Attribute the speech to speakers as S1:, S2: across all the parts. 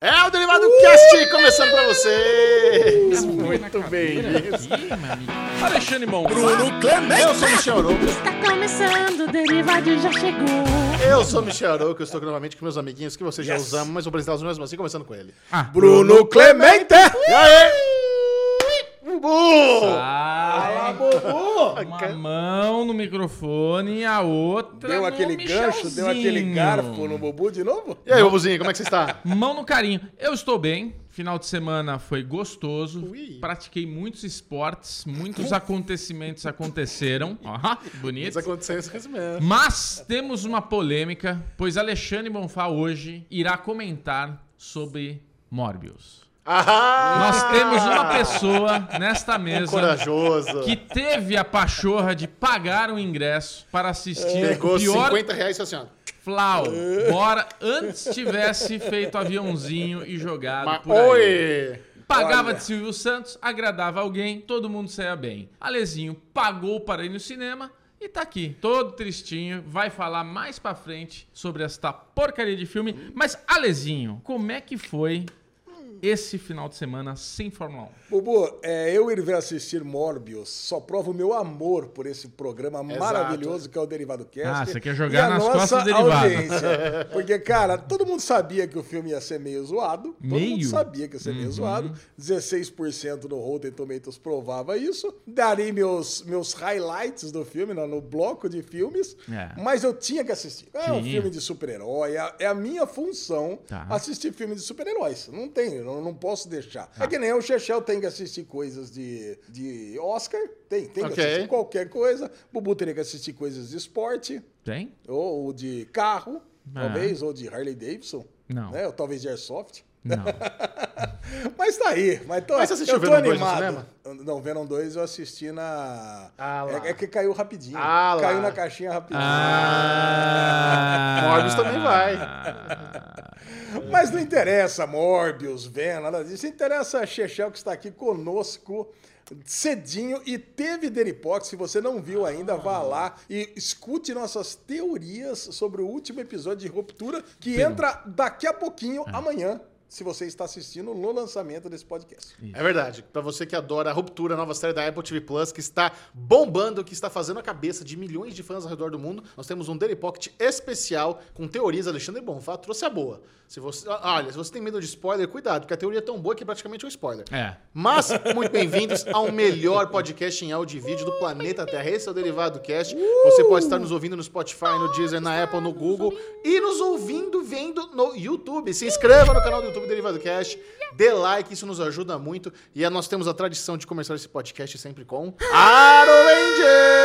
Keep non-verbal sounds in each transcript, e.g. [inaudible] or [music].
S1: É Cast começando pra vocês. Muito bem.
S2: Alexandre Mão.
S1: Bruno Clemente. Eu sou Michel Arouca.
S3: Está começando, o Derivado já chegou.
S1: Eu sou Michel Arouca. Eu estou aqui novamente com meus amiguinhos que vocês já usam, mas vou apresentá-los mesmo assim, começando com ele.
S2: Ah,
S1: Bruno Clemente. E aí? Bu!
S2: Fala, Uma mão no microfone e a outra.
S4: Deu
S2: no
S4: aquele gancho, deu aquele
S2: Tá Michelzinho.
S4: garfo no Bubu de novo?
S1: E aí, Bobuzinho, como é que você está?
S2: Mão no carinho. Eu estou bem. Final de semana foi gostoso.
S1: Ui.
S2: Pratiquei muitos esportes, muitos
S4: [laughs]
S2: acontecimentos aconteceram. Ah,
S1: Isso
S2: bonito.
S1: aconteceu isso mesmo.
S2: Mas temos uma polêmica, pois Alexandre Bonfá hoje irá comentar sobre Morbius.
S1: Ah,
S2: Nós temos uma pessoa nesta mesa
S1: corajoso.
S2: que teve a pachorra de pagar o ingresso para assistir
S1: Pegou
S2: o pior
S1: 50 reais e falou assim, ó.
S2: flau. Bora, antes tivesse feito aviãozinho e jogado
S1: Mas,
S2: por aí.
S1: oi!
S2: Pagava
S4: Olha.
S2: de Silvio Santos, agradava alguém, todo mundo saía bem. Alezinho pagou para ir no cinema e tá aqui, todo tristinho, vai falar mais pra frente sobre esta porcaria de filme. Mas, Alezinho, como é que foi esse final de semana sem Fórmula 1?
S4: Bubu, é, eu ir ver assistir Morbius só prova o meu amor por esse programa
S1: Exato.
S4: maravilhoso que é o Derivado Cast.
S2: Ah, você quer
S4: e
S2: jogar
S4: a
S2: nas
S4: nossa
S2: costas do Derivado.
S4: audiência. Porque, cara, todo mundo sabia que o filme ia ser meio zoado. Todo mundo
S2: Meio? Uhum.
S4: sabia que ia ser meio zoado. 16% no Rotten Tomatoes provava isso. Darei meus, meus highlights do filme, no, no bloco de filmes.
S2: É.
S4: Mas eu tinha que assistir. É um
S2: Tinha.
S4: filme de super-herói. É, é a minha função
S2: Tá.
S4: assistir filme de super-heróis. Não tem, eu não, não posso deixar.
S1: Tá.
S4: É que nem o Chechel tem que assistir coisas de, de Oscar, tem, tem que
S1: Ok.
S4: assistir qualquer coisa. Bubu teria que assistir coisas de esporte,
S2: Tem?
S4: ou, ou de carro,
S1: É.
S2: Ah.
S4: talvez, ou de Harley Davidson,
S2: Não.
S4: né? Ou talvez de Airsoft.
S2: Não.
S4: Mas tá aí. Mas, tô,
S1: Mas você assistiu
S4: eu tô
S1: Venom dois no
S4: animado. Não, Venom 2 eu assisti na.
S1: Ah, lá.
S4: é, é que caiu rapidinho.
S1: Ah, lá.
S4: caiu na caixinha rapidinho.
S2: Ah,
S1: Morbius também vai.
S4: Mas não interessa Morbius, Venom, nada disso. Interessa a Chechel que está aqui conosco cedinho e teve Deripox. Se você não viu ainda, vá lá e escute nossas teorias sobre o último episódio de Ruptura que entra daqui a pouquinho, amanhã, se você está assistindo no lançamento desse podcast.
S1: É verdade. Pra você que adora a Ruptura, a nova série da Apple TV Plus, que está bombando, que está fazendo a cabeça de milhões de fãs ao redor do mundo, nós temos um Daily Pocket especial com teorias. Alexandre Bonfá trouxe a boa. Se você, olha, se você tem medo de spoiler, cuidado, porque a teoria é tão boa que é praticamente um spoiler.
S2: É.
S1: Mas, muito bem-vindos ao melhor podcast em áudio e vídeo do planeta Terra. Esse é o Derivado Cast. Você pode estar nos ouvindo no Spotify, no Deezer, na Apple, no Google e nos ouvindo, vendo no YouTube. Se inscreva no canal do YouTube Derivado Cast, dê like, isso nos ajuda muito. E eh, nós temos a tradição de começar esse podcast sempre com. Aro Ranger!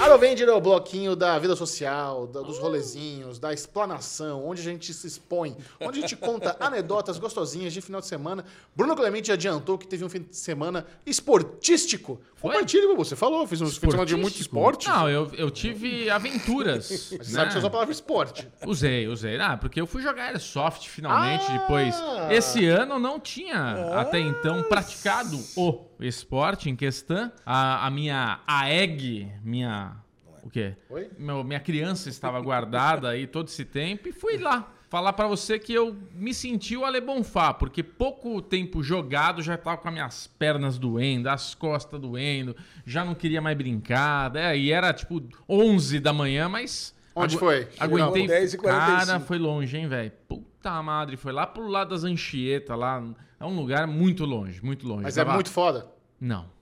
S1: Arovenger é o bloquinho da vida social, da- dos rolezinhos, da explanação, onde a gente se expõe, onde a gente conta
S2: [laughs]
S1: anedotas gostosinhas de final de semana. Bruno Clemente adiantou que teve um fim de semana esportístico.
S2: Foi?
S1: Compartilhe, Bubu, você falou, fiz um fim de semana de muito esporte.
S2: Não, eu, eu tive aventuras.
S1: Mas
S2: né?
S1: você sabe que você usou a palavra esporte.
S2: Usei, usei. Ah, porque eu fui jogar Airsoft finalmente
S1: Ah!
S2: depois. Esse ano eu não tinha até então praticado o esporte em questão. A, a minha AEG, minha. O quê?
S1: Oi?
S2: Meu, minha criança estava guardada aí todo esse tempo e fui lá. Falar pra você que eu me senti o Ale Bonfá, porque pouco tempo jogado já tava com as minhas pernas doendo, as costas doendo, já não queria mais brincar, né? E era tipo 11 da manhã, mas
S1: Onde
S2: Agu-
S1: foi?
S2: Aguentei.
S4: Chegou 10 e 45.
S2: cara, foi longe, hein, velho? Puta madre, foi lá pro lado das Anchieta, lá. É um lugar muito longe, muito longe.
S1: Mas é
S2: Tava-
S1: muito foda.
S2: Não.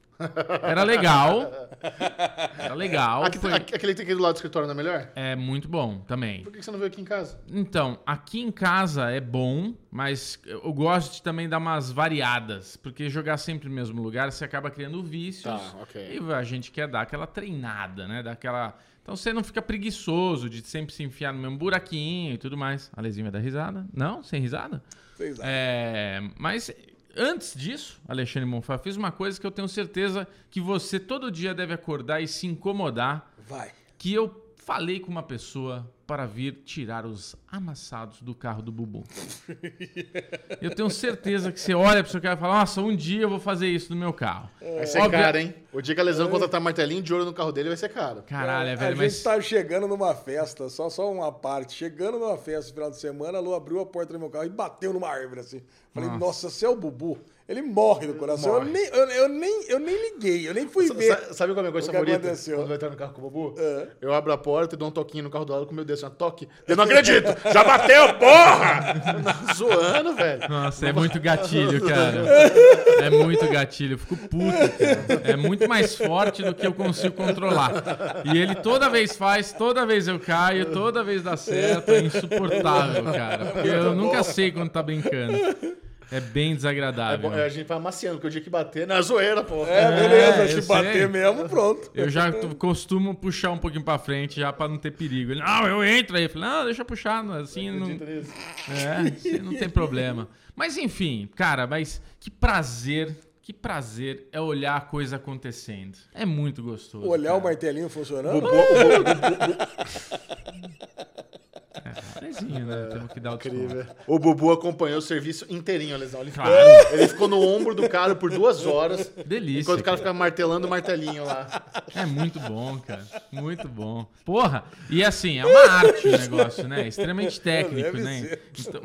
S2: Era legal. Era legal.
S1: Aqui- tá-
S2: foi-
S1: aqui- Aquele que tem aqui do lado do escritório não é melhor?
S2: É muito bom também.
S1: Por que você não veio aqui em casa?
S2: Então, aqui em casa é bom, mas eu gosto de também dar umas variadas, porque jogar sempre no mesmo lugar você acaba criando vícios.
S1: Tá, ok.
S2: E a gente quer dar aquela treinada, né? Daquela. Então você não fica preguiçoso de sempre se enfiar no mesmo buraquinho e tudo mais. A Lezinha vai dar risada? Não? Sem risada?
S4: Vocês acham?
S2: É, mas antes disso, Alexandre Monfá, fiz uma coisa que eu tenho certeza que você todo dia deve acordar e se incomodar
S4: Vai.
S2: que eu Falei com uma pessoa para vir tirar os amassados do carro do Bubu. Eu tenho certeza que você olha para o seu carro e fala: Nossa, um dia eu vou fazer isso no meu carro.
S1: Vai ser
S2: Óbvio-
S1: caro, hein? O dia que a lesão contratar martelinho de ouro no carro dele vai ser caro.
S2: Caralho, é,
S4: a
S2: velho,
S4: gente
S1: tá-
S2: mas.
S4: tava chegando numa festa, só, só uma parte. Chegando numa festa no final de semana, a Lu abriu a porta do meu carro e bateu numa árvore assim. Falei, nossa, se é o Bubu, ele morre do coração. Eu
S1: Morre.
S4: nem, eu, eu nem, eu nem liguei, eu nem fui
S1: Sa-
S4: ver.
S1: sa- Sabe qual é a minha coisa
S4: o que
S1: favorita?
S4: aconteceu.
S1: Quando vai entrar no carro com o Bubu?
S4: É.
S1: Eu abro a porta e dou um toquinho no carro do lado com o meu dedo, assim, ó, toque.
S4: [laughs]
S1: Eu não acredito! Já bateu, porra!
S4: Tá
S1: Não, Zoando, velho.
S2: Nossa, é muito gatilho,
S1: [laughs]
S2: cara. É muito gatilho. Eu fico puto, cara. É muito mais forte do que eu consigo controlar. E ele toda vez faz, toda vez eu caio, toda vez dá certo. É insuportável, cara. Porque eu nunca sei quando tá brincando. É
S1: É
S2: bem
S1: bom,
S2: desagradável.
S1: é, a gente vai amaciando, porque o dia que bater, na zoeira, porra.
S4: É, beleza,
S2: eu
S4: se
S2: sei.
S4: bater mesmo, pronto.
S2: Eu já t- costumo puxar um pouquinho pra frente já pra não ter perigo. Ele, não, eu entro aí. Eu falei, não, deixa eu puxar. não, Assim, não,
S1: Acredita nisso?
S2: É, você não tem problema. Mas enfim, cara, mas que prazer, que prazer é olhar a coisa acontecendo. É muito gostoso.
S4: Olhar o
S2: cara.
S4: martelinho funcionando.
S1: O Bubu, o Bubu,
S2: Prezinho, né? Temos que dar o desconto.
S1: incrível. o Bubu acompanhou o serviço inteirinho, a lesão. Ele ficou,
S2: Claro.
S1: ele ficou no ombro do cara por duas horas.
S2: Delícia,
S1: Enquanto o cara
S2: cara.
S1: ficava martelando o martelinho lá.
S2: É muito bom, cara. Muito bom. Porra, e assim, é uma arte o negócio, né? Extremamente técnico,
S4: Deve
S2: né?
S4: ser.
S2: Então,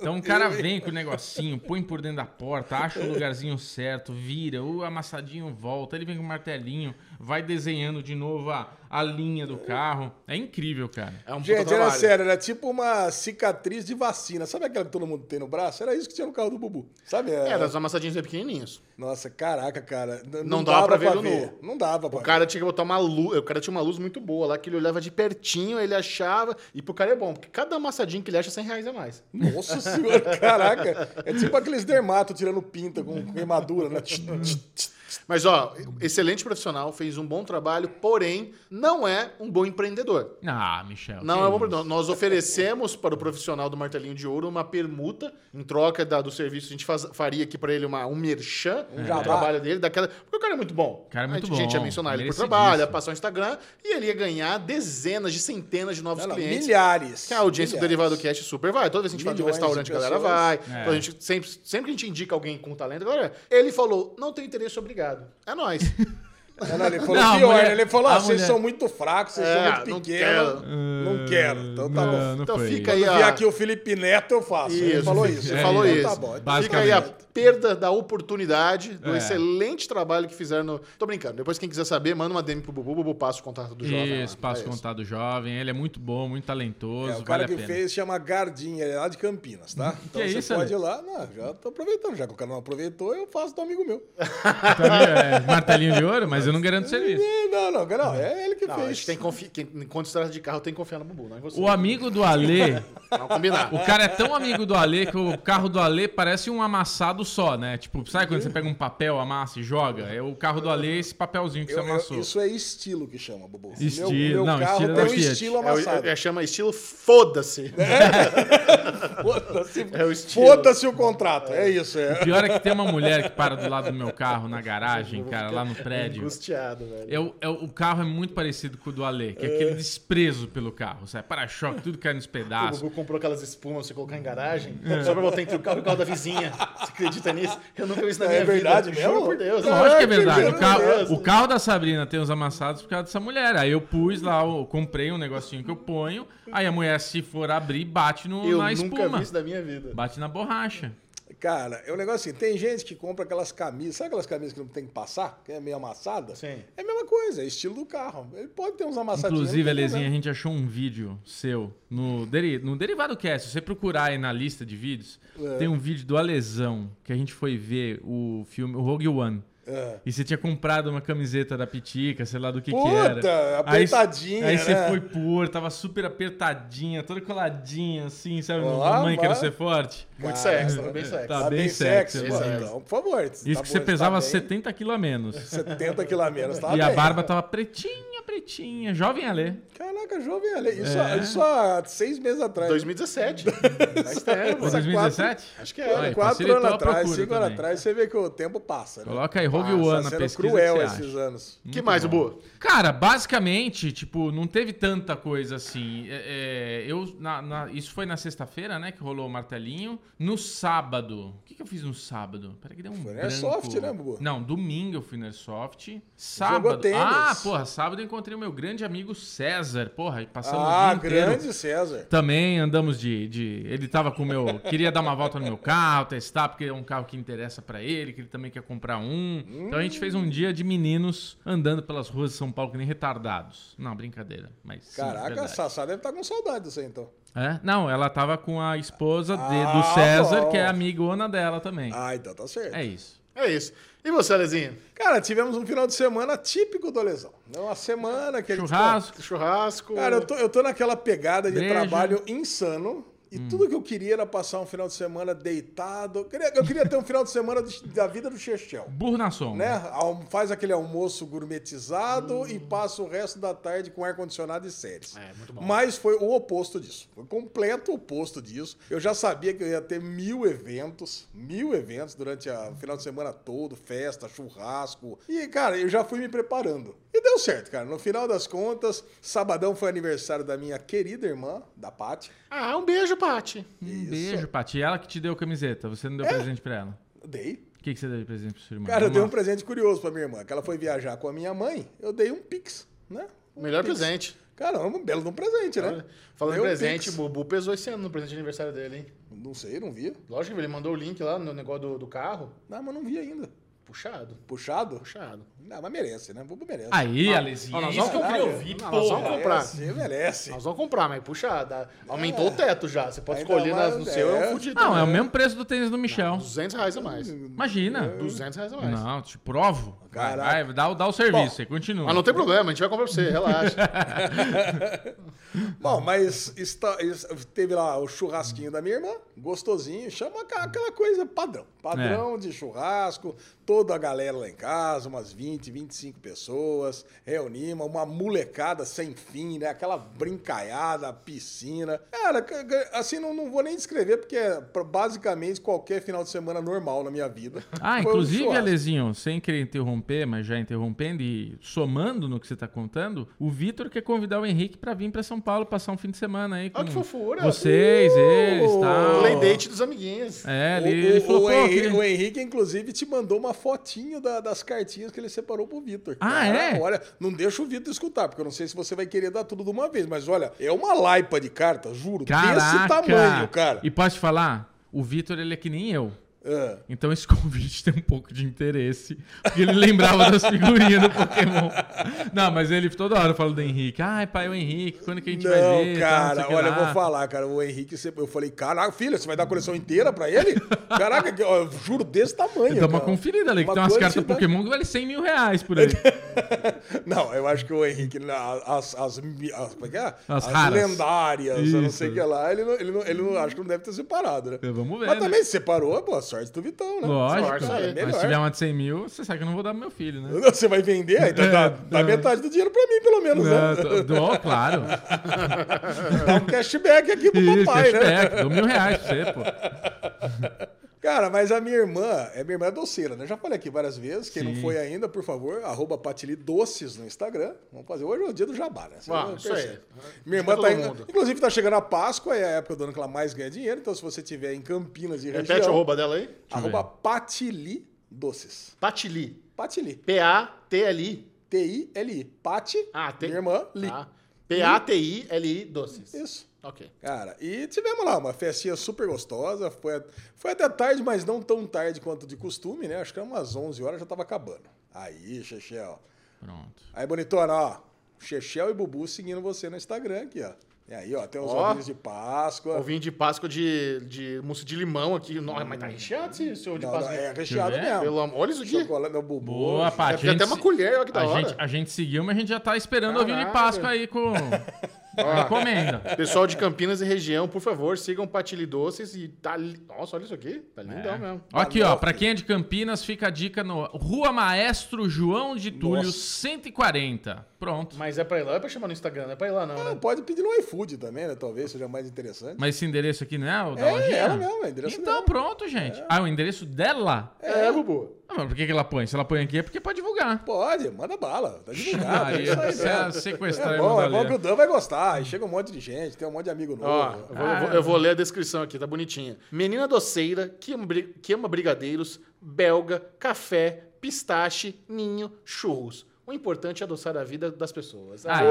S2: então o cara vem com o negocinho, põe por dentro da porta, acha o lugarzinho certo, vira, o amassadinho volta, ele vem com o martelinho, vai desenhando de novo a, a linha do carro. É incrível, cara.
S1: É um puta
S4: Gente, era
S1: trabalho.
S4: sério, era tipo uma cicatriz de vacina. Sabe aquela que todo mundo tem no braço? Era isso que tinha no carro do Bubu. Sabe?
S1: É, Era os amassadinhos pequenininhos.
S4: Nossa, caraca, cara. N-
S1: Não dava pra ver ele nu.
S4: Não dava pra
S1: O cara tinha que botar uma luz. O cara tinha uma luz muito boa lá, que ele olhava de pertinho, ele achava. E pro cara é bom, porque cada amassadinho que ele acha é 100 reais a mais.
S4: ver. Nossa senhora, caraca. É tipo aqueles dermatos tirando pinta com com queimadura, né? Tch, tch, tch.
S1: Mas, ó, excelente profissional, fez um bom trabalho, porém, não é um bom empreendedor.
S2: Ah, Michel.
S1: Não
S2: que
S1: é um bom
S2: isso.
S1: empreendedor. Nós oferecemos para o profissional do martelinho de ouro uma permuta em troca da- do serviço. A gente faz- faria aqui para ele uma, um merchan um
S4: jabá.
S1: trabalho dele, daquela. Porque o cara é muito bom.
S2: É. O cara é muito
S1: a gente, a gente ia
S2: bom,
S1: mencionar ele por
S2: merecidíssimo.
S1: trabalho, ia passar o Instagram e ele ia ganhar dezenas de centenas de novos
S4: Não, não,
S1: clientes.
S4: milhares.
S1: Que a audiência do
S4: milhares.
S1: Derivado Cast super vai. Toda vez que a gente fala de um
S4: Milhões de
S1: restaurante, a galera
S4: pessoas.
S1: vai.
S2: É.
S1: Então a gente, sempre, sempre que a gente indica alguém com talento, a galera, ele falou, não tem interesse, obrigado. É nóis.
S4: Não, não, ele falou
S2: Não, a
S4: pior,
S2: mulher-
S4: ele falou: ah,
S2: a
S4: vocês
S2: mulher-
S4: são muito fracos, vocês
S1: É,
S4: são muito
S1: não
S4: pequenos.
S1: quero.
S4: Não quero. Então tá bom.
S2: Não, não
S1: Então
S2: foi.
S1: fica aí
S4: Quando vier
S1: a...
S4: aqui o Felipe Neto, eu faço. ele
S1: Isso,
S4: falou
S1: fica- [laughs]
S4: isso.
S1: Ele
S2: é
S1: falou
S2: isso.
S1: isso.
S4: Então
S1: Fica aí a
S2: Basicamente.
S1: perda da oportunidade, do
S2: É.
S1: excelente trabalho que fizeram no... Tô brincando. Depois, quem quiser saber, manda uma DM pro Bubu. Bubu passa o contato do jovem.
S2: Isso,
S1: lá.
S2: passo
S1: É
S2: contado jovem. Ele é muito bom, muito talentoso,
S4: É, o
S2: vale
S4: cara
S2: a
S4: que
S2: pena.
S4: fez chama Gardinha, ele é lá de Campinas, tá? Então
S2: é
S4: você
S2: isso,
S4: pode
S2: Ale?
S4: ir lá. Não, já tô aproveitando. Já que o cara não aproveitou, eu faço do amigo meu.
S2: Então, é, martelinho de ouro, mas eu não garanto serviço.
S4: É, Não, não, não, é ele que
S1: Não, a
S4: fez.
S1: gente tem que confi... quem- Enquanto se trata de carro, tem que confiar no Bubu, não em você.
S2: O amigo do Alê,
S1: Vamos
S2: [laughs]
S1: combinar.
S2: o cara é tão amigo do Alê que o carro do Alê parece um amassado só, né? Tipo, sabe quando você pega um papel, amassa e joga? É o carro do Alê esse papelzinho que
S4: Eu-
S2: você
S4: eu-
S2: amassou.
S4: isso é estilo que chama, Bubu.
S2: Estilo,
S4: Meu, meu
S2: não,
S4: carro
S2: estilo é
S4: tem um
S2: da Fiat.
S4: estilo
S1: É, o-
S4: amassado.
S1: é, chama estilo foda-se.
S4: Foda-se
S1: [laughs] É o estilo.
S4: foda-se o contrato. É isso. É.
S2: Pior é que tem uma mulher que para do lado do meu carro na garagem, cara, lá no prédio.
S1: Angustiado, velho.
S2: É o, é o- o carro é muito parecido com o do Ale, que é aquele desprezo pelo carro, sabe? Para-choque, tudo cai nos
S1: O
S2: pedaços.
S1: Gugu comprou aquelas espumas pra você colocar em garagem,
S2: É.
S1: só pra botar entre o carro e o carro da vizinha. Você acredita nisso? Eu nunca vi isso na
S4: É
S1: minha
S4: verdade
S1: vida.
S4: mesmo?
S1: Juro por Deus.
S2: Lógico que é verdade.
S1: pelo
S2: O carro,
S1: amor de Deus.
S2: o carro da Sabrina tem os amassados por causa dessa mulher. Aí eu pus lá, eu comprei um negocinho que eu ponho. Aí a mulher, se for abrir, bate no,
S1: Eu
S2: na
S1: nunca vi
S2: é espuma.
S1: isso da Tá minha vida.
S2: Bate na borracha.
S4: Cara, é um negócio assim. Tem gente que compra aquelas camisas. Sabe aquelas camisas que não tem que passar? Que é meio amassada?
S1: Sim.
S4: É a mesma coisa. É estilo do carro. Ele pode ter uns amassadinhos.
S2: Inclusive,
S1: né,
S4: não tem
S2: Alezinha, a
S4: problema.
S2: gente achou um vídeo seu no, deri no Derivado Cast. Se você procurar aí na lista de vídeos,
S1: É.
S2: tem um vídeo do Alesão que a gente foi ver o filme o Rogue One.
S4: É.
S2: E você tinha comprado uma camiseta da Pitica, sei lá do que que era.
S4: Puta,
S2: Aí-
S4: apertadinha,
S2: Aí, você
S4: né?
S2: foi por, tava super apertadinha, toda coladinha, assim, sabe?
S4: Olá,
S2: Mamãe, quero
S4: mas-
S2: ser forte.
S1: Muito
S4: Cara,
S1: sexo, tá bem sexo.
S2: Tá bem sexy,
S4: Ah, sexy,
S1: bem
S4: mano.
S1: sexy.
S4: Então, por favor.
S2: Isso
S4: tá
S2: que
S4: bom,
S2: você
S4: tá
S2: pesava
S4: bem.
S2: 70 quilos a menos.
S4: 70 quilos a menos. Tá
S2: e a
S4: bem.
S2: barba tava pretinha, pretinha. Jovem Alê.
S4: Caraca, Bianca Jovem Além. Isso,
S2: É.
S4: há- isso há seis meses atrás. [laughs]
S1: 2017. Mas tá, é, mano.
S2: 2017?
S1: Acho que é. era.
S2: Aí,
S4: Quatro
S2: facilitou
S4: anos
S2: a
S4: atrás,
S2: procura
S4: cinco anos
S2: também.
S4: atrás, você vê que o tempo passa. Né?
S2: Coloca aí, Rove
S4: Tá
S2: One na
S4: sendo
S2: pesquisa.
S4: cruel
S2: que você
S4: esses
S2: acha.
S4: anos.
S1: que mais, Bu?
S2: Cara, basicamente, tipo, não teve tanta coisa assim. É, é, eu, na- na- isso foi na sexta-feira, né, que rolou o martelinho. No sábado, o que, que eu fiz no sábado? Peraí que deu um
S4: Foi no
S2: branco.
S4: Airsoft, né, Bubu?
S2: Não, domingo eu fui no Airsoft. Sábado.
S4: tênis.
S2: Ah, porra, sábado eu encontrei o meu grande amigo César. Porra, e passamos
S4: Ah,
S2: o dia inteiro.
S4: grande César.
S2: Também andamos de, de. Ele tava com o meu. Queria dar uma volta no meu carro, testar, porque é um carro que interessa pra ele, que ele também quer comprar um. Então a gente fez um dia de meninos andando pelas ruas de São Paulo que nem retardados. Não, brincadeira. Mas. sim, é
S4: Caraca, a
S2: verdade.
S4: Sassá deve estar com saudade de você, então.
S2: É? Não, ela tava com a esposa de-
S4: Ah,
S2: do César,
S4: bom.
S2: que é amigona dela também.
S4: Ah, então tá certo.
S2: É isso.
S1: É isso. E você, Alezinho?
S4: Cara, tivemos um final de semana típico do Lesão. É Uma semana que a gente-
S2: Churrasco.
S1: Churrasco.
S4: Cara, eu tô, eu tô naquela pegada de
S2: Beijo.
S4: trabalho insano. E
S2: Hum.
S4: tudo que eu queria era passar um final de semana deitado. Eu queria, eu queria ter um final de semana do- da vida do Chechel.
S2: Burro na sombra.
S4: Né? Alm- Faz aquele almoço gourmetizado e passa o resto da tarde com ar-condicionado e séries.
S1: Hum. É, muito bom.
S4: Mas foi o oposto disso. Foi o completo oposto disso. Eu já sabia que eu ia ter mil eventos, mil eventos durante a- o final de semana todo, festa, churrasco. E, cara, eu já fui me preparando. E deu certo, cara. No final das contas, sabadão foi aniversário da minha querida irmã, da Paty.
S1: Ah, um beijo, Paty.
S2: Um beijo, Pati. Ela que te deu camiseta. Você não deu presente pra ela.
S4: Dei.
S2: O que, que você deu de presente pra sua irmã?
S4: É? Cara, eu
S2: Vamos
S4: dei
S2: lá.
S4: um presente curioso pra minha irmã, que ela foi viajar com a minha mãe, eu dei um pix, né? Um
S1: Melhor
S4: pix.
S1: presente.
S4: Caramba, um belo de um presente, né?
S1: É, Falando em
S4: Dei um
S1: presente, o
S4: pix.
S1: Bubu pesou esse ano no presente de aniversário dele, hein?
S4: Não sei, não vi.
S1: Lógico que ele mandou o link lá no negócio do, do carro.
S4: Não, mas não vi ainda.
S1: Puxado,
S4: Puxado?
S1: puxado.
S4: Não, mas merece, né? Bubu merece.
S2: Aí, Alezinha.
S1: Ó, nós
S2: é
S1: vamos
S2: isso que eu queria
S4: caralho.
S2: ouvir,
S1: Não, nós
S2: porra.
S1: vamos comprar.
S4: Merece, merece.
S1: Nós vamos comprar, mas puxado. ah, Aumentou o teto já. Você pode
S4: É. Ainda
S1: escolher nas-
S4: mais,
S1: no seu, é
S4: é.
S1: um fudido.
S2: Não, é o
S1: né?
S2: mesmo preço do tênis do Michel.
S1: 200 reais a mais.
S2: Imagina.
S1: 200 reais a mais.
S2: Não, te provo. Vai,
S4: Caraca.
S2: vai, dá, o- dá o serviço, você continua.
S1: Mas não tem problema, a gente vai comprar pra você, relaxa. [laughs]
S4: Bom, mas está- es- teve lá o churrasquinho da minha irmã, gostosinho, chama ca- aquela coisa padrão.
S2: É.
S4: Padrão de churrasco, toda a galera lá em casa, umas 20, 25 pessoas, reunimos, uma molecada sem fim, né? Aquela brincaiada, piscina. Cara, c- c- assim, não, não vou nem descrever, porque é pra- basicamente qualquer final de semana normal na minha vida.
S2: Ah,
S4: Foi um
S2: inclusive,
S4: churrasco.
S2: Alezinho, sem querer interromper, mas já interrompendo e somando no que você tá contando, o Vitor quer convidar o Henrique pra vir pra São Paulo passar um fim de semana aí
S4: Ah,
S2: com
S1: Olha que fofura.
S2: vocês, eles, tal.
S1: Play date dos amiguinhos.
S2: É,
S4: O,
S2: ele, ele
S4: Uh, o-
S2: falou,
S4: o
S2: pô, eu
S4: Henrique,
S2: queria-
S4: o Henrique, inclusive, te mandou uma fotinho da- das cartinhas que ele separou pro Vitor.
S2: Ah,
S4: Cara,
S2: é?
S4: Olha, não deixa o Vitor escutar, porque eu não sei se você vai querer dar tudo de uma vez, mas olha, é uma laipa de cartas, juro, é desse tamanho, cara.
S2: E posso te falar? O Vitor, ele é que nem eu.
S4: Ah.
S2: Então esse [laughs] convite tem um pouco de interesse. Porque ele lembrava das figurinhas do Pokémon. Não, mas ele toda hora fala do Henrique. Ai, pai, o Henrique, quando que a gente vai
S4: Não,
S2: ver? Tal, não
S4: cara,
S2: sei o que
S4: olha, eu
S2: lá.
S4: vou falar, cara, o Henrique, sempre- eu falei, caraca, filha, você vai dar a coleção inteira pra ele?
S2: [laughs]
S4: Caraca, que- ó, eu juro, desse tamanho.
S2: Dá uma
S4: cara.
S2: conferida ali, que
S4: Uma
S2: tem umas
S4: quantidade-
S2: cartas um
S4: Então,
S2: Pokémon que vale 100 mil reais por aí.
S4: Não, eu acho que o Henrique, né, as, as, mi- as- como é que é? As
S2: As raras.
S4: lendárias, eu não sei o
S2: Isso.
S4: que lá, ele, não, ele, não, ele não, acho que não deve ter separado, né?
S2: É, vamos ver,
S4: Mas
S2: né?
S4: também se separou, pô, a sorte do Vitão, né?
S2: Lógico.
S1: Claro,
S4: é
S2: Mas
S4: melhor.
S2: se tiver uma de 100 mil, você sabe que eu não vou dar pro meu filho, né?
S4: [laughs] Você vai vender? Então
S2: É,
S4: dá, dá
S2: é.
S4: metade do dinheiro pra mim, pelo menos,
S2: Não,
S4: né?
S2: tô-
S4: [laughs]
S2: dou, claro.
S4: Dá um cashback aqui pro
S2: É. Isso,
S4: papai, né?
S2: cashback. Dou mil reais pra você, pô.
S4: Cara, mas a minha irmã, é minha irmã é doceira, né? Já falei aqui várias vezes. Quem
S2: Sim.
S4: não foi ainda, por favor, arroba Patili Doces no Instagram. Vamos fazer. Hoje é o dia do jabá, né? Você
S1: Ah, isso aí.
S4: percebe. Minha
S1: Dica
S4: irmã
S1: todo
S4: tá indo,
S1: mundo.
S4: Inclusive, tá chegando a Páscoa, é a época do ano que ela mais ganha dinheiro. Então, se você tiver em Campinas e
S1: Repete o
S4: região,
S1: arroba dela aí.
S2: eu
S4: arroba Patili Doces.
S1: Patili.
S4: Patili.
S1: P-A-T-L-I.
S4: T-I-L-I. Pati,
S1: Ah, tem.
S4: minha irmã, Li.
S1: Tá. P-A-T-I-L-I doces.
S4: Isso.
S1: Ok.
S4: Cara, e tivemos lá uma festinha super gostosa. Foi, foi até tarde, mas não tão tarde quanto de costume, né? Acho que era umas 11 horas já tava acabando. Aí, Chechel.
S2: Pronto.
S4: Aí, bonitona, ó. Chechel e Bubu seguindo você no Instagram aqui, ó. E aí, ó, tem uns
S1: Ó.
S4: ovinhos de Páscoa.
S1: Ovinho de Páscoa de, de mousse de limão aqui. Nossa, mas tá recheado esse esse ovo de
S4: Não, não,
S1: Páscoa.
S4: é recheado
S2: Deixa eu
S4: mesmo.
S1: Pelo amor, olha isso aqui.
S4: Chocolate, meu Bubu.
S2: Boa, Paty.
S1: Tem até uma colher, olha que da
S2: a
S1: hora.
S2: gente, a gente seguiu, mas a gente já tá esperando o vinho de
S1: Caralho.
S2: Páscoa aí com. Recomenda.
S1: Pessoal de Campinas e região, por favor, sigam Patili Doces e tá. li- Nossa, olha isso aqui. Tá lindão mesmo.
S2: Ó Aqui, ó, pra quem é de Campinas, fica a dica no Rua Maestro João de Túlio, 140. Pronto.
S1: Mas é pra ir lá, ou é pra chamar no Instagram, não é pra ir lá, não,
S4: Não,
S1: né?
S4: pode pedir no iFood também, né? Talvez seja mais interessante.
S2: Mas esse endereço aqui não é o da
S4: é,
S2: lojinha?
S4: ela mesmo, é o endereço
S2: Então,
S4: dela. É.
S2: pronto, gente. Ah, o endereço dela?
S1: É, Bubu.
S2: Ah, mas por que, que ela põe? Se ela põe aqui é porque pode divulgar.
S4: Pode, manda bala.
S2: [laughs]
S4: Tá divulgado. é
S2: Maria,
S4: isso aí
S2: você
S4: mesmo.
S2: é sequestrar
S4: É
S2: e
S4: bom,
S2: mandar
S4: é bom
S2: ler.
S4: que o Dan vai gostar. Aí chega um monte de gente, tem um monte de amigo novo.
S1: Ó, eu vou- eu, vou, eu vou ler a descrição aqui, tá bonitinha. Menina doceira, que ama, bri- que ama brigadeiros, belga, café, pistache, ninho, churros. O importante é adoçar a vida das pessoas.
S2: Aê!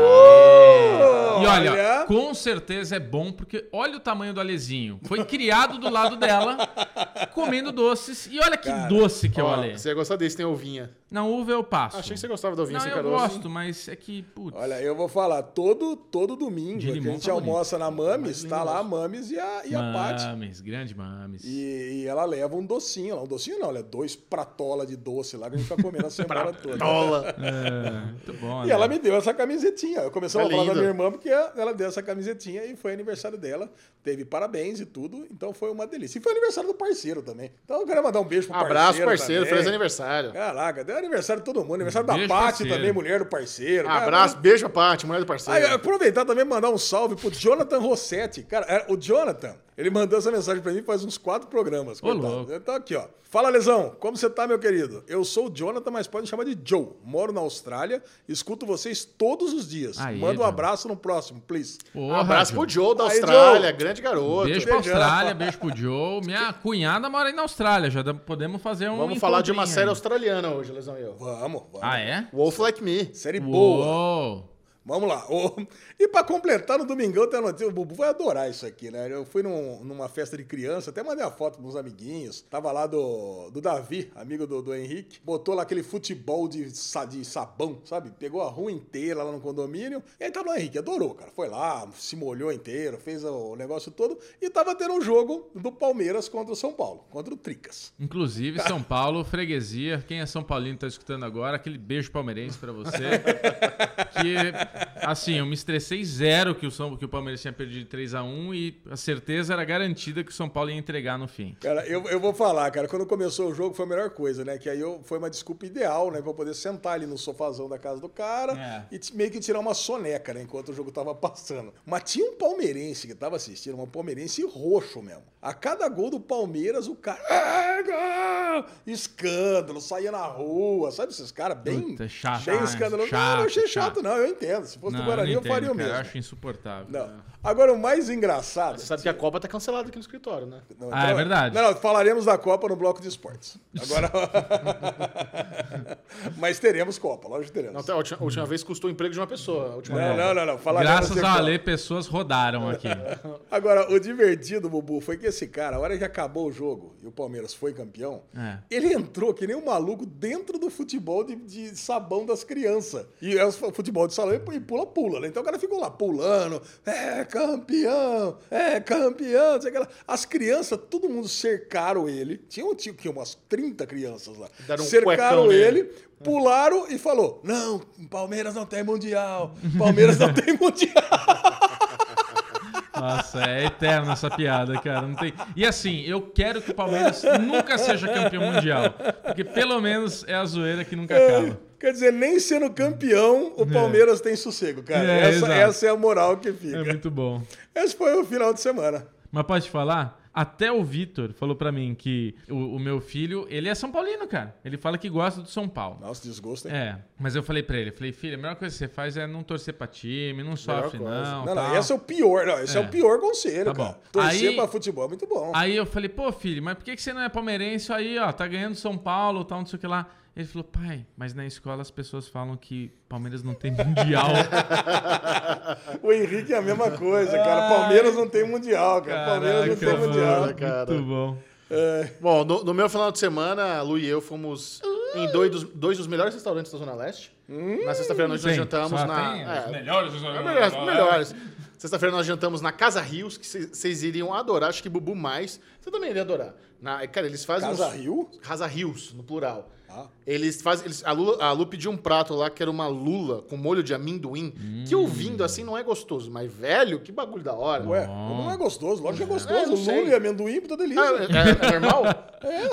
S2: E olha,
S4: Oh, Olha.
S2: com certeza é bom, porque olha o tamanho do Alezinho. Foi criado do lado dela,
S4: [laughs]
S2: comendo doces. E olha que doce que é o
S1: Ó,
S2: Ale.
S1: Você ia gostar desse, tem ovinha.
S2: Não, uva eu passo.
S1: Achei que você gostava da ovinha
S2: Não,
S1: sem
S2: eu
S1: caroço.
S2: gosto, mas é que, putz.
S4: Olha, eu vou falar, todo, todo domingo
S2: De
S4: que a
S2: limão
S4: gente
S2: tá bonito.
S4: almoça na Mames,
S1: lindo
S4: tá lá a
S1: mesmo.
S4: Mames e a, e a Paty.
S2: mames, grande mames.
S4: E, e ela leva um docinho lá. Um docinho não, olha, dois pratola de doce lá que a gente fica
S2: [laughs]
S4: comendo a semana toda.
S1: Dola.
S2: É, muito
S4: [laughs]
S2: bom,
S4: E
S2: né?
S4: ela me deu essa camisetinha. Eu comecei
S1: Tá
S4: a falar da
S1: lindo.
S4: minha irmã porque ela deu essa camisetinha e foi aniversário dela. Teve parabéns e tudo, então foi uma delícia. E foi aniversário do parceiro também. Então eu quero mandar um beijo pro
S1: Abraço,
S4: parceiro.
S1: parceiro.
S4: também.
S1: Feliz aniversário.
S4: Caraca, deu aniversário de todo mundo. Aniversário da
S2: Beijo,
S4: Paty
S2: parceiro.
S4: também, mulher do parceiro. Cara,
S1: Abraço, beijo pra Paty, mulher do
S4: Aí,
S1: parceiro.
S4: aproveitar também e mandar um salve pro Jonathan Rossetti. Cara, é, o Jonathan, ele mandou essa mensagem pra mim faz uns quatro programas.
S2: Ô,
S4: coitado.
S2: louco.
S4: Então aqui, ó. Fala, Lesão. Como você tá, meu querido? Eu sou o Jonathan, mas pode me chamar de Joe. Moro na Austrália, escuto vocês todos os dias.
S2: Aê,
S4: Manda um
S2: Jonathan.
S4: abraço no próximo, please.
S2: Porra,
S1: Abraço
S2: Joe.
S1: pro Joe da
S4: Aí,
S1: Austrália,
S4: Joe.
S1: grande garoto.
S2: Beijo pra
S4: Beijão.
S2: Austrália, beijo pro Joe. Minha cunhada mora aí na Austrália, já dá- podemos fazer um.
S1: Vamos falar de uma
S2: encontrinho
S1: série
S2: aí.
S1: australiana hoje, Lesão e eu.
S4: Vamos, vamos.
S2: Ah, é?
S1: Wolf Like Me.
S4: Série boa.
S2: Boa!
S4: Vamos lá. Ô, [laughs] E pra completar, no domingão tem a notícia. O Bubu vai adorar isso aqui, né? Eu fui num- numa festa de criança, até mandei a foto pros amiguinhos. Tava lá do, do Davi, amigo do, do Henrique. Botou lá aquele futebol de, sa- de sabão, sabe? Pegou a rua inteira lá no condomínio. E aí tava lá o Henrique, adorou, cara. Foi lá, se molhou inteiro, fez o negócio todo. E tava tendo um jogo do Palmeiras contra o São Paulo, contra o Tricas.
S2: Inclusive, São Paulo, freguesia. Quem é São Paulino tá escutando agora, aquele beijo palmeirense
S4: [laughs]
S2: pra você. que, assim, eu me estressei zero que o, São, que o Palmeiras tinha perdido de 3x1 e a certeza era garantida que o São Paulo ia entregar no fim.
S4: Cara, eu, eu vou falar, cara, quando começou o jogo foi a melhor coisa, né? Que aí eu, foi uma desculpa ideal, né? Pra eu poder sentar ali no sofazão da casa do cara
S2: É.
S4: e t- meio que tirar uma soneca, né? Enquanto o jogo tava [laughs] passando. Mas tinha um palmeirense que tava assistindo, um palmeirense roxo mesmo. A cada gol do Palmeiras, o cara. "É, gol!" Escândalo, saía na rua, sabe esses caras bem.
S2: Puta, chato,
S4: Bem
S2: né?
S4: escandaloso.
S2: Chato,
S4: não, não achei chato,
S2: chato.
S4: não, eu entendo. Se fosse do Guarani, eu
S2: entendo,
S4: faria o
S2: cara,
S4: mesmo.
S2: Eu acho insuportável.
S4: Não. Agora, o mais engraçado.
S1: Você sabe que a Copa tá cancelada aqui no escritório, né?
S4: Não, então,
S2: Ah, é verdade.
S4: Não, não, falaremos da Copa no bloco de esportes.
S2: [laughs]
S4: Agora. [laughs] Mas teremos Copa, lógico que teremos.
S1: Não, tá, a última, a última vez custou o emprego de uma pessoa. A última
S2: É.
S4: não, não, não, não. Falaremos
S2: Graças
S4: de
S2: a
S4: Copa.
S2: Ale,
S4: [laughs]
S2: pessoas rodaram aqui.
S4: Agora, o divertido, Bubu, foi que esse cara, a hora que acabou o jogo e o Palmeiras foi campeão,
S2: É.
S4: ele entrou que nem um maluco dentro do futebol de, de sabão das crianças. E é o futebol de salão e pula-pula, né? Então o cara ficou lá pulando, é campeão, é campeão, não sei o que lá. As crianças, todo mundo cercaram ele. Tinha, um- tinha, tinha umas 30 crianças lá.
S1: Deram um
S4: cercaram
S1: cuecão
S4: ele,
S1: nele. É.
S4: pularam e falou, não, Palmeiras não tem mundial, Palmeiras não tem mundial.
S2: Nossa, é eterna essa piada, cara. Não tem... E assim, eu quero que o Palmeiras nunca seja campeão mundial. Porque pelo menos é a zoeira que nunca acaba.
S4: É, Quer dizer, nem sendo campeão, o Palmeiras tem sossego, cara.
S2: É,
S4: essa,
S2: exato.
S4: essa é a moral que
S2: É
S4: fica.
S2: muito bom.
S4: Esse foi o final de semana.
S2: Mas pode falar? Até o Vitor falou pra mim que o, o meu filho, ele é São Paulino, cara. Ele fala que gosta do São Paulo.
S4: Nossa, desgosto, hein?
S2: É, mas eu falei pra ele, falei, filho, a melhor coisa que você faz é não torcer pra time, não sofre
S1: coisa.
S2: não.
S4: Não,
S2: tal.
S4: não, esse é o pior, não, esse é,
S2: É.
S4: o pior conselho,
S2: Tá
S4: cara.
S2: bom.
S4: Torcer
S2: Aí-
S4: pra futebol é muito bom.
S2: Aí eu falei, pô, filho, mas por que que você não é palmeirense aí, ó? Tá ganhando São Paulo, tal, não sei o que lá. Ele falou, pai, mas na escola as pessoas falam que Palmeiras não tem
S4: [laughs]
S2: mundial.
S4: O Henrique é a mesma coisa, cara. Palmeiras não tem mundial, cara. É, Palmeiras não tem
S2: Caraca,
S4: mundial. né,
S2: mano,
S1: cara.
S2: Muito bom.
S4: É,
S1: Bom, no, no meu final de semana, a Lu e eu fomos em dois dos, dois dos melhores restaurantes da Zona Leste. na sexta-feira nós
S2: Sim,
S1: jantamos
S2: só
S1: na.
S2: tem
S1: é,
S2: os melhores. os
S1: é, melhores, melhores. Sexta-feira nós jantamos na Casa Rios, que vocês iriam adorar, acho que Bubu mais. Você também iria adorar. Na, cara, eles fazem.
S4: Casa
S1: uns-
S4: Rio? Ah,
S1: Casa Rios, no plural. Eles fazem. eles- a, Lu, a Lu pediu um prato lá que era uma lula com molho de amendoim. Que ouvindo assim não é gostoso, mas velho, que bagulho da hora.
S2: Tá
S4: Ué, não é gostoso, lógico que é
S1: É,
S4: gostoso.
S1: não sei.
S4: Lula e amendoim, puta delícia.
S1: Ah, é, é normal?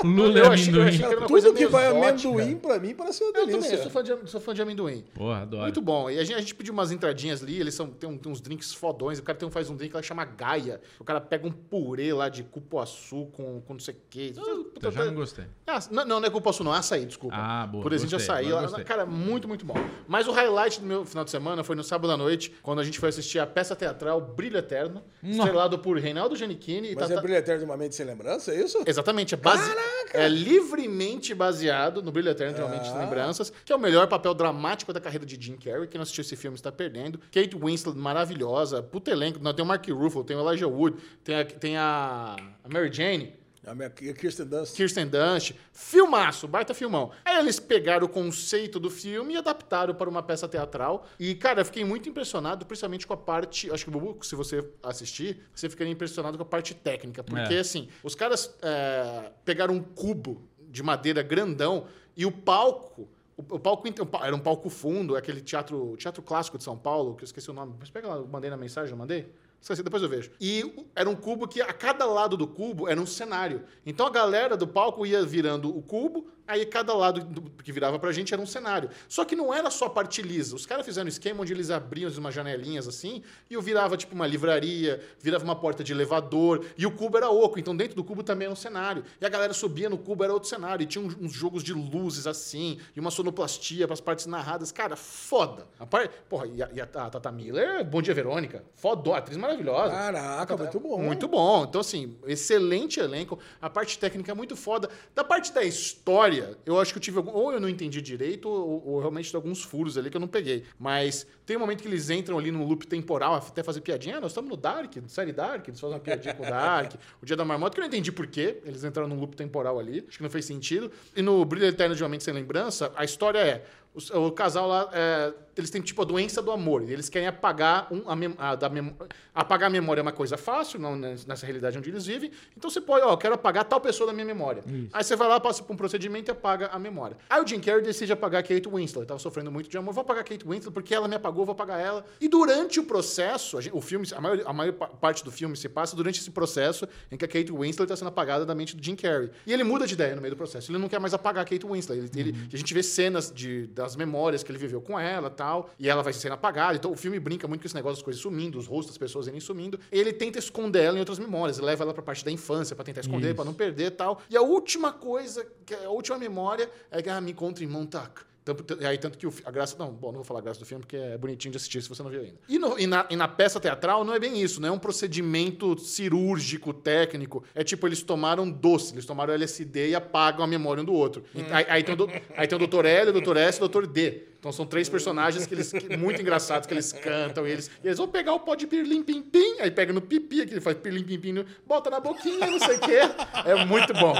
S2: Lula e
S1: eu achei, eu achei
S2: amendoim.
S1: que era uma coisa
S4: Tudo que
S1: meio
S4: vai
S1: exótica.
S4: amendoim, pra mim, parece uma
S1: Eu também, eu
S4: delícia.
S1: sou fã de, sou fã de amendoim.
S2: Porra, adoro.
S1: Muito bom. E a gente, a gente pediu umas entradinhas ali, eles são, tem, um- tem uns drinks fodões. O cara tem um, faz um drink lá que chama Gaia. O cara pega um purê lá de cupuaçu com, com não sei o quê.
S2: Eu já não gostei.
S1: Ah, não, não, não é cupuaçu, não. É açaí, desculpa.
S2: Ah, boa,
S1: Por exemplo,
S2: gostei,
S1: açaí.
S2: agora
S1: Lá,
S2: gostei.
S1: cara, muito, muito bom. Mas o highlight do meu final de semana foi no sábado à noite, quando a gente foi assistir a peça teatral Brilho Eterno, estrelado por Reinaldo Giannichini e
S4: Mas é
S1: Tata-
S4: brilho eterno de uma mente sem lembrança, é isso?
S1: Exatamente, é, base... é livremente baseado no Brilho Eterno de Uma
S4: Ah.
S1: Mente Sem Lembranças, que é o melhor papel dramático da carreira de Jim Carrey. Quem não assistiu esse filme está perdendo. Kate Winslet, maravilhosa, puta elenco. Não, tem o Mark Ruffalo, tem o Elijah Wood, tem a, tem a a Mary Jane.
S4: A minha a Kirsten Dunst.
S1: Kirsten Dunst, filmaço, baita filmão. Aí eles pegaram o conceito do filme e adaptaram para uma peça teatral. E, cara, eu fiquei muito impressionado, principalmente com a parte. Acho que, Bubu, se você assistir, você ficaria impressionado com a parte técnica. Porque,
S2: É.
S1: assim, os caras é, pegaram um cubo de madeira grandão e o palco. O o palco inte- o pa- era um palco fundo, aquele teatro, teatro clássico de São Paulo, que eu esqueci o nome. Mas pega lá, eu mandei na mensagem, eu mandei. Esqueci, depois eu vejo. E o- era um cubo que a cada lado do cubo era um cenário. Então a galera do palco ia virando o cubo, aí cada lado do- que virava pra gente era um cenário. Só que não era só parte lisa. Os caras fizeram um esquema onde eles abriam umas janelinhas assim, e eu virava tipo uma livraria, virava uma porta de elevador, e o cubo era oco. Então dentro do cubo também era um cenário. E a galera subia no cubo, era outro cenário. E tinha uns, uns jogos de luzes assim, e uma sonoplastia pras partes narradas. Cara, foda. A par... Porra, e a, e a Tata Miller, Bom Dia Verônica. Fodó, atriz maravilhosa.
S4: Caraca, muito bom.
S1: Muito bom. Então, assim, excelente elenco. A parte técnica é muito foda. Da parte da história, eu acho que eu tive algum. Ou eu não entendi direito, ou, ou realmente tem alguns furos ali que eu não peguei. Mas tem um momento que eles entram ali num loop temporal, até fazer piadinha. Ah, nós estamos no Dark, série Dark, eles fazem uma piadinha com o Dark. O Dia da Marmota, que eu não entendi por quê. Eles entraram num loop temporal ali. Acho que não fez sentido. E no Brilho Eterno de Uma Mente Sem Lembrança, a história é. Os- O, casal lá, é, eles têm tipo a doença do amor. E eles querem apagar um, a, mem- a- da mem- apagar a memória é uma coisa fácil, não, né, nessa realidade onde eles vivem. Então você pode, ó, eu quero apagar tal pessoa da minha memória. Aí você vai lá, passa por um procedimento e apaga a memória. Aí o Jim Carrey decide apagar a Kate Winslet. Tava sofrendo muito de amor, vou apagar a Kate Winslet porque ela me apagou, vou apagar ela. E durante o processo, a gen- o filme, a maior, a maior pa- parte do filme se passa durante esse processo em que a Kate Winslet está sendo apagada da mente do Jim Carrey. E ele muda de ideia no meio do processo. Ele não quer mais apagar a Kate Winslet. Ele, ele- a gente vê cenas de, das memórias que ele viveu com ela tal, e ela vai sendo apagada. Então o filme brinca muito com esse negócio das coisas sumindo, os rostos das pessoas irem sumindo. Ele tenta esconder ela em outras memórias. Ele leva ela pra parte da infância pra tentar esconder, pra não perder tal. E a última coisa, que é a última memória é que ela me encontra em Montauk. Tanto- t- aí, tanto que o fi- a graça. Não, bom, não vou falar a graça do filme, porque é bonitinho de assistir se você não viu ainda. E, no- e na, e na peça teatral não é bem isso, não é um procedimento cirúrgico, técnico. É tipo, eles tomaram doce, eles tomaram LSD e apagam a memória um do outro. E Aí, aí tem o, do- aí tem o Dr. L, o Dr. S e o Dr. D. Então são três personagens que eles, que- muito engraçados que eles cantam. E eles, e eles vão pegar o pó de pirlim pim pim, aí pega no pipi, aquele faz pirlim pim pim, bota na boquinha, não sei o quê. É muito bom.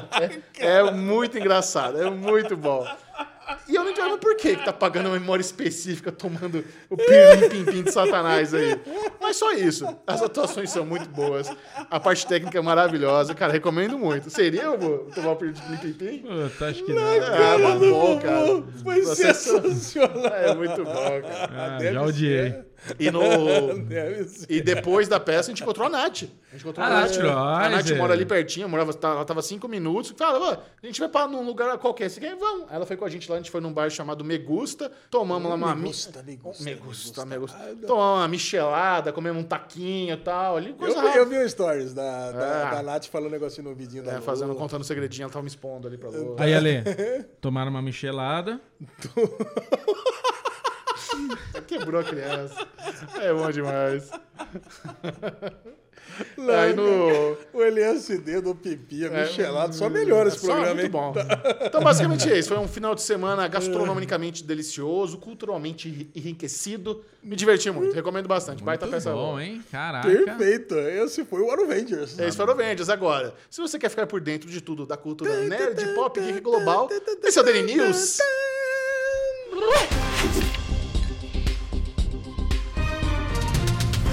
S1: É- é muito engraçado, é muito bom. E eu não entendo por que que tá pagando uma memória específica tomando o pirlim-pim-pim de satanás aí. Mas só isso. As atuações são muito boas. A parte técnica é maravilhosa. Cara, recomendo muito. Seria eu vou tomar o pirlim-pim-pim?
S2: Puta, acho que não.
S1: Ah, mas bom, cara.
S4: Foi
S1: Você- tá-
S4: sensacional.
S1: É muito bom, cara.
S2: Ah,
S4: Deve
S2: já odiei.
S4: ser. Ah,
S1: E no...
S4: Deve ser.
S1: E depois da peça, a gente encontrou a Nath. A gente encontrou
S2: Ah,
S1: a
S2: Nath
S1: A Nath
S2: Royzer.
S1: mora ali pertinho, morava, tá- ela tava cinco minutos. Fala, "Ó, a gente vai pra num lugar qualquer. Você quer? Vamos. Aí Ela foi com a gente lá, a gente foi num bar chamado Megusta. Tomamos lá uma... mi-
S4: Megusta, Megusta,
S1: Megusta,
S4: Megusta.
S1: Megusta.
S4: Ah, não.
S1: Tomamos uma michelada, comemos um taquinho e tal. Ali,
S4: Eu,
S1: coisa
S4: vi- eu
S1: rápida.
S4: vi o stories da, da,
S1: Ah.
S4: da Nath falando um negocinho no vidinho da
S1: É, fazendo,
S4: Lula.
S1: contando segredinho, ela tava me expondo ali pra Lua.
S2: Aí, Ale, tomaram uma michelada.
S1: Tá Quebrou a criança. É bom demais. Aí no... É, hum,
S4: O LSD do Pipi, a Michelada, É só melhora esse
S1: Só
S4: programa, hein?
S1: muito bom. Então, basicamente é isso. Foi um final de semana gastronomicamente delicioso, culturalmente enri- enriquecido. Me diverti muito. Recomendo bastante. Baita
S2: Muito
S1: peça
S2: bom,
S1: boa.
S2: hein? Caraca.
S4: Perfeito. Esse foi o Arovengers.
S1: É isso, foram vendas agora. Se você quer ficar por dentro de tudo da cultura nerd, pop, geek global, esse é o Daily News.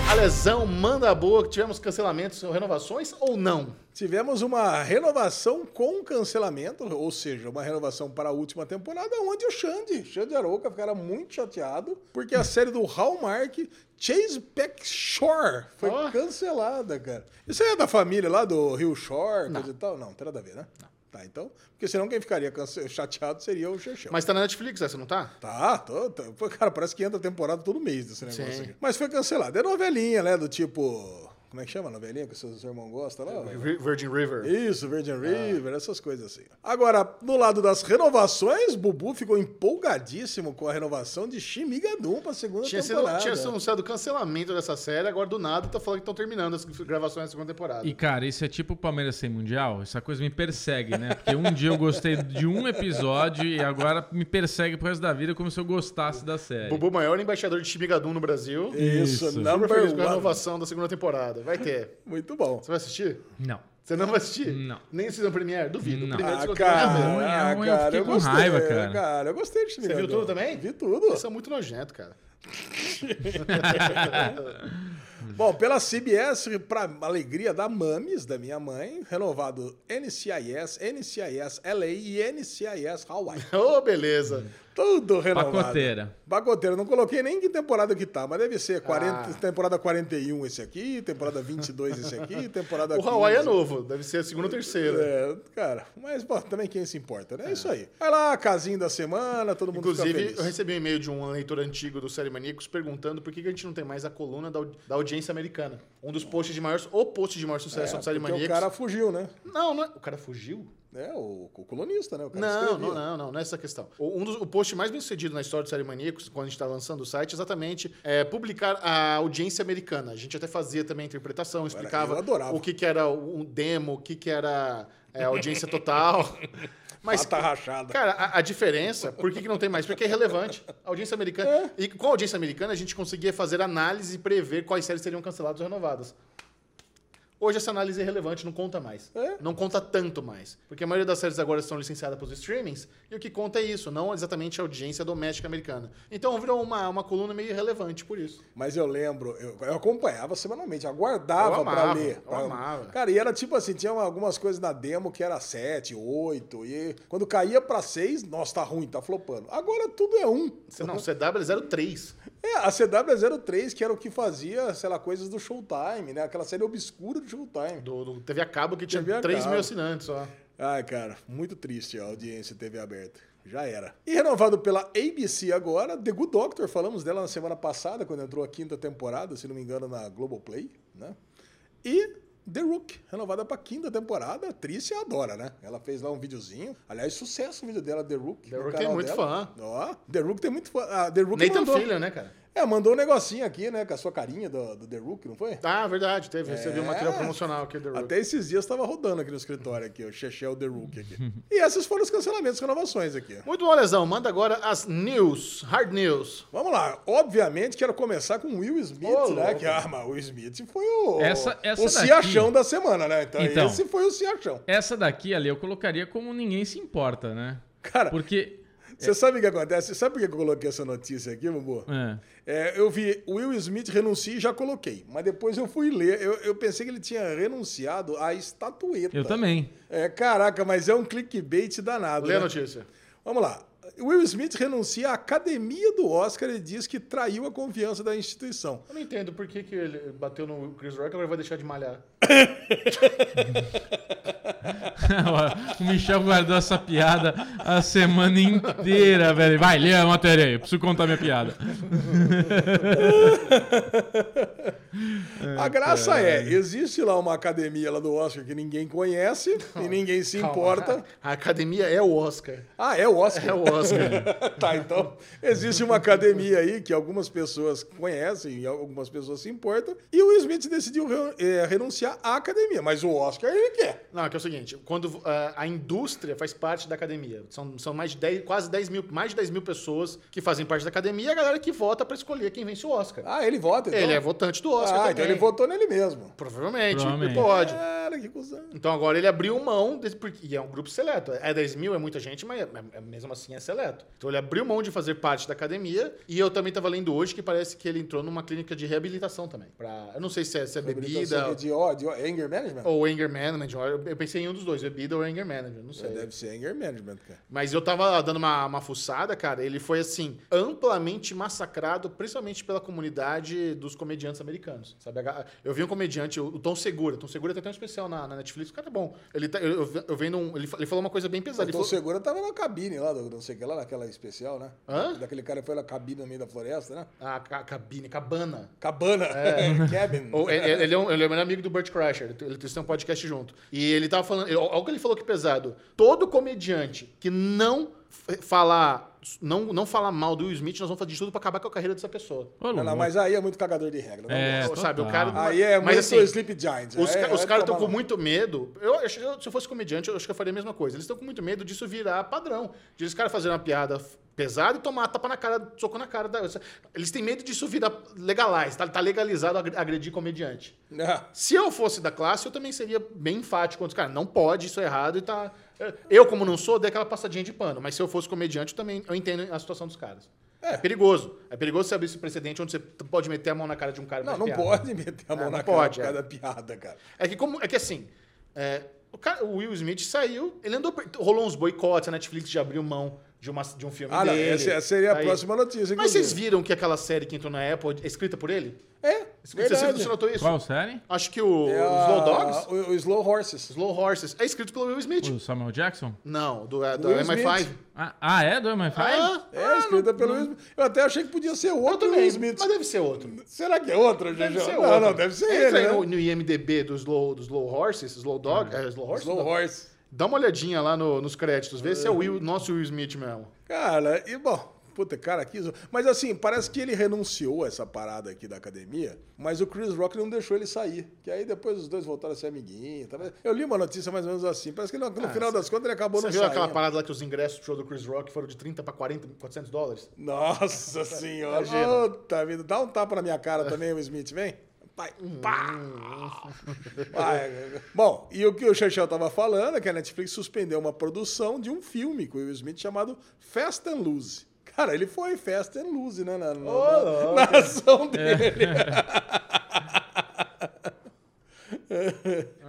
S1: A Alesão, manda a boa, que tivemos cancelamentos ou renovações ou não?
S4: Tivemos uma renovação com cancelamento, ou seja, uma renovação para a última temporada, onde o Xande, Xande Aroca, ficara muito chateado, porque a série do Hallmark, Chase Peck Shore, foi
S1: Ó.
S4: cancelada, cara. Isso aí é da família lá do Rio Shore, coisa e tal? Não, não tem nada a ver, né? Tá, então. Porque senão quem ficaria cance- chateado seria o Xexão.
S1: Mas tá na Netflix essa, não tá?
S4: Tá, tô, tô- pô, cara, parece que entra temporada todo mês desse negócio
S1: Sim.
S4: aqui. Mas foi cancelado. É novelinha, né? Do tipo. Como é que chama a novelinha que seus irmãos gostam lá?
S1: Vir- Virgin River. Ah.
S4: Isso, Virgin River, essas coisas assim. Agora, no lado das renovações, Bubu ficou empolgadíssimo com a renovação de Shimigadum pra segunda
S1: Tinha sido,
S4: temporada.
S1: tinha sido um anunciado o cancelamento dessa série, agora do nada tá falando que estão terminando as gravações da segunda temporada.
S2: E, cara, isso é tipo o Palmeiras sem Mundial. Essa coisa me persegue, né? Porque um dia eu gostei de um episódio e agora me persegue pro resto da vida como se eu gostasse da série.
S1: Bubu é maior embaixador de Shimigadum no Brasil.
S4: Isso,
S2: Isso.
S1: Super
S4: é number
S1: feliz com a
S4: one.
S1: renovação da segunda temporada. Vai ter.
S4: Muito bom.
S1: Você vai assistir?
S2: Não.
S1: Você não vai assistir?
S2: Não.
S1: Nem season premiere? Duvido.
S2: Não.
S1: Primeiro,
S4: Ah,
S1: segundo,
S4: cara,
S1: terceiro.
S2: ruim, é
S4: ah,
S2: ruim, eu
S4: cara,
S2: fiquei
S4: eu
S2: com
S4: gostei,
S2: raiva, cara.
S4: cara. Eu gostei de
S1: Você
S4: Shimigadum.
S1: viu tudo também?
S4: Vi tudo.
S1: Isso é muito nojento, cara. [laughs]
S4: Bom, pela CBS, para alegria da Mames, da minha mãe, renovado NCIS, NCIS LA e NCIS Hawaii.
S1: Ô, beleza.
S4: Tudo renovado.
S2: Pacoteira.
S4: Pacoteira. Não coloquei nem que temporada que tá, mas deve ser 40,
S1: Ah.
S4: temporada 41 esse aqui, temporada 22 esse
S1: [laughs]
S4: aqui, temporada
S1: O Hawaii é
S4: 15.
S1: novo. né? Deve ser a segunda ou terceira.
S4: Hum. É, cara, mas bom, também quem se importa, né? É isso aí. Vai lá, casinho da semana, todo mundo fica
S1: Inclusive,
S4: feliz.
S1: eu recebi um e-mail de um leitor antigo do Série Maníacos perguntando por que que a gente não tem mais a coluna da, au- da audiência americana. Um dos posts de maior... O post de maior sucesso
S4: É,
S1: do Série
S4: porque o
S1: Maníacos.
S4: cara fugiu, né?
S1: Não, não é... O cara fugiu?
S4: É, o, o colunista, né? O cara
S1: Não,
S4: escrevia.
S1: não, não, não, não é essa a questão. O, um dos, o post mais bem sucedido na história do Série Maníacos, quando a gente está lançando o site, exatamente é publicar a audiência americana. A gente até fazia também a interpretação, explicava
S4: eu adorava.
S1: o que, que era um demo, o que, que era é, audiência
S4: [laughs]
S1: total. Mas,
S4: Pata rachada.
S1: cara, a, a diferença, por que, que não tem mais? Porque é relevante. A audiência americana.
S4: É.
S1: E com a audiência americana, a gente conseguia fazer análise e prever quais séries seriam canceladas ou renovadas. Hoje essa análise é relevante, não conta mais.
S4: É?
S1: Não conta tanto mais. Porque a maioria das séries agora são licenciadas pelos streamings, e o que conta é isso, não exatamente a audiência doméstica americana. Então virou uma, uma coluna meio irrelevante por isso.
S4: Mas eu lembro, eu, eu acompanhava semanalmente, aguardava
S1: Eu amava,
S4: pra ler.
S1: eu
S4: pra-
S1: amava.
S4: Cara, e era tipo assim, tinha algumas coisas na demo que era 7, 8, e quando caía pra 6, nossa, tá ruim, tá flopando. Agora tudo é 1.
S1: Você- Não, CW03.
S4: É, a CW03, que era o que fazia, sei lá, coisas do Showtime, né? Aquela série obscura do Showtime.
S1: Do, do TV a cabo que tinha
S4: TV a
S1: 3 mil
S4: cabo.
S1: assinantes só.
S4: Ai, cara, muito triste a audiência TV aberta. Já era. E renovado pela ABC agora, The Good Doctor, falamos dela na semana passada, quando entrou a quinta temporada, se não me engano, na Globoplay, né? E The Rook, renovada pra quinta temporada, a atriz se adora, né? Ela fez lá um videozinho. Aliás, sucesso o vídeo dela, The Rook.
S1: The
S4: no
S1: Rook tem
S4: canal
S1: muito
S4: dela.
S1: fã.
S4: Ó, The Rook tem muito fã. Ah, The Rook
S1: Nathan
S4: mandou,
S1: Fillion, né, cara?
S4: É, mandou um negocinho aqui, né? Com a sua carinha do, do The Rook, não foi?
S1: Ah, verdade, teve. Você viu
S4: É.
S1: um material promocional aqui do The Rock.
S4: Até esses dias estava rodando aqui no escritório, aqui, o Chechel The Rook aqui. e esses foram os cancelamentos e renovações aqui.
S1: Muito bom, Lesão. Manda agora as news, hard news.
S4: Vamos lá, obviamente quero começar com Will Smith,
S1: Ô,
S4: né?
S1: louco.
S4: Que, ah, mas o Will Smith foi o,
S2: Essa- essa
S4: o
S2: daqui-
S4: ciachão da semana, né? Então,
S2: Então.
S4: esse foi o ciachão.
S2: Essa daqui ali eu colocaria como ninguém se importa, né?
S4: Cara,
S2: Porque.
S4: você sabe o que acontece? Você sabe por que eu coloquei essa notícia aqui, Bubu?
S2: É.
S4: É, eu vi Will Smith renuncia e já coloquei. Mas depois eu fui ler, eu, eu pensei que ele tinha renunciado à estatueta.
S2: Eu também. [laughs]
S4: É, caraca, mas é um clickbait danado.
S1: Lê a
S4: né?
S1: notícia.
S4: Vamos lá. Will Smith renuncia à academia do Oscar e diz que traiu a confiança da instituição.
S1: Eu não entendo por que, que ele bateu no Chris Rock e agora vai deixar de malhar.
S2: o Michel guardou essa piada a semana inteira, velho. Vai, lê a matéria aí. Eu preciso contar minha piada.
S4: a graça é, existe lá uma academia lá do Oscar que ninguém conhece e ninguém se importa.
S1: A academia é o Oscar.
S4: Ah, é o Oscar.
S1: É o [laughs] Oscar.
S4: [laughs] tá, então existe uma academia aí que algumas pessoas conhecem e algumas pessoas se importam. E o Will Smith decidiu re- eh, renunciar à academia, mas o Oscar ele quer.
S1: não, é que é o seguinte: quando ah, a indústria faz parte da academia, são, são mais de 10, quase 10 mil, mais de 10 mil pessoas que fazem parte da academia e a galera que vota pra escolher quem vence o Oscar.
S4: Ah, ele vota. Então.
S1: Ele é votante do Oscar.
S4: Ah,
S1: também.
S4: então ele votou nele mesmo.
S1: Provavelmente,
S2: Provavelmente.
S1: pode.
S4: Ah, cara, que cuzão.
S1: Então agora ele abriu mão, desse, porque, e é um grupo seleto. É 10 mil, é muita gente, mas é- é- mesmo assim é seleto. Então ele abriu mão de fazer parte da academia. E eu também tava lendo hoje que parece que ele entrou numa clínica de reabilitação também. Pra, eu não sei se é, se é bebida
S4: De, ó- de ó- anger management?
S1: ou anger management. Eu eu pensei em um dos dois, bebida ou anger management, não sei.
S4: Deve ser anger management, cara.
S1: Mas eu tava dando uma, uma fuçada, cara. Ele foi, assim, amplamente massacrado, principalmente pela comunidade dos comediantes americanos. Sabe? A- Eu vi um comediante, o Tom Segura. Tom Segura tem até um especial na, na Netflix. O cara é bom. Ele tá- eu, eu, eu vendo um- ele, fa- ele falou uma coisa bem pesada.
S4: Então, O
S1: Ele
S4: Tom
S1: falou,
S4: Segura tava na cabine lá, do, não sei o que lá, naquela especial, né?
S1: Hã?
S4: Daquele cara que foi na cabine no meio da floresta, né?
S1: ah, ca- cabine, cabana.
S4: Hum. Cabana. [laughs] Cabin.
S1: Ou, é- é- ele, é um- ele é o melhor amigo do Burt Crusher, ele- eles têm um podcast junto. E ele tava falando, ele- olha o que ele falou que pesado. Todo comediante que não f- falar, não, não falar mal do Will Smith, nós vamos fazer de tudo pra acabar com a carreira dessa pessoa.
S2: Ô,
S4: Não, não,
S2: louco.
S4: mas aí é muito cagador de regra. não
S2: É,
S4: gosto.
S1: sabe, o
S2: total.
S1: cara-
S4: Aí é
S1: Mas
S4: muito
S1: assim,
S4: Sleep Giants.
S1: Os,
S4: aí
S1: ca-
S4: é-
S1: os
S4: é
S1: caras estão
S4: tomar
S1: com
S4: no-
S1: muito medo. Eu, acho- eu- se eu fosse comediante, eu acho que eu faria a mesma coisa. Eles estão com muito medo disso virar padrão. De os caras fazerem uma piada f- pesada e tomar tapa na cara, soco na cara. Da, eles têm medo disso virar legalize. Tá, tá legalizado agre- agredir comediante.
S4: É.
S1: Se eu fosse da classe, eu também seria bem enfático contra os caras. Não pode, isso é errado e tá. Eu, como não sou, dei aquela passadinha de pano. Mas se eu fosse comediante, eu também eu entendo a situação dos caras. É, perigoso. É perigoso você abrir esse precedente onde você t- pode meter a mão na cara de um cara e
S4: [laughs] Não,
S1: fazer
S4: não
S1: piada.
S4: pode meter a mão
S1: Não,
S4: na
S1: não
S4: cara
S1: pode,
S4: por causa
S1: é.
S4: da piada, cara.
S1: É que, como, é que assim, é, o, cara- o Will Smith saiu, ele andou. per- Rolou uns boicotes, a Netflix já abriu mão de, uma, de um filme
S4: Ah, não,
S1: dele.
S4: essa essa seria a
S1: Aí-
S4: próxima notícia.
S1: Mas vocês
S4: inclusive.
S1: viram que aquela série que entrou na Apple é escrita por ele?
S4: É,
S1: Você, você,
S4: verdade.
S1: você notou isso?
S2: Qual série?
S1: Acho que o
S4: É
S1: o
S4: a-
S1: Slow Dogs,
S4: O, o Slow Horses.
S1: Slow Horses, é escrito pelo Will Smith.
S2: O Samuel Jackson?
S1: Não, do, é, do
S4: Will
S1: MI5.
S4: Smith.
S2: Ah, ah, é? Do MI5?
S1: Ah,
S4: É, escrita pelo Will Smith. Eu até achei que podia ser
S1: eu
S4: outro Will
S1: também,
S4: Smith.
S1: mas deve ser outro.
S4: Será que é outro,
S1: Deve
S4: Jojo?
S1: ser
S4: não,
S1: outro.
S4: não, deve ser
S1: Entra aí
S4: ele,
S1: no,
S4: né? Hum.
S1: no IMDB do Slow, do Slow Horses, Slow Dog, é, Slow Horses?
S4: Slow
S1: Não.
S4: Horse.
S1: Dá uma olhadinha lá no- nos créditos, vê se é o Will, nosso Will Smith mesmo.
S4: Cara, e bom, puta, cara, que... zo- Mas assim, parece que ele renunciou a essa parada aqui da academia, mas o Chris Rock não deixou ele sair. Que aí depois os dois voltaram a ser amiguinhos. tá vendo? Eu li uma notícia mais ou menos assim. Parece que no, no final das contas ele acabou
S1: Você
S4: não
S1: Ah, viu aquela
S4: saindo.
S1: parada lá que os ingressos pro show do Chris Rock foram de 30 pra 40, 400 dólares?
S4: Nossa senhora.
S1: Imagina.
S4: Puta vida, dá um tapa na minha cara também, o Smith, vem. Pai, pá!
S1: Hum.
S4: Vai. Bom, e o que o Xaxel tava falando é que a Netflix suspendeu uma produção de um filme com o Will Smith chamado Fast and Loose. Cara, ele foi Fast and Loose, né? Na, na, na- na
S1: [laughs]
S4: ação dele.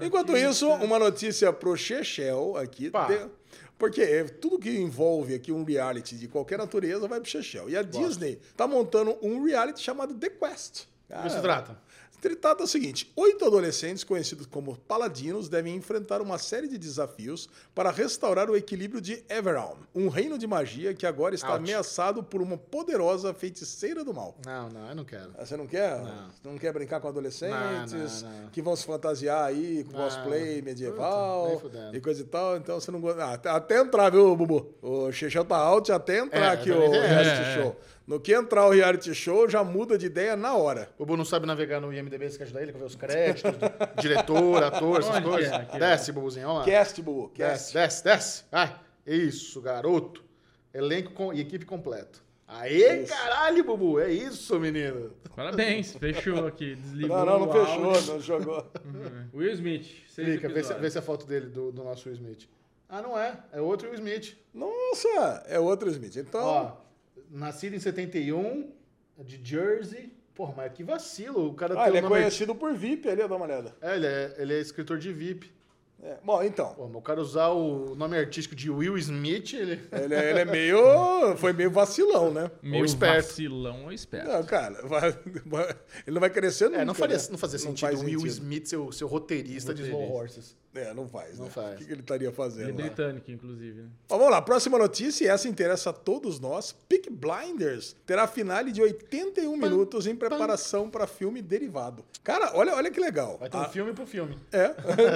S4: Enquanto isso, uma notícia pro Chechel aqui.
S1: Pá.
S4: Tem- porque é, tudo que envolve aqui um reality de qualquer natureza vai pro Chechel. E a Disney tá montando um reality chamado The Quest.
S1: Do que se trata?
S4: Ele trata o seguinte: oito adolescentes conhecidos como paladinos devem enfrentar uma série de desafios para restaurar o equilíbrio de Everalm, um reino de magia que agora está
S1: Ouch.
S4: ameaçado por uma poderosa feiticeira do mal.
S1: Não, não, eu não quero.
S4: Ah, Você não quer? Você não quer brincar com adolescentes
S1: Não, não, não.
S4: que vão se fantasiar aí com cosplay medieval
S1: Puta, nem fudendo.
S4: e coisa e tal? Então você não gosta. Ah, até- até entrar, viu, Bubu? O Xixão tá out até entrar
S1: É,
S4: aqui
S1: eu
S4: o
S1: também tenho
S4: reality
S2: essa.
S4: show. No que entrar o reality show, já muda de ideia na hora.
S1: O Bubu não sabe navegar no IMDB, você quer ajudar ele? Quer ver os créditos? [laughs] do- diretor, ator, essas
S2: Onde que
S1: coisas?
S2: é? Aqui, ó.
S1: Desce, Bubuzinho, olha lá.
S4: Cast, Bubu.
S1: Desce,
S4: Cast.
S1: desce, desce. Vai. Isso, garoto. Elenco com- e equipe completa. Aê, caralho, Bubu. É isso, menino.
S2: Parabéns, fechou aqui. Desligou.
S4: Não, não, não
S2: o
S4: fechou,
S2: áudio.
S4: não jogou. [laughs]
S2: É. Will Smith. seis
S1: Clica, vê se,
S2: episódios.
S1: vê se é a foto dele, do, do nosso Will Smith. Ah, não é. É outro Will Smith.
S4: Nossa, é outro Smith. Então,
S1: Ó, nascido em 71, de Jersey. Porra, mas que vacilo. O cara
S4: ah,
S1: tem
S4: ele é
S1: o nome...
S4: conhecido por VIP ali, dá uma olhada.
S1: É, ele é, ele é escritor de VIP.
S4: É, Bom, então.
S1: Pô, mas o cara usar o nome artístico de Will Smith,
S4: [laughs]
S1: ele...
S4: Ele é, ele é meio. Foi meio vacilão, né?
S2: Meu
S1: Ou esperto.
S2: vacilão ou esperto.
S4: Não, cara, vai- [laughs] vai- ele não vai crescer nunca.
S1: É, não, faria,
S4: né?
S1: não fazia
S4: Não
S1: sentido
S4: faz
S1: o Will
S4: sentido.
S1: Smith ser o seu roteirista de Slow Horses.
S4: É, não faz.
S1: Não
S4: né?
S1: faz.
S4: O que, que ele estaria
S2: Ele é
S4: fazendo? lá?
S2: britânico, inclusive. Né?
S4: Ó, vamos lá, próxima notícia, e essa interessa a todos nós. Peak Blinders terá finale de 81 minutos em preparação para filme derivado. Cara, olha, olha que legal. Ah,
S1: Vai ter um filme pro filme.
S4: É. [laughs]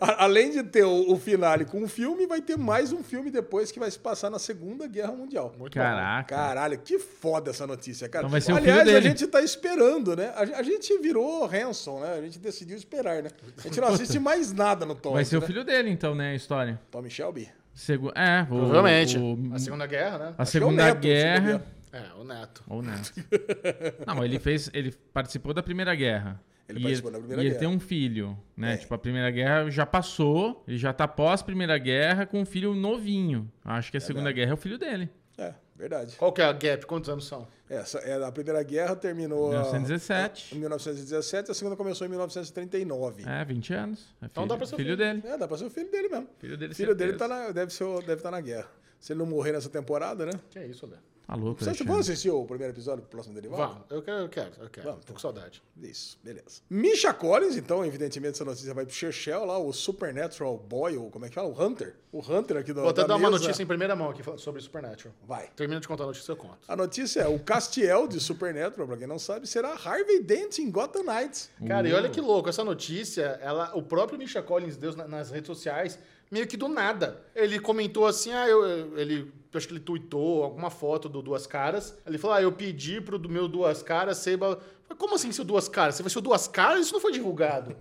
S4: A- Além de ter o, o finale com um filme, vai ter mais um filme depois que vai se passar na Segunda Guerra Mundial.
S2: Caraca.
S4: Caralho, que foda essa notícia, cara.
S2: Então vai ser o
S4: Aliás,
S2: filho
S4: a
S2: dele.
S4: gente tá esperando, né? A, gen- a gente virou Hanson, né? A gente decidiu esperar, né? A gente não assiste mais nada no Tom.
S2: Vai ser o
S4: né?
S2: filho dele, então, né? A história.
S4: Tommy Shelby.
S2: Segu... É, o,
S1: Provavelmente.
S2: o-
S1: A Segunda Guerra, né?
S2: a
S4: que é o
S2: Segunda
S4: neto,
S2: Guerra.
S4: segundo
S1: É, o Neto.
S2: Ou não. não, ele fez. Ele participou da Primeira Guerra.
S4: Ele
S2: e
S4: participou da
S2: ele-
S4: Primeira
S2: e
S4: Guerra.
S2: ele tem um filho, né? Tipo, a Primeira Guerra já passou, ele já tá pós Primeira Guerra com um filho novinho. Acho que a Segunda Guerra é o filho dele.
S4: É, verdade.
S1: Qual que é a gap? Quantos anos são?
S4: Essa, é, a Primeira Guerra terminou... ah,
S2: 1917.
S4: Em 1917, a segunda começou em 1939.
S2: É, 20 anos. É
S1: Então
S2: filho,
S1: dá pra ser filho.
S2: filho dele.
S4: É, dá pra ser o filho dele mesmo.
S2: Filho dele,
S4: filho dele
S2: certeza.
S4: tá na, deve estar deve tá na guerra. Se ele não morrer nessa temporada, né?
S1: Que é isso, Léo?
S2: Tá louco,
S4: Você
S2: Alexandre.
S4: vão assistir o primeiro episódio do próximo derivado?
S1: Vamos, eu quero, eu quero, eu quero.
S4: Vamos,
S1: Tô com saudade.
S4: Isso, beleza. Misha Collins, então, evidentemente, essa notícia vai pro Chechel lá, o Supernatural Boy, ou como é que fala? O Hunter. O Hunter aqui do
S1: Vou até
S4: da
S1: dar uma
S4: mesa.
S1: notícia em primeira mão aqui falando sobre Supernatural.
S4: Vai.
S1: Termina de contar a notícia, eu conto.
S4: A notícia é, o Castiel de Supernatural, pra quem não sabe, será Harvey Dent em Gotham Knights.
S1: Cara, e olha que louco, essa notícia, ela, o próprio Misha Collins deu na- nas redes sociais, meio que do nada. Ele comentou assim, ah, eu, eu- ele, acho que ele tweetou alguma foto do Duas Caras. Ele falou, ah, eu pedi pro do meu Duas Caras ser... ba- Mas Como assim seu Duas Caras? Você vai ser o Duas Caras? Isso não foi
S2: [laughs]
S1: divulgado.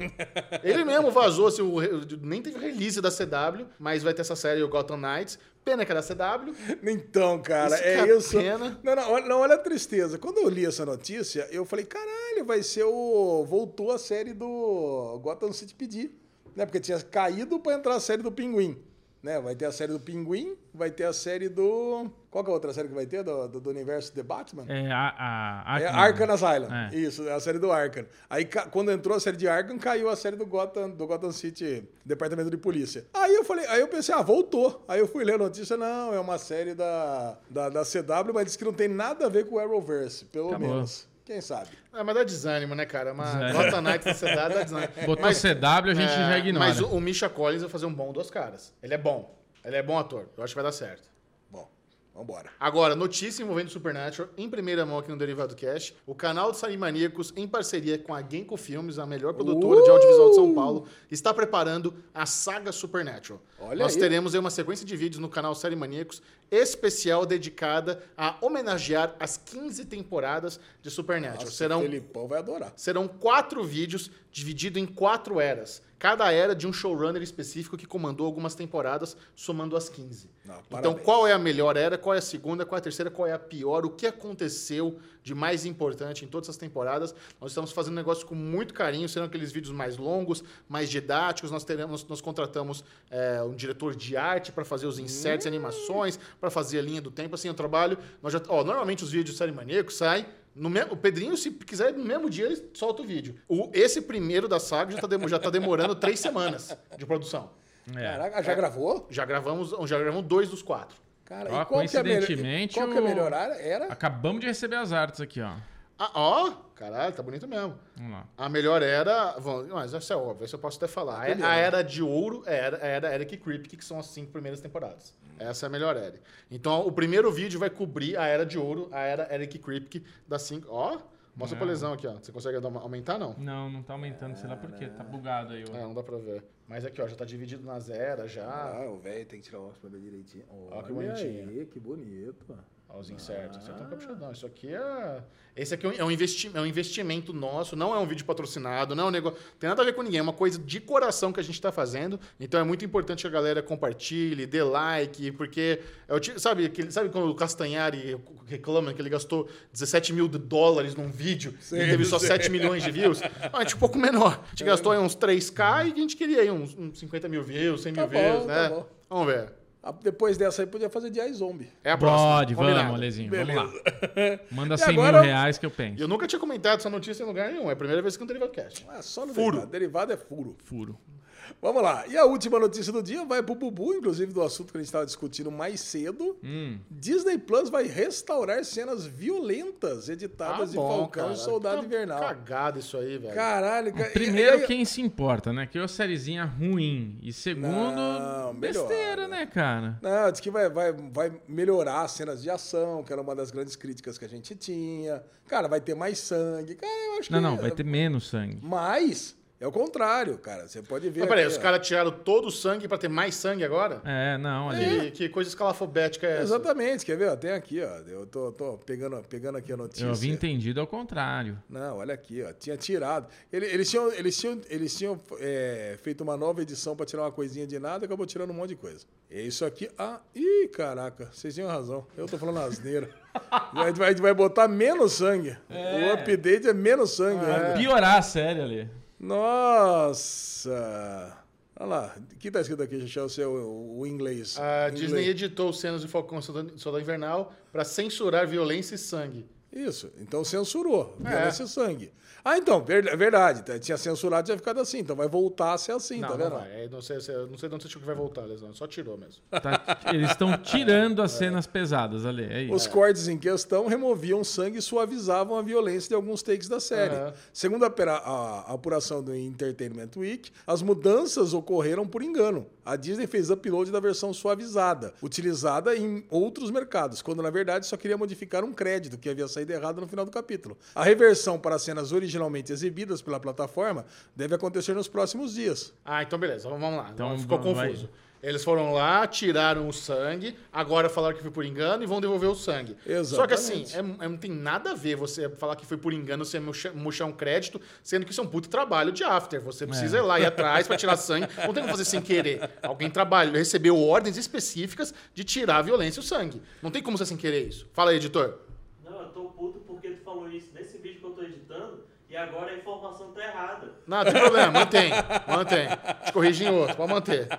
S1: ele mesmo vazou, assim, o re- nem teve release da CW, mas vai ter essa série, o Gotham Knights. Pena que é era CW.
S4: [laughs] Então, cara,
S1: Isso que
S4: é
S1: é
S4: isso.
S1: pena.
S4: Não, não, olha- não, olha a tristeza. Quando eu li essa notícia, eu falei, caralho, vai ser o. Voltou a série do Gotham City PD. Né? Porque tinha caído pra entrar a série do Pinguim. Né? Vai ter a série do Pinguim, vai ter a série do. Qual que é a outra série que vai ter? Do, do, do universo The Batman?
S2: É, a, a,
S4: É
S2: Arkham.
S4: Arkham Asylum.
S2: É.
S4: Isso, é a série do Arkham. Aí, ca- quando entrou a série de Arkham, caiu a série do Gotham, do Gotham City, Departamento de Polícia. Aí eu falei, aí eu pensei, ah, voltou. Aí eu fui ler a notícia, não, é uma série da, da, da CW, mas disse que não tem nada a ver com o Arrowverse, pelo
S2: Acabou.
S4: menos. Quem sabe?
S1: Ah, mas dá desânimo, né, cara? Uma
S2: Desânimo.
S1: Gotham Knights na CW dá desânimo.
S4: É,
S2: Botou
S1: Mas-
S2: CW, a gente
S1: É,
S2: já ignora.
S1: Mas o, o Misha Collins vai fazer um bom dos caras. Ele é bom. Ele é bom ator. Eu acho que vai dar certo.
S4: Bom, vambora.
S1: Agora, notícia envolvendo Supernatural, em primeira mão aqui no Derivado Cash. O canal de Sanimaníacos, em parceria com a Genko Filmes, a melhor produtora
S4: Uh!
S1: de audiovisual de São Paulo, está preparando a saga Supernatural.
S4: Olha
S1: Nós
S4: aí.
S1: teremos aí uma sequência de vídeos no canal Sanimaníacos especial dedicada a homenagear as 15 temporadas de Supernatural.
S4: Nossa,
S1: É, Serão
S4: O Felipão vai adorar.
S1: Serão quatro vídeos divididos em quatro eras. Cada era de um showrunner específico que comandou algumas temporadas, somando as 15.
S4: Não,
S1: então,
S4: parabéns.
S1: qual é a melhor era? Qual é a segunda? Qual é a terceira? Qual é a pior? O que aconteceu de mais importante em todas as temporadas? Nós estamos fazendo um negócio com muito carinho. Serão aqueles vídeos mais longos, mais didáticos. Nós teremos, nós contratamos é, um diretor de arte para fazer os inserts e animações, para fazer a linha do tempo. Assim, o trabalho. Nós já, ó, normalmente os vídeos de série maníaco saem no mesmo, o Pedrinho, se quiser, no mesmo dia ele solta o vídeo. O, esse primeiro da saga já tá, demo- já tá demorando três semanas de produção.
S2: É.
S4: Caraca, já gravou?
S1: Já gravamos, já gravamos dois dos quatro.
S4: Cara,
S2: Ó,
S4: e qual que é a melhor?
S2: coincidentemente,
S4: Qual que é a
S2: o-
S4: melhor área? Era?
S2: Acabamos de receber as artes aqui, ó.
S1: Ah, ó! Caralho, tá bonito mesmo.
S2: Vamos lá.
S1: A melhor era. vamos- Mas isso é óbvio, isso eu posso até falar. A, a era de ouro é a era, a era Eric Kripke, que são as cinco primeiras temporadas. Essa é a melhor era. Então, o primeiro vídeo vai cobrir a era de ouro, a era Eric Kripke das cinco. Ó! Mostra o lesão aqui, ó. Você consegue dar uma- aumentar, não?
S2: Não, não tá aumentando, sei lá por quê. Tá bugado aí.
S1: É,
S2: Ó.
S1: não dá pra ver. Mas aqui, ó, já tá dividido nas eras já.
S4: Ah, o velho tem que tirar o óculos pra ver direitinho. Olha,
S1: que bonitinho.
S4: aí, que bonito.
S1: Ó, os insertos. Isso aqui é um caprichadão. Isso aqui é. Esse aqui é um, é um investi- é um investimento nosso, não é um vídeo patrocinado, não é um negócio. Tem nada a ver com ninguém, é uma coisa de coração que a gente tá fazendo. Então é muito importante que a galera compartilhe, dê like, porque. É o ti- sabe, aquele- sabe quando o Castanhari reclama que ele gastou 17 mil de dólares num vídeo e teve só 7 milhões de views? Ah, é tipo um pouco menor. A gente gastou aí uns 3K e a gente queria aí uns, uns 50 mil views, 100 mil
S4: Tá bom,
S1: views,
S4: tá
S1: né?
S4: bom.
S1: Vamos ver.
S4: Ah, Depois dessa aí podia fazer de AI Zombie.
S1: É a próxima.
S2: Pode, vamos,
S1: Combinado.
S2: molezinho. Vamos lá.
S4: Beleza. [laughs]
S2: Manda
S4: E
S2: 100
S4: agora-
S2: mil reais que eu penso.
S1: E eu nunca tinha comentado essa notícia em lugar nenhum. É a primeira vez que eu não tenho cast.
S4: Ah, só no
S1: Furo.
S4: derivado. Derivado é furo.
S2: Furo.
S4: Vamos lá. E a última notícia do dia vai pro Bubu, inclusive do assunto que a gente estava discutindo mais cedo.
S2: Hum.
S4: Disney Plus vai restaurar cenas violentas
S1: Ah,
S4: editadas de Falcão e Soldado
S1: tá
S4: Invernal.
S1: Cagado isso aí, velho.
S4: Caralho, cara.
S2: Primeiro,
S4: E- e-
S2: quem se importa, né? Que é uma sériezinha ruim. E segundo,
S4: Não, melhor,
S2: besteira, né, cara?
S4: Não, diz que vai, vai, vai melhorar as cenas de ação, que era uma das grandes críticas que a gente tinha. Cara, vai ter mais sangue. Cara, eu acho
S2: Não,
S4: que...
S2: não, vai ter menos sangue.
S4: Mas É o contrário, cara. Você pode ver.
S1: Mas peraí,
S4: aqui,
S1: os
S4: ó.
S1: caras tiraram todo o sangue pra ter mais sangue agora?
S2: É, não, ali.
S1: Que, que coisa escalafobética é essa?
S4: Exatamente, quer ver? ó? Tem aqui, ó. Eu tô, tô pegando, pegando aqui a notícia.
S2: Eu havia entendido ao contrário.
S4: Não, olha aqui, ó. Tinha tirado. Ele- Eles tinham, eles tinham, eles tinham é, feito uma nova edição pra tirar uma coisinha de nada e acabou tirando um monte de coisa. É isso aqui. Ah, ih, caraca, vocês tinham razão. Eu tô falando asneira. vai, vai, vai botar menos sangue. O update é menos sangue.
S2: Ah,
S4: ainda.
S2: Piorar a série ali.
S4: Nossa! Olha lá, o que tá escrito aqui, Xixi? O seu o, o inglês.
S1: A
S4: Inglês.
S1: Ah, Disney editou cenas do Falcão e Soldado Soldado Invernal pra censurar violência e sangue.
S4: Isso, então censurou.
S1: É.
S4: Violência e sangue. Ah, então, ver- verdade. tá, Tinha censurado, tinha ficado assim. Então vai voltar a ser assim,
S1: não,
S4: tá
S1: não
S4: vendo?
S1: vai. É, não sei, se- não sei de onde você achou que vai voltar, Lesão. Só tirou mesmo.
S2: Tá- eles estão tirando as cenas pesadas ali. É
S4: Os
S2: isso.
S4: cortes em questão removiam sangue e suavizavam a violência de alguns takes da série.
S1: Aham.
S4: Segundo a, pera- a- a apuração do Entertainment Week, as mudanças ocorreram por engano. A Disney fez upload da versão suavizada, utilizada em outros mercados, quando na verdade só queria modificar um crédito que havia saído errado no final do capítulo. A reversão para cenas originalmente exibidas pela plataforma deve acontecer nos próximos dias.
S1: Ah, então beleza, vamos lá.
S2: Então
S1: Ficou
S2: vamos- vai.
S1: confuso. Eles foram lá, tiraram o sangue, agora falaram que foi por engano e vão devolver o sangue. Só que assim,
S4: Exatamente.
S1: é- é- não tem nada a ver você falar que foi por engano, você murcha- murchar um crédito, sendo que isso é um puto trabalho de after. Você
S2: É.
S1: precisa ir lá e atrás pra tirar sangue. Não tem como fazer sem querer. Alguém trabalhou, recebeu ordens específicas de tirar a violência e o sangue. Não tem como você sem querer isso. Fala aí, editor.
S5: Não, eu tô puto porque tu falou isso nesse vídeo que eu tô editando e agora a informação tá errada.
S1: Não, tem problema, mantém, mantém. Te corrige em outro, pode manter.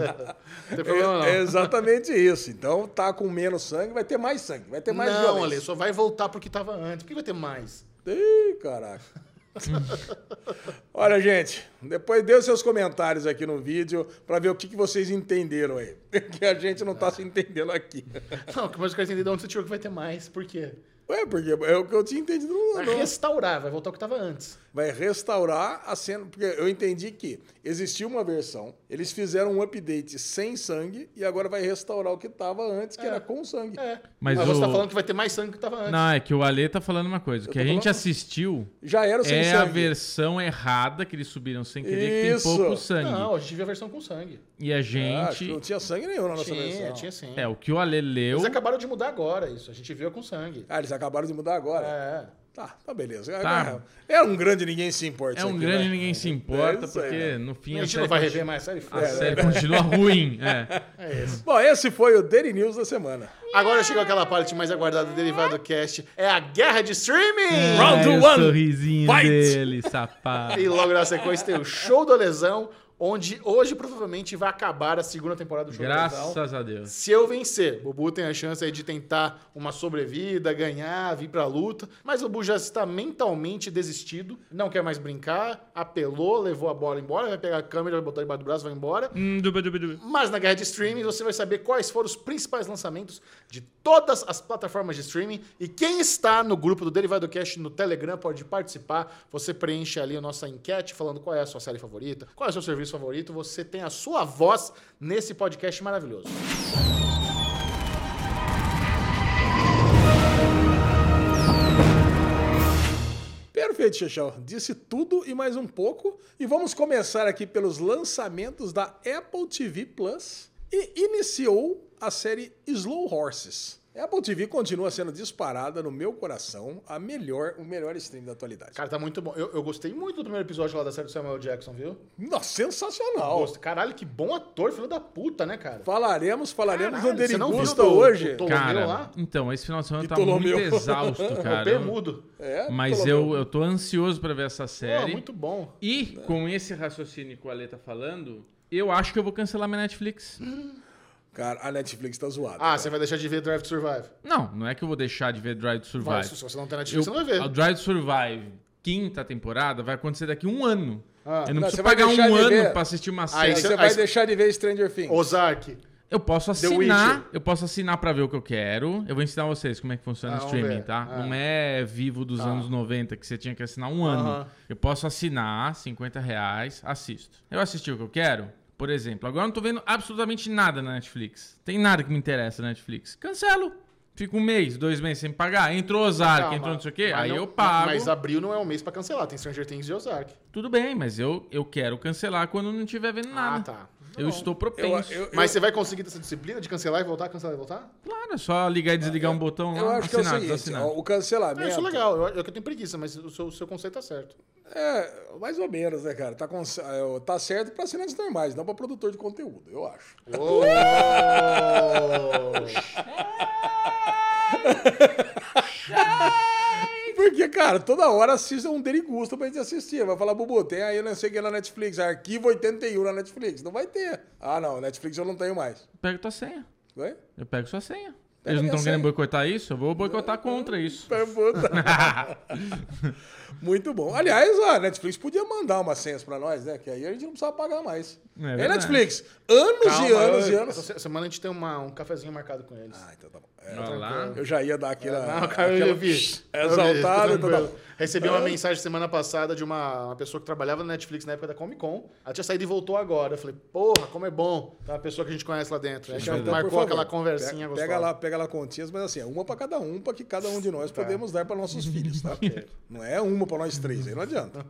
S1: [laughs] não tem problema não.
S4: É exatamente isso. Então, tá com menos sangue, vai ter mais sangue, vai ter mais
S1: não,
S4: violência.
S1: Ale, só vai voltar pro que tava antes. Por que vai ter mais? [laughs]
S4: Ih, caraca. [laughs] Olha, gente, depois dê os seus comentários aqui no vídeo pra ver o que, que vocês entenderam aí. [laughs] Que a gente não tá se entendendo aqui.
S1: Não, mas eu quero entender de é onde você tirou que vai ter mais. Por quê?
S4: Ué, porque é o que eu tinha entendido. Não,
S1: Vai
S4: não.
S1: restaurar, vai voltar o que tava antes.
S4: Vai restaurar a cena. Porque eu entendi que existia uma versão, eles fizeram um update sem sangue e agora vai restaurar o que tava antes, que era com sangue.
S1: É. Mas,
S2: Mas
S1: você
S2: o-
S1: tá falando que vai ter mais sangue do que tava antes.
S2: Não, é que o Ale tá falando uma coisa. O que
S4: tô
S2: a gente
S4: falando-
S2: assistiu
S4: Já era o sem
S2: é a
S4: sangue.
S2: versão errada que eles subiram sem querer,
S4: Isso.
S2: que tem pouco sangue.
S1: Não, a gente viu a versão com sangue.
S2: E a
S4: Ah, acho que
S2: gente.
S4: não tinha sangue nenhum na nossa
S1: Tinha,
S4: versão.
S1: tinha sim.
S2: é, o que o Ale leu.
S1: Eles acabaram de mudar agora isso. A gente viu a com sangue.
S4: Ah, eles acabaram de mudar agora.
S1: É.
S4: Tá, tá beleza.
S2: Tá.
S4: É um grande ninguém se importa.
S2: É
S4: isso
S2: um
S4: aqui,
S2: grande
S4: né?
S2: ninguém se importa,
S4: É isso aí,
S2: porque
S4: né? É,
S2: no
S1: a
S2: fim a
S1: gente não
S2: série,
S1: vai
S2: continua,
S1: rever mais, série
S2: a
S1: foda.
S2: série continua ruim.
S4: [laughs]
S2: É.
S1: É isso.
S4: Bom, esse foi o Daily News da semana.
S1: Agora chegou aquela parte mais aguardada do Derivado Cast. É a guerra de streaming!
S4: Round
S2: Ai, o
S4: one,
S2: sorrisinho
S4: fight!
S2: dele, sapato.
S1: E logo na sequência tem o Show da Lesão, onde hoje provavelmente vai acabar a segunda temporada do Show da Lesão.
S2: Graças a Deus.
S1: Se eu vencer, Bubu tem a chance aí de tentar uma sobrevida, ganhar, vir pra luta. Mas o Bubu já está mentalmente desistido, não quer mais brincar, apelou, levou a bola embora, vai pegar a câmera, vai botar debaixo do braço, vai embora.
S2: Hum, duba, duba, duba.
S1: Mas na guerra de streaming você vai saber quais foram os principais lançamentos de todas as plataformas de streaming e quem está no grupo do Derivado Cast no Telegram pode participar. Você preenche ali a nossa enquete falando qual é a sua série favorita, qual é o seu serviço favorito. Você tem a sua voz nesse podcast maravilhoso.
S4: Perfeito, Xexão. Disse tudo e mais um pouco. E vamos começar aqui pelos lançamentos da Apple TV Plus. E iniciou a série Slow Horses. A Apple TV continua sendo disparada no meu coração a melhor, o melhor stream da atualidade.
S1: Cara, tá muito bom. Eu, eu gostei muito do primeiro episódio lá da série do Samuel Jackson, viu?
S4: Nossa, sensacional.
S1: Gosto. Caralho, que bom ator, filho da puta, né, cara?
S4: Falaremos, falaremos
S1: Caralho,
S4: do
S1: você não viu
S4: Derigusta
S1: do-
S4: hoje.
S1: do Tom- Ptolomeu lá?
S2: Cara, então, esse final de semana
S4: Que
S2: tá muito
S4: Ptolomeu. [laughs]
S2: exausto,
S1: É o
S2: cara. Eu-
S1: Bermudo.
S4: É,
S2: Mas
S4: Ptolomeu.
S2: eu, eu tô ansioso pra ver essa
S1: Pô,
S2: série.
S1: muito bom.
S2: E com esse raciocínio que o Ale tá falando, eu acho que eu vou cancelar minha Netflix.
S4: Cara, a Netflix tá zoada.
S1: Ah,
S4: cara.
S1: você vai deixar de ver Drive to Survive.
S2: Não, não é que eu vou deixar de ver Drive to Survive.
S1: Mas, se você não tem Netflix,
S2: Eu-
S1: você não vai
S2: A
S1: ver.
S2: Drive to Survive, quinta temporada, vai acontecer daqui um ano.
S1: Ah,
S2: eu
S4: não,
S2: não,
S4: você
S2: preciso
S4: vai
S2: pagar um
S4: deixar de
S2: ano
S4: ver.
S2: pra assistir uma
S1: Aí
S4: Aí
S2: série.
S4: você
S1: cê-
S4: vai
S1: aí-
S4: deixar de ver Stranger Things.
S1: Ozark.
S2: Eu posso
S1: Witcher.
S2: assinar, eu posso assinar pra ver o que eu quero. Eu vou ensinar vocês como é que funciona
S1: Ah,
S2: o
S1: vamos
S2: streaming,
S1: ver.
S2: tá?
S1: Ah. Tá.
S2: Não é vivo dos anos 90 que você tinha que assinar um
S1: Aham.
S2: ano. Eu posso assinar 50 reais, assisto. Eu assisti o que eu quero, por exemplo. Agora eu não tô vendo absolutamente nada na Netflix. Tem nada que me interessa na Netflix. Cancelo. Fica um mês, dois meses sem pagar. Entrou Ozark,
S1: Calma.
S2: Ah, entrou não sei o quê,
S1: Mas
S2: aí
S1: não-
S2: eu pago.
S1: Mas abril não é um mês pra cancelar, tem Stranger Things e Ozark.
S2: Tudo bem, mas eu, eu quero cancelar quando não estiver vendo nada.
S1: Ah, tá.
S2: Eu estou
S4: Eu,
S2: propenso.
S4: eu- eu-
S1: Mas você vai conseguir essa disciplina de cancelar e voltar, cancelar e voltar?
S2: Claro, é só ligar e desligar um botão lá.
S4: eu acho que é o
S2: assinado,
S4: seguinte,
S2: assinado.
S4: ó, o
S1: É,
S4: cancelamento...
S1: isso é legal, eu, eu que tenho preguiça, mas o seu, o seu conceito tá certo.
S4: É, mais ou menos, né, cara? Tá, com- é, tá certo pra assinantes normais, não pra produtor de conteúdo, eu acho.
S1: Ô!
S4: Porque, cara, toda hora assista um derigusto pra gente assistir. Vai falar, Bubu, tem aí não sei o que na Netflix, arquivo 81 na Netflix. Não vai ter. Ah, não, Netflix eu não tenho mais.
S2: Pega tua senha.
S4: Vai?
S2: Eu pego sua senha.
S4: Pega
S2: Eles não
S4: minha
S2: estão querendo
S4: senha.
S2: boicotar isso? Eu vou boicotar contra isso.
S4: Pergunta. tá
S2: [laughs]
S4: Muito bom. Aliás, a Netflix podia mandar uma senha pra nós, né? Que aí a gente não precisava pagar mais.
S2: É
S4: É,
S2: verdade.
S4: Netflix, anos e
S1: Calma,
S4: anos
S1: eu-
S4: e anos.
S1: Essa semana a gente tem uma- um cafezinho marcado com eles.
S4: Ah, então tá bom. É,
S2: Olha lá.
S4: eu já ia dar aquela.
S1: Não, cara, Ah, eu
S4: aquela- [laughs]
S1: vi.
S4: É Exaltado,
S1: Eu vi,
S4: tá bom.
S1: Recebi uma mensagem semana passada de uma, uma pessoa que trabalhava na Netflix na época da Comic Con. Ela tinha saído e voltou agora. Eu falei, porra, como é bom. Tá uma pessoa que a gente conhece lá dentro. A gente
S4: Então, por
S1: marcou
S4: favor,
S1: aquela conversinha
S4: pega, pega lá, pega lá continhas, mas assim, é uma pra cada um, pra que cada um de
S1: Tá.
S4: nós podemos dar
S1: [laughs]
S4: pra nossos filhos, tá? Não é uma pra nós três, aí não adianta.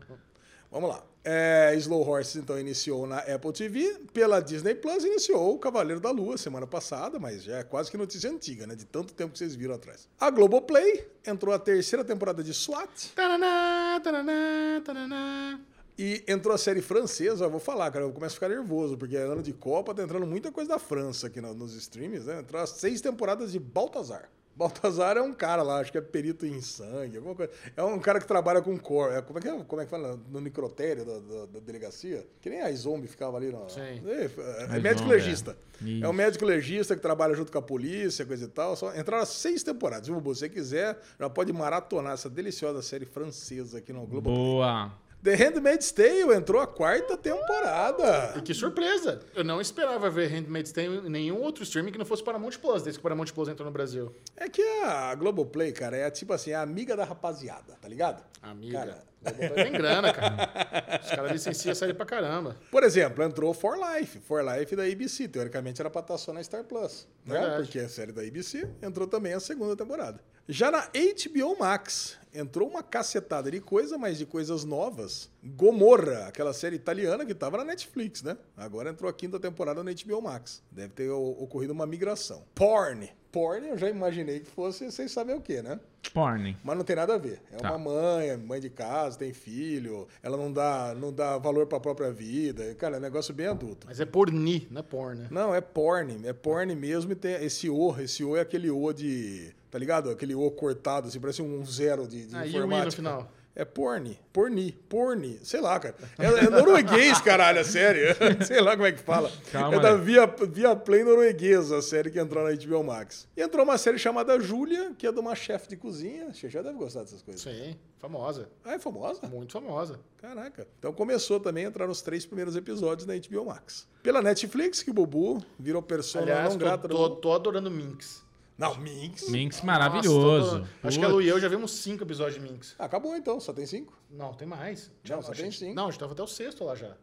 S4: Vamos lá. É, Slow Horses, então, iniciou na Apple TV. Pela Disney Plus, iniciou o Cavaleiro da Lua semana passada, mas já é quase que notícia antiga, né? De tanto tempo que vocês viram atrás. A Globoplay entrou a terceira temporada de SWAT
S1: Taraná, taraná, taraná.
S4: e entrou a série francesa. Eu vou falar, cara, eu começo a ficar nervoso, porque é ano de Copa, tá entrando muita coisa da França aqui no- nos streams, né? Entrou as seis temporadas de Baltazar. Baltazar é um cara lá, acho que é perito em sangue, alguma coisa. É um cara que trabalha com cor. é, como, é que, é- como é que fala? No necrotério da, da- da delegacia? Que nem a zombie ficava ali. Na,
S1: Sim.
S4: É, é,
S2: Ai,
S4: médico
S2: zombie, é.
S4: legista. É
S2: Isso.
S4: um médico legista que trabalha junto com a polícia, coisa e tal. Só entraram seis temporadas. Se você quiser, já pode maratonar essa deliciosa série francesa aqui no Globo.
S2: Boa.
S4: The Handmaid's Tale entrou a quarta temporada.
S1: E que surpresa! Eu não esperava ver Handmaid's Tale em nenhum outro streaming que não fosse Paramount Plus, desde que o Paramount Plus entrou no Brasil.
S4: É que a Globoplay, cara, é tipo assim, a amiga da rapaziada, tá ligado?
S1: Amiga.
S4: Cara,
S1: Globoplay Tem grana, cara. Os caras licenciam a série pra caramba.
S4: Por exemplo, entrou For Life. For Life da ABC. Teoricamente era pra estar só na Star Plus. Né?
S1: Verdade.
S4: Porque é a série da ABC entrou também a segunda temporada. Já na HBO Max, entrou uma cacetada de coisa, mas de coisas novas. Gomorra, aquela série italiana que tava na Netflix, né? Agora entrou a quinta temporada na HBO Max. Deve ter o- ocorrido uma migração. Porn. Porn eu já imaginei que fosse, vocês sabem o que, né?
S2: Porn.
S4: Mas não tem nada a ver. É
S2: Tá.
S4: uma mãe, é mãe de casa, tem filho, ela não dá, não dá valor pra própria vida. Cara, é um negócio bem adulto.
S1: Mas é porni, não é porn, né?
S4: Não, é porn, é porn mesmo e tem esse O, esse O é aquele O de, tá ligado? Aquele O cortado, assim, parece um zero de, de
S1: Ah, e o I no
S4: informática.
S1: final?
S4: É porn, porni, porni, sei lá, cara. É, é norueguês, caralho, a série. [laughs] sei lá como é que fala.
S2: Calma
S4: é da
S2: aí.
S4: Via, Via Play norueguesa, a série que entrou na HBO Max. E entrou uma série chamada Júlia, que é de uma chefe de cozinha. Você já deve gostar dessas coisas.
S1: Sim, famosa.
S4: Ah, é famosa?
S1: Muito famosa.
S4: Caraca. Então começou também a entrar nos três primeiros episódios na HBO Max. Pela Netflix, que o Bubu virou persona
S1: Aliás,
S4: não
S1: tô,
S4: grata. do
S1: tô,
S4: mundo.
S1: tô adorando Minx.
S4: Não, Minx.
S2: Minx
S1: Nossa,
S2: maravilhoso.
S1: tô adorando. Acho que a Lu e eu já vimos cinco episódios de Minx.
S4: Acabou então, só tem cinco?
S1: Não, tem mais.
S4: Não, só
S1: a
S4: tem
S1: gente-
S4: cinco.
S1: Não, a gente tava até o sexto lá já. Você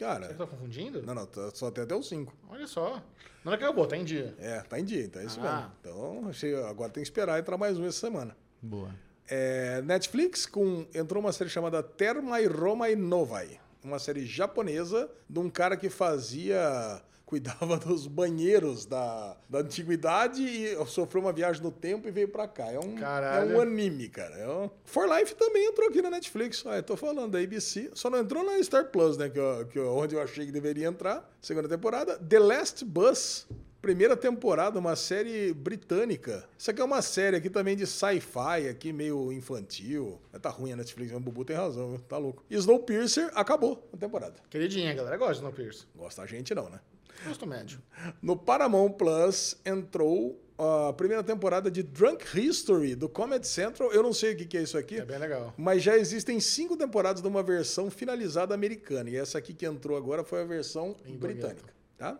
S4: Cara,
S1: tá confundindo?
S4: não, não, tá- só tem até os cinco.
S1: Olha só. Não acabou, tá em dia.
S4: É, tá em dia, então é isso
S1: Ah.
S4: mesmo. Então, achei- agora tem que esperar entrar mais um essa semana.
S2: Boa.
S4: É, Netflix com, entrou uma série chamada Terma e Roma e Novai. Uma série japonesa de um cara que fazia. [laughs] cuidava dos banheiros da, da antiguidade e sofreu uma viagem no tempo e veio pra cá. É um,
S1: Caralho.
S4: é um anime, cara. É um- For Life também entrou aqui na Netflix. Ah, eu tô falando da ABC. Só não entrou na Star Plus, né? Que, eu- que eu- onde eu achei que deveria entrar. Segunda temporada. The Last Bus. Primeira temporada, uma série britânica. Isso aqui é uma série aqui também de sci-fi, aqui meio infantil. Mas Tá ruim a Netflix, mas o Bubu tem razão, viu? Tá louco. E Snowpiercer acabou a temporada.
S1: Queridinha, a galera gosta de Snowpiercer.
S4: Gosta a gente não, né?
S1: Gosto médio.
S4: No Paramount Plus entrou a primeira temporada de Drunk History, do Comedy Central. Eu não sei o que que é isso aqui.
S1: É bem legal.
S4: Mas já existem cinco temporadas de uma versão finalizada americana. E essa aqui que entrou agora foi a versão britânica, tá?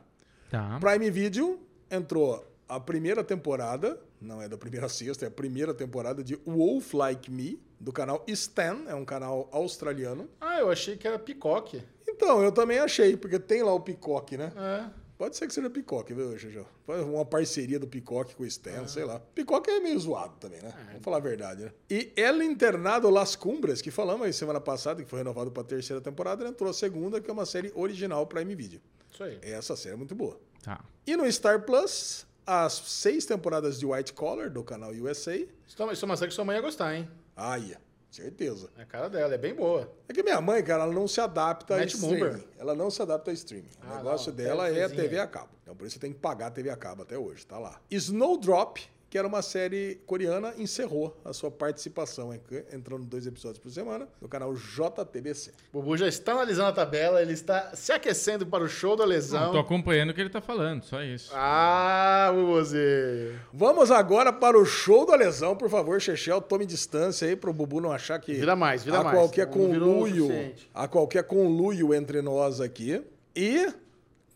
S2: Tá.
S4: Prime Video entrou a primeira temporada, não é da primeira [laughs] à sexta, é a primeira temporada de Wolf Like Me, do canal Stan, é um canal australiano.
S1: Ah, eu achei que era Picoque.
S4: Então, eu também achei, porque tem lá o Peacock, né?
S1: É.
S4: Pode ser que seja Picoque, viu, Xixão? Uma parceria do Picoque com o Stan, sei lá. Picoque é meio zoado também, né? Vamos falar a verdade, né? E El Internado Las Cumbres, que falamos aí semana passada, que foi renovado pra terceira temporada, ele entrou a segunda, que é uma série original pra M-Video.
S1: Isso aí.
S4: Essa série é muito boa.
S2: Tá.
S4: E no Star Plus, as seis temporadas de White Collar, do canal USA.
S1: Isso é uma série que sua mãe ia gostar, hein?
S4: Ai, certeza.
S1: É a cara dela, é bem boa.
S4: É que minha mãe, cara, ela não se adapta a
S1: Matt
S4: streaming.
S1: Mulber.
S4: Ela não se adapta a streaming.
S1: Ah,
S4: o negócio
S1: não,
S4: dela é a
S1: TVzinha.
S4: TV a cabo. Então por isso você tem que pagar a TV a cabo até hoje, tá lá. Snowdrop, que era uma série coreana, encerrou a sua participação, hein, entrando dois episódios por semana, no canal JTBC.
S1: O Bubu já está analisando a tabela, ele está se aquecendo para o show da lesão.
S2: Não, tô acompanhando o que ele tá falando, só isso.
S1: Ah, Bubuzinho.
S4: Vamos agora para o show da lesão, por favor, Chechel, tome distância aí pro Bubu não achar que
S1: Vira mais, vira
S4: há
S1: mais.
S4: qualquer
S1: Não virou o
S4: conluio,
S1: suficiente.
S4: há qualquer conluio entre nós aqui. E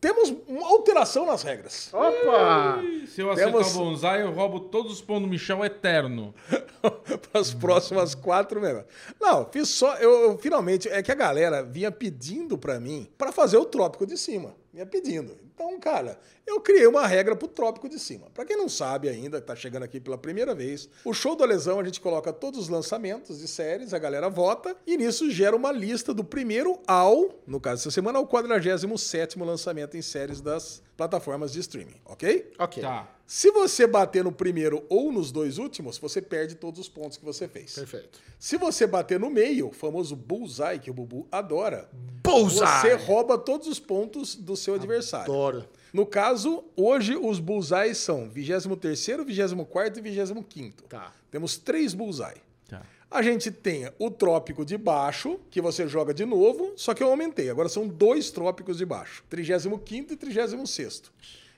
S4: temos uma alteração nas regras.
S1: Opa!
S2: Se eu acertar
S4: Temos-
S2: o bonsai, eu roubo todos os pontos do Michel eterno.
S4: [laughs] para as próximas quatro mesmo. Não, fiz só. Eu, eu finalmente. É que a galera vinha pedindo para mim para fazer o Trópico de Cima. Vinha pedindo. Então, cara, eu criei uma regra pro Trópico de Cima. Para quem não sabe ainda, que tá chegando aqui pela primeira vez, o show do Lesão a gente coloca todos os lançamentos de séries, a galera vota e nisso gera uma lista do primeiro ao, no caso essa semana, ao 47 lançamento em séries das plataformas de streaming, ok?
S1: Ok.
S2: Tá.
S4: Se você bater no primeiro ou nos dois últimos, você perde todos os pontos que você fez.
S1: Perfeito.
S4: Se você bater no meio, o famoso bullseye que o Bubu adora, você
S1: Bullseye!
S4: rouba todos os pontos do seu adversário.
S1: Adoro.
S4: No caso, hoje os bullseyes são 23º, 24º e 25º.
S1: Tá.
S4: Temos três bullseye.
S2: Tá.
S4: A gente tem o trópico de baixo, que você joga de novo, só que eu aumentei. Agora são dois trópicos de baixo, 35 e 36.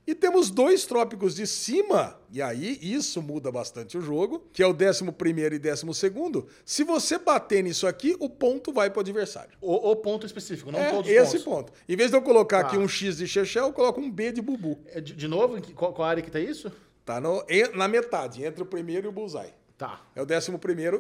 S4: E temos dois trópicos de cima, e aí isso muda bastante o jogo, que é o 11 e 12. Se você bater nisso aqui, o ponto vai pro adversário.
S1: O, o ponto específico, não
S4: é
S1: todos os
S4: esse
S1: pontos.
S4: ponto. Em vez de eu colocar
S1: Tá.
S4: aqui um X de Chechel, eu coloco um B de Bubu.
S1: É, De, de novo, em que- qual, qual área que tá isso?
S4: Tá no- en- na metade, entre o primeiro e o bullseye.
S1: Tá.
S4: É o 11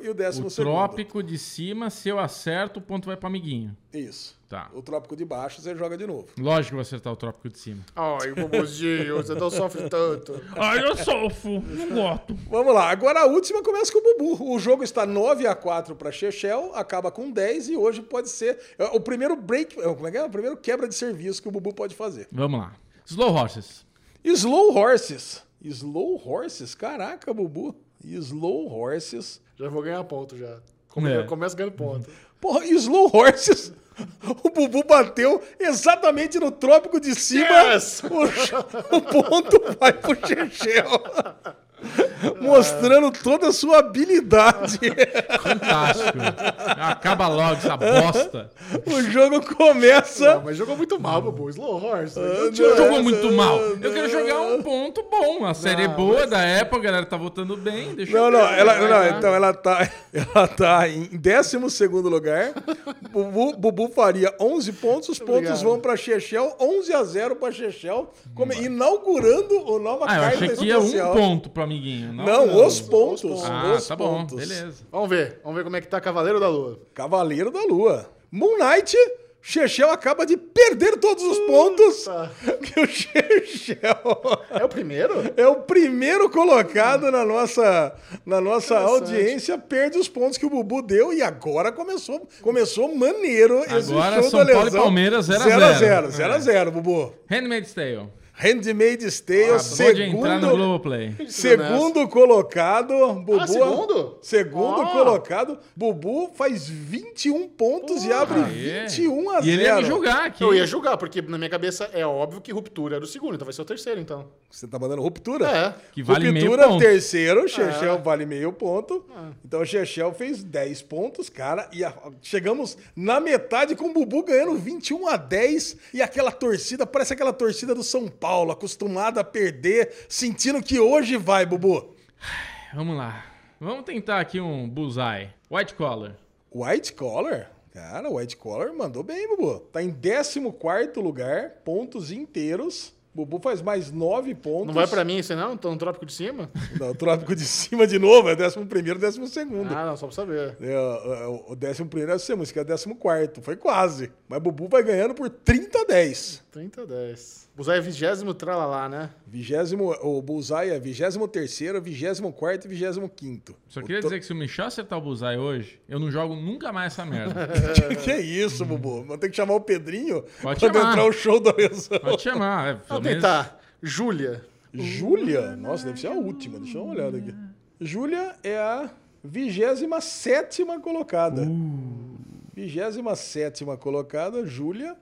S4: e o 12.
S2: O trópico de cima, se eu acerto, o ponto vai pro amiguinho.
S4: Isso.
S2: Tá.
S4: O trópico de baixo você joga de novo.
S2: Lógico que eu vou acertar o trópico de cima.
S1: Ai, Bubuzinho, você não sofre tanto.
S2: Ai, eu sofro, não gosto.
S4: Vamos lá, agora a última começa com o Bubu. O jogo está 9 a 4 para Chechel, acaba com 10 e hoje pode ser é, o primeiro break, é, como é que é? O primeiro quebra de serviço que o Bubu pode fazer.
S2: Vamos lá. Slow Horses.
S4: Slow Horses. Slow Horses? Caraca, Bubu. Slow Horses.
S1: Já vou ganhar ponto já.
S2: É.
S1: Já começa ganhando ponto.
S4: Porra, Slow Horses. [laughs] O Bubu bateu exatamente no trópico de cima.
S2: É,
S1: Yes!
S4: O, ch- o ponto vai pro
S2: [laughs]
S4: Chechel. Mostrando toda a sua
S2: [laughs]
S4: habilidade.
S2: Fantástico. Acaba
S4: [laughs]
S2: logo essa bosta.
S4: O jogo começa.
S1: Não, mas jogou muito mal, Bubu. Slow Horse.
S4: Ah.
S2: Não jogou é muito mal. Eu quero jogar um ponto bom. A série é
S1: Não,
S2: boa da época, a galera tá votando bem. Deixa
S4: Não,
S2: eu
S4: não,
S2: ver,
S4: ela,
S2: vai
S4: não,
S2: lá.
S4: então ela tá, ela tá em 12 lugar. Bubu, Bubu faria 11 pontos, os pontos
S1: Obrigado.
S4: vão pra Chechel, 11 a 0 pra Chechel, como inaugurando o nova
S2: Ah, eu
S4: carta
S2: achei que ia um
S4: especial.
S2: ponto pro amiguinho.
S4: Não, os pontos.
S2: Ah,
S4: os
S2: tá bom.
S4: pontos.
S2: Beleza.
S1: Vamos ver. Vamos ver como é que tá Cavaleiro da Lua.
S4: Cavaleiro da Lua. Moon Knight, Chechel acaba de perder todos os pontos. Que o Chechel
S1: É o [laughs] primeiro?
S4: é o primeiro colocado na nossa, na nossa
S1: Interessante.
S4: audiência, perde os pontos que o Bubu deu e agora começou, começou maneiro esse
S2: Agora
S4: show
S2: São
S4: da
S2: Paulo e
S4: lesão.
S2: Palmeiras, 0 a
S4: 0 a 0,
S2: zero. É.
S4: 0 a 0, Bubu.
S2: Handmaid's Tale.
S4: Handmaid's Tale,
S2: Acabou de entrar no
S4: segundo,
S2: Globoplay.
S4: segundo colocado, Bubu.
S1: Ah, segundo? Ah.
S4: Segundo
S1: Ó.
S4: colocado, Bubu faz 21 pontos e abre
S2: Aê.
S4: 21 a 0.
S2: E ele é ia me julgar aqui.
S1: Eu ia julgar, porque na minha cabeça é óbvio que Ruptura era o segundo, então vai ser o terceiro, então.
S4: Você tá mandando ruptura?
S1: É.
S2: Que vale meio
S4: Ruptura,
S2: ponto.
S4: terceiro, Chechel vale meio ponto.
S1: É.
S4: Então o Chechel fez 10 pontos, cara, e a- chegamos na metade com o Bubu ganhando 21 a 10 e aquela torcida, parece aquela torcida do São Paulo, acostumada a perder, sentindo que hoje vai, Bubu.
S2: Vamos lá. Vamos tentar aqui um bullseye. White collar.
S4: White Collar? Cara, White Collar mandou bem, Bubu. Tá em 14º lugar, pontos inteiros. Bubu faz mais 9 pontos.
S1: Não vai pra mim isso, não? Então, um trópico de cima?
S4: Não, o trópico de cima de novo, é 11º, 12º.
S1: Ah, não, só pra saber.
S4: É, é, O 11 primeiro é a música é o 14. Foi quase. Mas Bubu vai ganhando por 30 a 10.
S1: 30 10. Usar é vigésimo tralalá, né?
S4: Vigésimo, o Bullseye é 23º, 24º e 25º.
S2: Só queria dizer que se o Michel acertar o Bullseye hoje, eu não jogo nunca mais essa
S4: [laughs]
S2: merda.
S4: que isso, Bubu? Vou ter que chamar o Pedrinho
S2: Pode
S4: quando
S2: chamar.
S4: entrar o show da mesa.
S2: Pode chamar. É, pelo
S1: Vamos
S2: menos-
S1: tentar. Júlia.
S4: Júlia? Nossa, deve ser a última. Deixa eu dar uma olhada aqui. Júlia é a 27 colocada.
S2: Uh.
S4: 27 colocada, Júlia.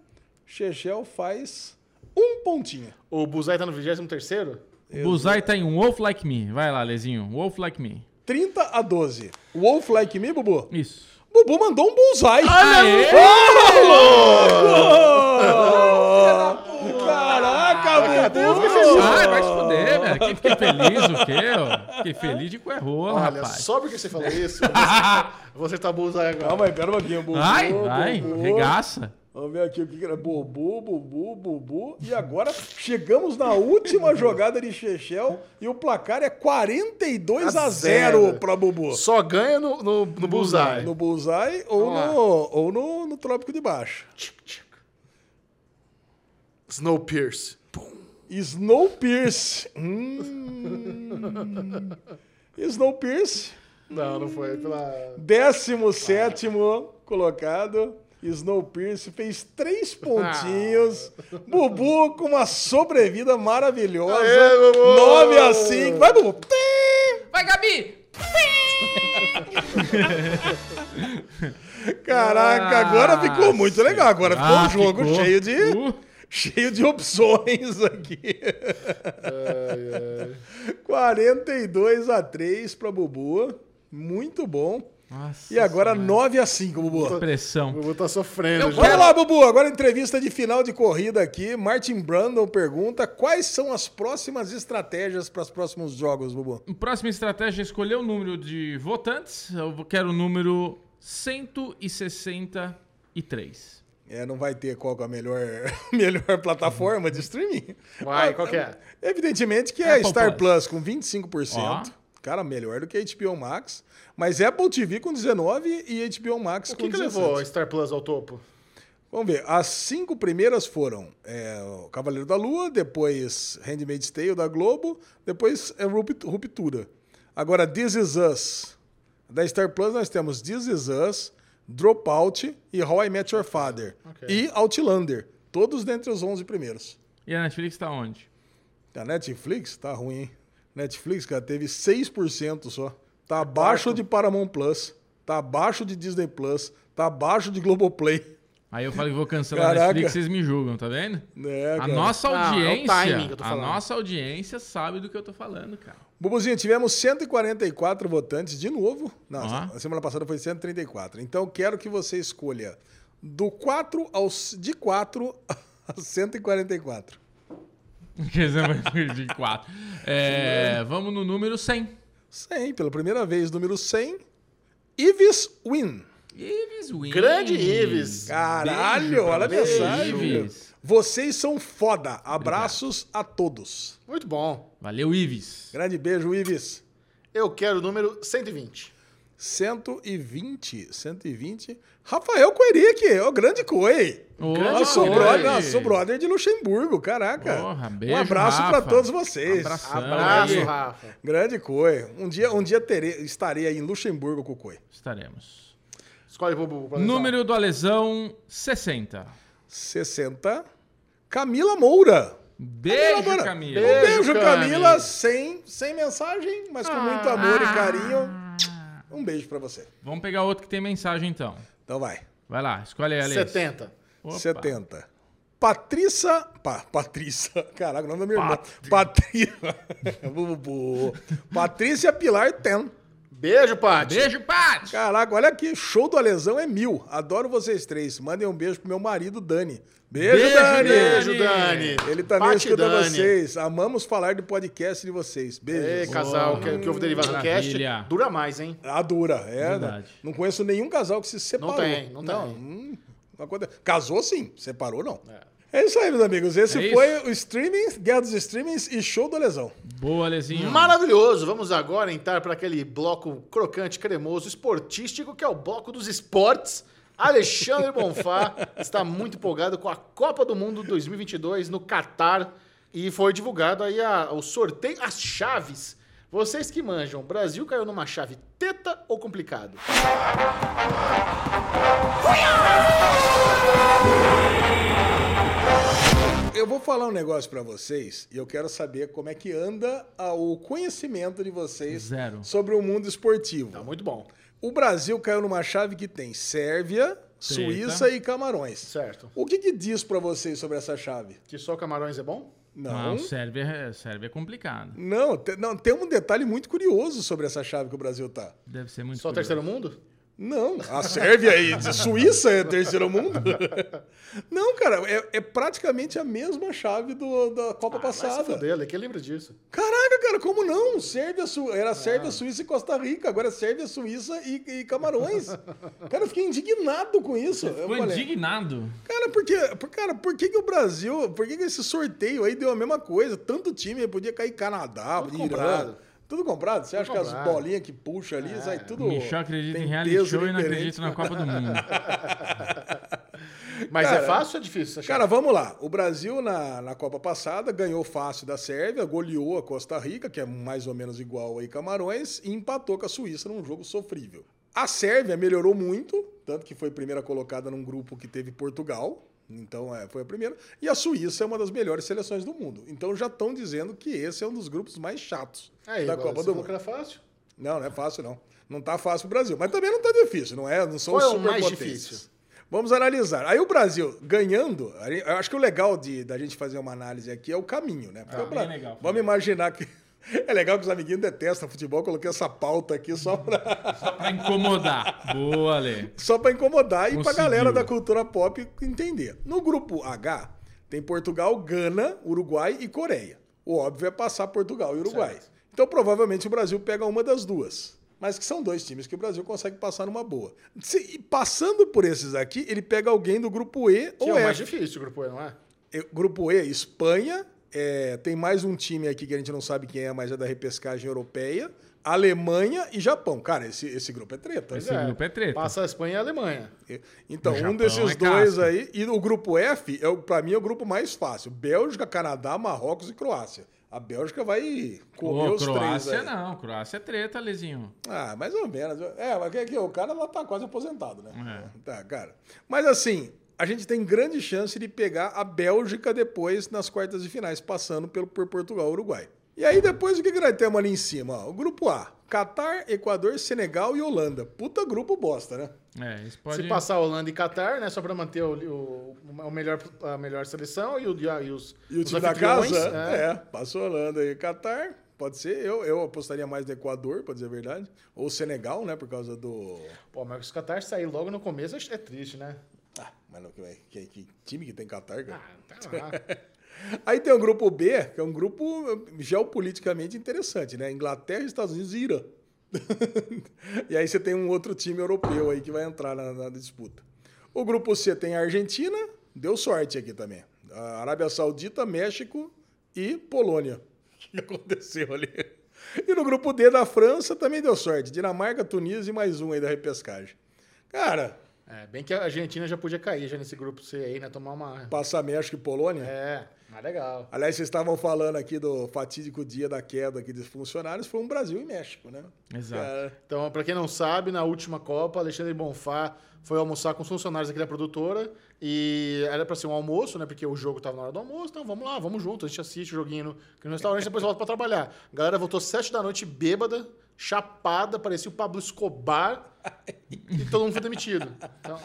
S4: Chechel faz um pontinho.
S1: O Buzai tá no 23º?
S2: O Buzai tá em Wolf Like Me. Vai lá, Lezinho. Wolf Like Me.
S4: 30 a 12. Wolf Like Me, Bubu?
S2: Isso.
S4: Bubu mandou um bullseye.
S2: Aê!
S4: Oh! Caraca, Bubu!
S2: Ai, vai se fuder, velho. Quem fiquei feliz, o quê? ó? Fiquei feliz de coerrola,
S1: Olha,
S2: rapaz.
S1: só porque você falou isso, eu vou acertar- eu vou acertar o Buzai agora.
S4: Calma aí, pera um pouquinho, Bubu.
S2: Vai, vai.
S4: Bubu.
S2: Regaça.
S4: Vamos ver aqui o que que era. Bubu, Bubu, Bubu. E agora chegamos na
S1: [laughs]
S4: última jogada de Chechel e o placar é 42 a
S1: A Tá
S4: 0
S1: zero.
S4: pra Bubu.
S1: Só ganha no, no, no Bullseye.
S4: No Bullseye ou,
S1: Vamos lá.
S4: no, ou no, no Trópico de Baixo.
S1: Snowpiercer.
S4: Snowpierce. Hum. Snowpierce,
S1: Não, não foi. Pela...
S4: 17 colocado. Snowpierce fez três pontinhos.
S1: Ah.
S4: Bubu com uma sobrevida maravilhosa.
S1: Aê, Bubu!
S4: 9 a 5. Vai, Bubu. Tim!
S2: Vai, Gabi!
S4: Caraca,
S1: Ah,
S4: agora ficou muito legal. Agora ficou
S2: Ah,
S4: um jogo
S2: ficou.
S4: cheio de
S2: Uh.
S4: cheio de opções aqui. 42 a 3 para Bubu. Muito bom.
S2: Nossa
S4: E agora
S2: senhora.
S4: 9 a 5, Bubu.
S1: O
S2: Pressão.
S1: Bubu tá sofrendo.
S2: Eu
S1: já.
S4: Vamos lá, Bubu. Agora entrevista de final de corrida aqui. Martin Brandon pergunta quais são as próximas estratégias para os próximos jogos, Bubu.
S2: Próxima estratégia é escolher o número de votantes. Eu quero o número 163.
S4: É, não vai ter qual que é a melhor, [laughs] melhor plataforma de streaming.
S1: Vai,
S4: Ah,
S1: qual que é?
S4: Evidentemente que é
S2: Apple
S4: Star Plus,
S2: Plus.
S4: com 25%.
S2: Ó.
S4: Cara, melhor do que HBO Max. Mas Apple TV com 19% e HBO Max
S1: O
S4: com
S1: que, que
S4: 17%.
S1: levou a Star Plus ao topo?
S4: Vamos ver. As cinco primeiras foram é, o Cavaleiro da Lua, depois Handmaid's Tale da Globo, depois é, Rupt- Ruptura. Agora, This Is Us. Da Star Plus nós temos This Is Us, Dropout e How I Met Your Father. E Outlander. Todos dentre os 11 primeiros.
S2: E a Netflix tá onde?
S4: A Netflix tá ruim, hein? Netflix, cara, teve 6% só. Tá
S2: É
S4: abaixo de Paramount Plus, tá abaixo de Disney Plus, tá abaixo de Globoplay. [laughs]
S2: Aí eu falei que vou cancelar
S4: Caraca.
S2: a Netflix, vocês me julgam, tá vendo?
S4: É,
S2: A
S4: cara.
S2: nossa
S1: Ah, é o
S2: audiência,
S1: timing que eu tô
S2: a
S1: falando.
S2: nossa audiência sabe do que eu tô falando, cara.
S4: Bubuzinho, tivemos 144 votantes de novo. Não,
S2: Ó.
S4: a semana passada foi 134. Então quero que você escolha do 4 aos de 4 [laughs] a 144.
S2: [laughs] Quer dizer, mas perdi quatro. É, vamos no número 100.
S4: 100, pela primeira vez, número 100. Ives Win.
S2: Ives Win.
S1: Grande Ives.
S4: Caralho,
S2: Beijo pra
S4: olha a
S2: você,
S4: mensagem.
S2: Ives.
S4: Vocês são foda. Abraços a todos.
S1: Muito bom.
S2: Valeu, Ives.
S4: Grande beijo, Ives.
S1: Eu quero o número 120.
S4: 120, 120. Rafael Coeric, ó, grande coi.
S2: Ô,
S1: Grande
S4: Ah, sou,
S1: Oi.
S4: brother, ah, sou brother de Luxemburgo, caraca.
S2: Porra, beijo,
S4: um abraço
S2: Rafa.
S4: pra todos vocês.
S2: Abração.
S1: Abraço,
S2: aí.
S1: Rafa.
S4: Grande Coi. Um dia, um dia terei, estarei aí em Luxemburgo com o Coi.
S2: Estaremos.
S1: Escolhe pro Bubu. pra
S4: é.
S1: levar.
S2: Número do Alesão, 60.
S4: 60. Camila Moura.
S2: Beijo,
S4: Moura.
S2: Camila.
S4: Um
S1: Beijo,
S4: beijo,
S1: Cami.
S4: Camila. Sem, sem mensagem, mas com muito amor
S2: Ah.
S4: e carinho. Um beijo pra você.
S2: Vamos pegar outro que tem mensagem, então.
S4: Então vai.
S2: Vai lá, escolhe aí, Alex.
S1: 70.
S2: Opa.
S4: 70. Patrícia. Pa, Patrícia. [laughs] Caraca, o nome da minha irmã. Patrícia. [laughs] Bubu. Patrícia Pilar Ten.
S1: Beijo, Paty.
S2: Beijo, Paty.
S4: Caraca, olha aqui, show do Alesão é mil. Adoro vocês três. Mandem um beijo pro meu marido, Dani. Beijo,
S2: Beijo,
S4: Dani!
S1: Beijo, Dani.
S4: Ele também
S1: Paty
S4: escuta
S1: Dani.
S4: vocês. Amamos falar do podcast de vocês.
S1: Ei,
S4: Beijos.
S1: casal, que, que houve derivado do cast.
S2: Maravilha.
S1: Dura mais, hein?
S4: A dura, é.
S2: Verdade.
S4: Não conheço nenhum casal que se separou.
S1: tem, não tem.
S4: hum, não acontece. Casou sim, separou não. É. isso aí, meus amigos. Esse
S2: É
S4: foi o streaming, Guerra dos Streamings e Show do Alesão.
S2: Boa, Alezinho.
S1: Maravilhoso! Vamos agora entrar para aquele bloco crocante, cremoso, esportístico, que é o bloco dos esportes.
S4: [laughs]
S1: Alexandre Bonfá está muito empolgado com a Copa do Mundo 2022 no Catar e foi divulgado aí a- o sorteio, as chaves. Vocês que manjam, Brasil caiu numa chave teta ou complicado?
S4: Eu vou falar um negócio pra vocês e eu quero saber como é que anda a- o conhecimento de vocês
S2: Zero.
S4: sobre o mundo esportivo.
S1: Tá muito bom,
S4: O Brasil caiu numa chave que tem Sérvia, Suíça e Camarões.
S1: certo?
S4: O que, que diz pra vocês sobre essa chave?
S1: Que só camarões é bom?
S2: Não,
S4: Não.
S2: Sérvia, é- Sérvia é complicado.
S4: Não, te- não, tem um detalhe muito curioso sobre essa chave que o Brasil tá.
S2: Deve ser muito
S1: Só
S2: curioso.
S1: terceiro mundo?
S4: Não, a Sérvia e de Suíça é terceiro mundo? [laughs] Não, cara, é, é praticamente a mesma chave do- da Copa
S1: Ah, Vai se
S4: passada.
S1: fuder, Ale, que lembra disso?
S4: Caraca, cara, como não? Sérvia, Su... Era
S1: É.
S4: Sérvia, Suíça e Costa Rica, agora é Sérvia, Suíça e, e Camarões. cara, eu fiquei indignado com isso. Eu
S2: Ficou
S4: falei,
S2: indignado.
S4: Cara, por que, por- cara, por que, que o Brasil, por que, que esse sorteio aí deu a mesma coisa? Tanto time, podia cair Canadá,
S1: Tudo
S4: Irã.
S1: comprado.
S4: Tudo comprado? Você acha que as
S1: comprado.
S4: bolinhas que puxa ali, sai tudo.
S2: É, Michel acredita
S4: tem
S2: em reality
S4: peso
S2: show e não
S4: diferente.
S2: acredita na Copa do Mundo.
S4: [laughs]
S1: Mas
S4: Cara,
S1: é fácil ou é difícil? essa
S4: Cara,
S1: chave?
S4: vamos lá. O Brasil, na, na Copa passada, ganhou fácil da Sérvia, goleou a Costa Rica, que é mais ou menos igual aí Camarões, e empatou com a Suíça num jogo sofrível. A Sérvia melhorou muito, tanto que foi primeira colocada num grupo que teve Portugal. Então, é, foi a primeira. E a Suíça é uma das melhores seleções do mundo. Então, já estão dizendo que esse é um dos grupos mais chatos
S1: Aí,
S4: da
S1: agora,
S4: Copa
S1: você
S4: do
S1: falou
S4: Mundo.
S1: que era fácil?
S4: Não, não é fácil, não. Não tá fácil pro Brasil. Mas também não tá difícil, não é? Não são
S1: Qual é o
S4: super
S1: mais
S4: potências.
S1: difícil?
S4: Vamos analisar. Aí o Brasil ganhando, aí eu acho que o legal de, da gente fazer uma análise aqui é o caminho, né? Porque
S2: Ah,
S4: o Bra-
S2: bem legal.
S4: Vamos imaginar que. [laughs] É legal que os amiguinhos detestam futebol, eu coloquei essa pauta aqui só
S2: [laughs]
S4: pra,
S2: Só pra incomodar. Boa, Lê.
S4: só pra incomodar e pra
S2: Conseguiu.
S4: galera da cultura pop entender. No grupo H, tem Portugal, Gana, Uruguai e Coreia. O óbvio é passar Portugal e Uruguai. Então, provavelmente, o Brasil pega uma das duas. Mas que são dois times que o Brasil consegue passar numa boa. Se- e passando por esses aqui, ele pega alguém do grupo E
S1: Que
S4: ou
S1: é o
S4: F.
S1: mais difícil, o grupo E, não é?
S4: Eu- Grupo E, Espanha. é, tem mais um time aqui que a gente não sabe quem é, mas é da repescagem europeia. Alemanha e Japão. Cara, esse, esse grupo é treta.
S1: Pois
S4: né?
S2: Esse grupo é treta.
S1: Passa a Espanha e a Alemanha.
S4: Então,
S2: O
S4: um
S2: Japão
S4: desses
S2: é
S4: dois
S2: casca.
S4: aí. E o grupo F, é, o- pra mim, é o grupo mais fácil. Bélgica, Canadá, Marrocos e Croácia. A Bélgica vai comer
S2: Ô,
S4: os três
S2: Croácia
S4: aí.
S2: não. Croácia é treta, Lezinho.
S4: Ah, mais ou menos. É, mas que, que, o cara lá tá quase aposentado, né?
S2: É.
S4: Tá, cara. Mas assim, a gente tem grande chance de pegar a Bélgica depois nas quartas de finais, passando pelo, por Portugal e Uruguai. E aí depois o que, que nós temos ali em cima? ó? o grupo A. Catar, Equador, Senegal e Holanda. Puta grupo bosta, né?
S2: É, isso pode...
S1: Se passar Holanda e Catar, né? Só pra manter o, o- o melhor, a melhor seleção e, o, e, a- e os.
S4: E o
S1: os
S4: time da
S1: anfitriões,
S4: casa?
S1: É.
S4: É, passou Holanda e Catar. Pode ser, eu, eu apostaria mais no Equador, pra dizer a verdade. Ou Senegal, né? Por causa do.
S1: Pô, mas o Catar sair logo no começo é é triste, né?
S4: Ah, mas não, que, que, que time que tem Catar, cara?
S1: Ah, tá lá.
S4: [laughs] Aí tem o grupo B, que é um grupo geopoliticamente interessante, né? Inglaterra, Estados Unidos e Irã. [laughs] e aí você tem um outro time europeu aí que vai entrar na, na disputa. O grupo C tem a Argentina, deu sorte aqui também. A Arábia Saudita, México e Polônia. [laughs] O que aconteceu ali? E no grupo D da França também deu sorte. Dinamarca, Tunísia e mais um aí da repescagem. Cara,
S1: É, bem que a Argentina já podia cair já nesse grupo C aí, né? Tomar uma.
S4: passar México e Polônia.
S1: É, mas legal.
S4: Aliás, vocês estavam falando aqui do fatídico dia da queda aqui dos funcionários, foi um Brasil e México, né?
S2: Exato.
S4: Cara,
S1: Então, pra quem não sabe, na última Copa, Alexandre Bonfá foi almoçar com os funcionários aqui da produtora e era pra ser um almoço, né? Porque o jogo tava na hora do almoço, então vamos lá, vamos junto, a gente assiste o joguinho no, aqui no restaurante, depois volta pra trabalhar. A galera voltou sete da noite bêbada, chapada, parecia o Pablo Escobar e todo mundo foi demitido. Então,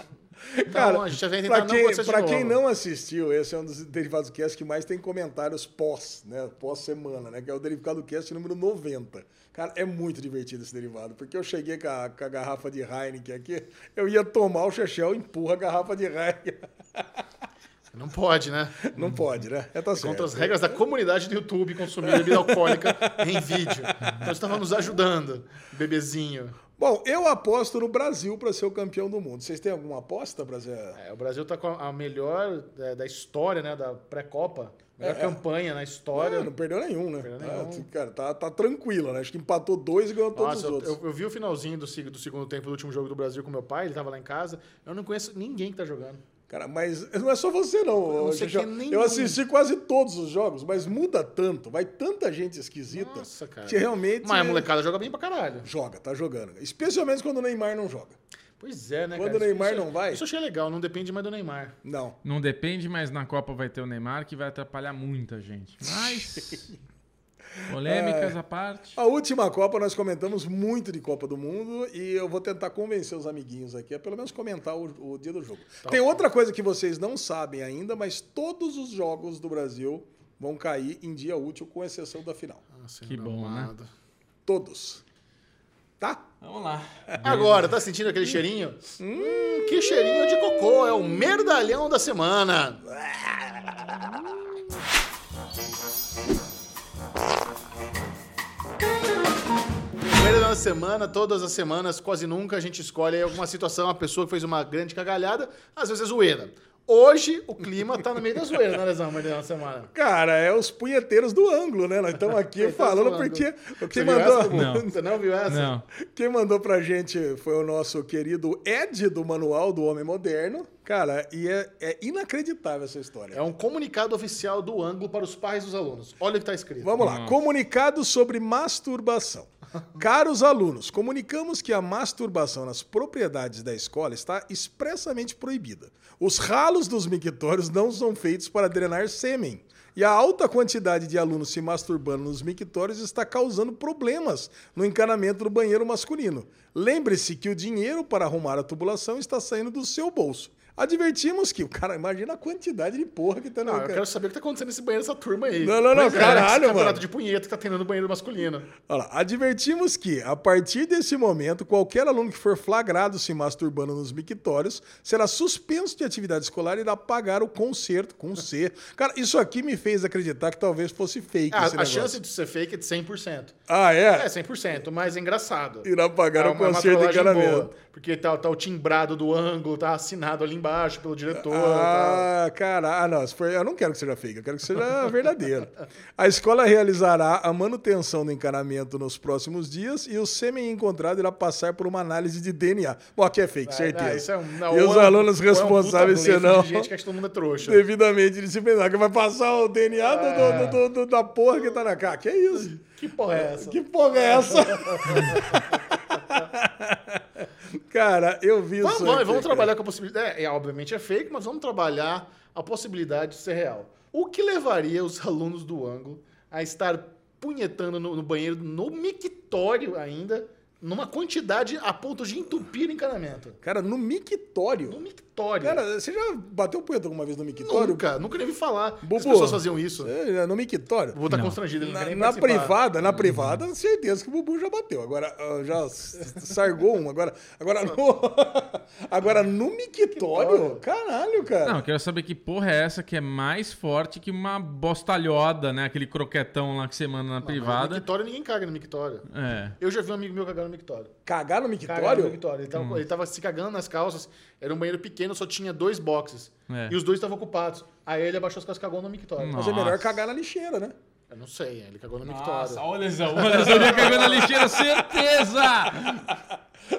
S1: então, a gente já vem tentar
S4: pra
S1: não
S4: quem,
S1: acontecer de
S4: pra
S1: novo.
S4: quem não assistiu, esse é um dos Derivado Cast que mais tem comentários pós, né? Pós-semana, né? Que é o Derivado Cast número 90. Cara, é muito divertido esse derivado, porque eu cheguei com a, com a garrafa de Heineken aqui, eu ia tomar o Chechel empurra a garrafa de Heineken. [laughs]
S1: Não pode, né?
S4: Não pode, né? É, tá certo.
S1: Contra as regras da comunidade do tá YouTube consumir bebida alcoólica em vídeo. Então você tava nos ajudando, bebezinho.
S4: Bom, eu aposto no Brasil para ser o campeão do mundo. Vocês têm alguma aposta, Brasil?
S1: É, o Brasil tá com a melhor é, da história, né? Da pré-copa. Melhor
S4: É,
S1: campanha na história.
S4: Ah, não perdeu nenhum, né?
S1: Perdeu
S4: Ah,
S1: nenhum.
S4: cara, tá, tá tranquila, né? Acho que empatou dois e ganhou todos
S1: Nossa,
S4: os
S1: eu,
S4: outros.
S1: eu- eu vi o finalzinho do, seg- do segundo tempo do último jogo do Brasil com meu pai, ele tava lá em casa. Eu não conheço ninguém que tá jogando.
S4: Cara, mas não é só você, não.
S1: Eu não sei
S4: Xixão.
S1: quem nem-
S4: Eu assisti quase todos os jogos, mas muda tanto, vai tanta gente esquisita
S1: Nossa, cara.
S4: que realmente.
S1: Mas a molecada joga bem pra caralho.
S4: Joga, tá jogando. Especialmente quando o Neymar não joga.
S1: Pois é, né,
S4: Quando
S1: cara?
S4: o Neymar
S1: Isso-
S4: não vai?
S1: Isso eu achei legal, não depende mais do Neymar.
S4: Não.
S2: Não depende, mas na Copa vai ter o Neymar que vai atrapalhar muita gente.
S4: [laughs]
S2: Mas. Polêmicas
S4: É.
S2: à parte.
S4: A última Copa nós comentamos muito de Copa do Mundo e eu vou tentar convencer os amiguinhos aqui a pelo menos comentar o, o dia do jogo. Tem outra coisa que vocês não sabem ainda, mas todos os jogos do Brasil vão cair em dia útil, com exceção da final.
S1: Nossa,
S2: Que bom, né?
S1: amado.
S4: Todos. Tá?
S2: Vamos lá.
S1: Agora, tá sentindo aquele cheirinho? Hum, que cheirinho de cocô, é o merdalhão da semana. O Merdalhão da semana, todas as semanas, quase nunca, a gente escolhe aí alguma situação, uma pessoa que fez uma grande cagalhada, às vezes é zoeira. Hoje, o clima tá no meio da zoeira, né, Lesão? Merdalhão da semana.
S4: Cara, é os punheteiros do ângulo, né? Nós estamos [laughs] aqui
S1: Punheteiros do
S4: falando
S1: ângulo.
S4: porque
S1: Você
S4: quem
S1: viu
S4: mandou,
S1: essa?
S2: Não.
S1: Você não viu
S4: Assim.
S1: essa?
S2: Não.
S4: quem mandou pra gente foi o nosso querido Ed do Manual do Homem Moderno. Cara, e é, é inacreditável essa história.
S1: É um comunicado oficial do ângulo para os pais dos alunos. Olha o que tá escrito.
S4: Vamos lá. Uhum. Comunicado sobre [laughs] masturbação. Caros alunos, comunicamos que a masturbação nas propriedades da escola está expressamente proibida. Os ralos dos mictórios não são feitos para drenar sêmen. E a alta quantidade de alunos se masturbando nos mictórios está causando problemas no encanamento do banheiro masculino. Lembre-se que o dinheiro para arrumar a tubulação está saindo do seu bolso. Advertimos que, cara, imagina a quantidade de porra que está no
S1: Não, eu
S4: encan-
S1: quero saber o que tá acontecendo nesse banheiro dessa turma aí.
S4: Não, não, não,
S1: Pois é,
S4: caralho,
S1: esse campeonato
S4: mano.
S1: de punheta que tá tendo no banheiro masculino.
S4: Olha lá, advertimos que, a partir desse momento, qualquer aluno que for flagrado se masturbando nos mictórios será suspenso de atividade escolar e irá pagar o conserto com C. Cara, isso aqui me fez acreditar que talvez fosse fake
S1: Ah,
S4: esse
S1: a
S4: negócio.
S1: chance de ser fake é de 100%.
S4: Ah,
S1: É,
S4: é?
S1: 100%, mas é engraçado.
S4: Irá pagar
S1: É
S4: o
S1: uma- é uma
S4: conserto de
S1: trollagem
S4: encanamento.
S1: boa, Porque tá, tá o timbrado do ângulo, tá assinado ali embaixo pelo diretor. tá.
S4: Ah, cara, ah, não, se for- eu não quero que seja fake, eu quero que seja verdadeiro. A escola realizará a manutenção do encanamento nos próximos dias e o sêmen encontrado irá passar por uma análise de DNA. Bom, aqui é fake, certeza.
S1: Ah, isso é um-
S4: e
S1: ou
S4: os
S1: é um-
S4: alunos
S1: ou é um puta
S4: responsáveis
S1: blefe de
S4: serão
S1: gente que acha que todo mundo é trouxa.
S4: devidamente disciplinados, que vai passar o DNA do-
S1: É.
S4: do- do- do- da porra que tá na cara. Que isso?
S1: Que porra é essa?
S4: Que porra é essa? [laughs] cara, eu vi
S1: Vamos,
S4: isso.
S1: Então, vamos- vamos
S4: aqui, cara.
S1: trabalhar com a possibilidade. É, é, obviamente é fake, mas vamos trabalhar a possibilidade de ser real. O que levaria os [laughs] alunos do ângulo a estar punhetando no, no banheiro, no mictório ainda, numa quantidade a ponto de entupir o encanamento?
S4: Cara, no mictório.
S1: No mictório.
S4: Cara, você já bateu o punheta alguma vez no mictório?
S1: nunca, nunca nem ouvi falar.
S4: Bubu.
S1: As pessoas faziam isso.
S4: É, No mictório?
S1: Vou estar constrangido. ele não quer
S4: Na,
S1: nem
S4: na
S1: participar.
S4: privada, na privada, certeza que o Bubu já bateu. Agora, ah, já s- sargou um. Agora, agora no, [laughs] agora no mictório? Caralho, cara.
S2: Não, eu quero saber que porra é essa que é mais forte que uma bostalhada, né? Aquele croquetão lá que você manda na
S4: é
S1: No
S2: privada.
S1: mictório ninguém caga no mictório.
S2: É.
S1: Eu já vi um amigo meu cagar no mictório.
S4: Cagar no
S1: Cagaram no
S4: mictório?
S1: Victória. Ele tava,
S2: Hum.
S1: ele tava se cagando nas calças. Era um banheiro pequeno, só tinha dois boxes.
S2: É.
S1: E os dois estavam ocupados. Aí ele abaixou as calças e cagou no Mictório.
S4: Mas é melhor
S2: Nossa.
S4: cagar na lixeira, né? [laughs]
S1: Eu não sei, ele cagou no
S2: Nossa,
S1: Mictório.
S2: olha o lesão. O lesão já cagou na lixeira, certeza!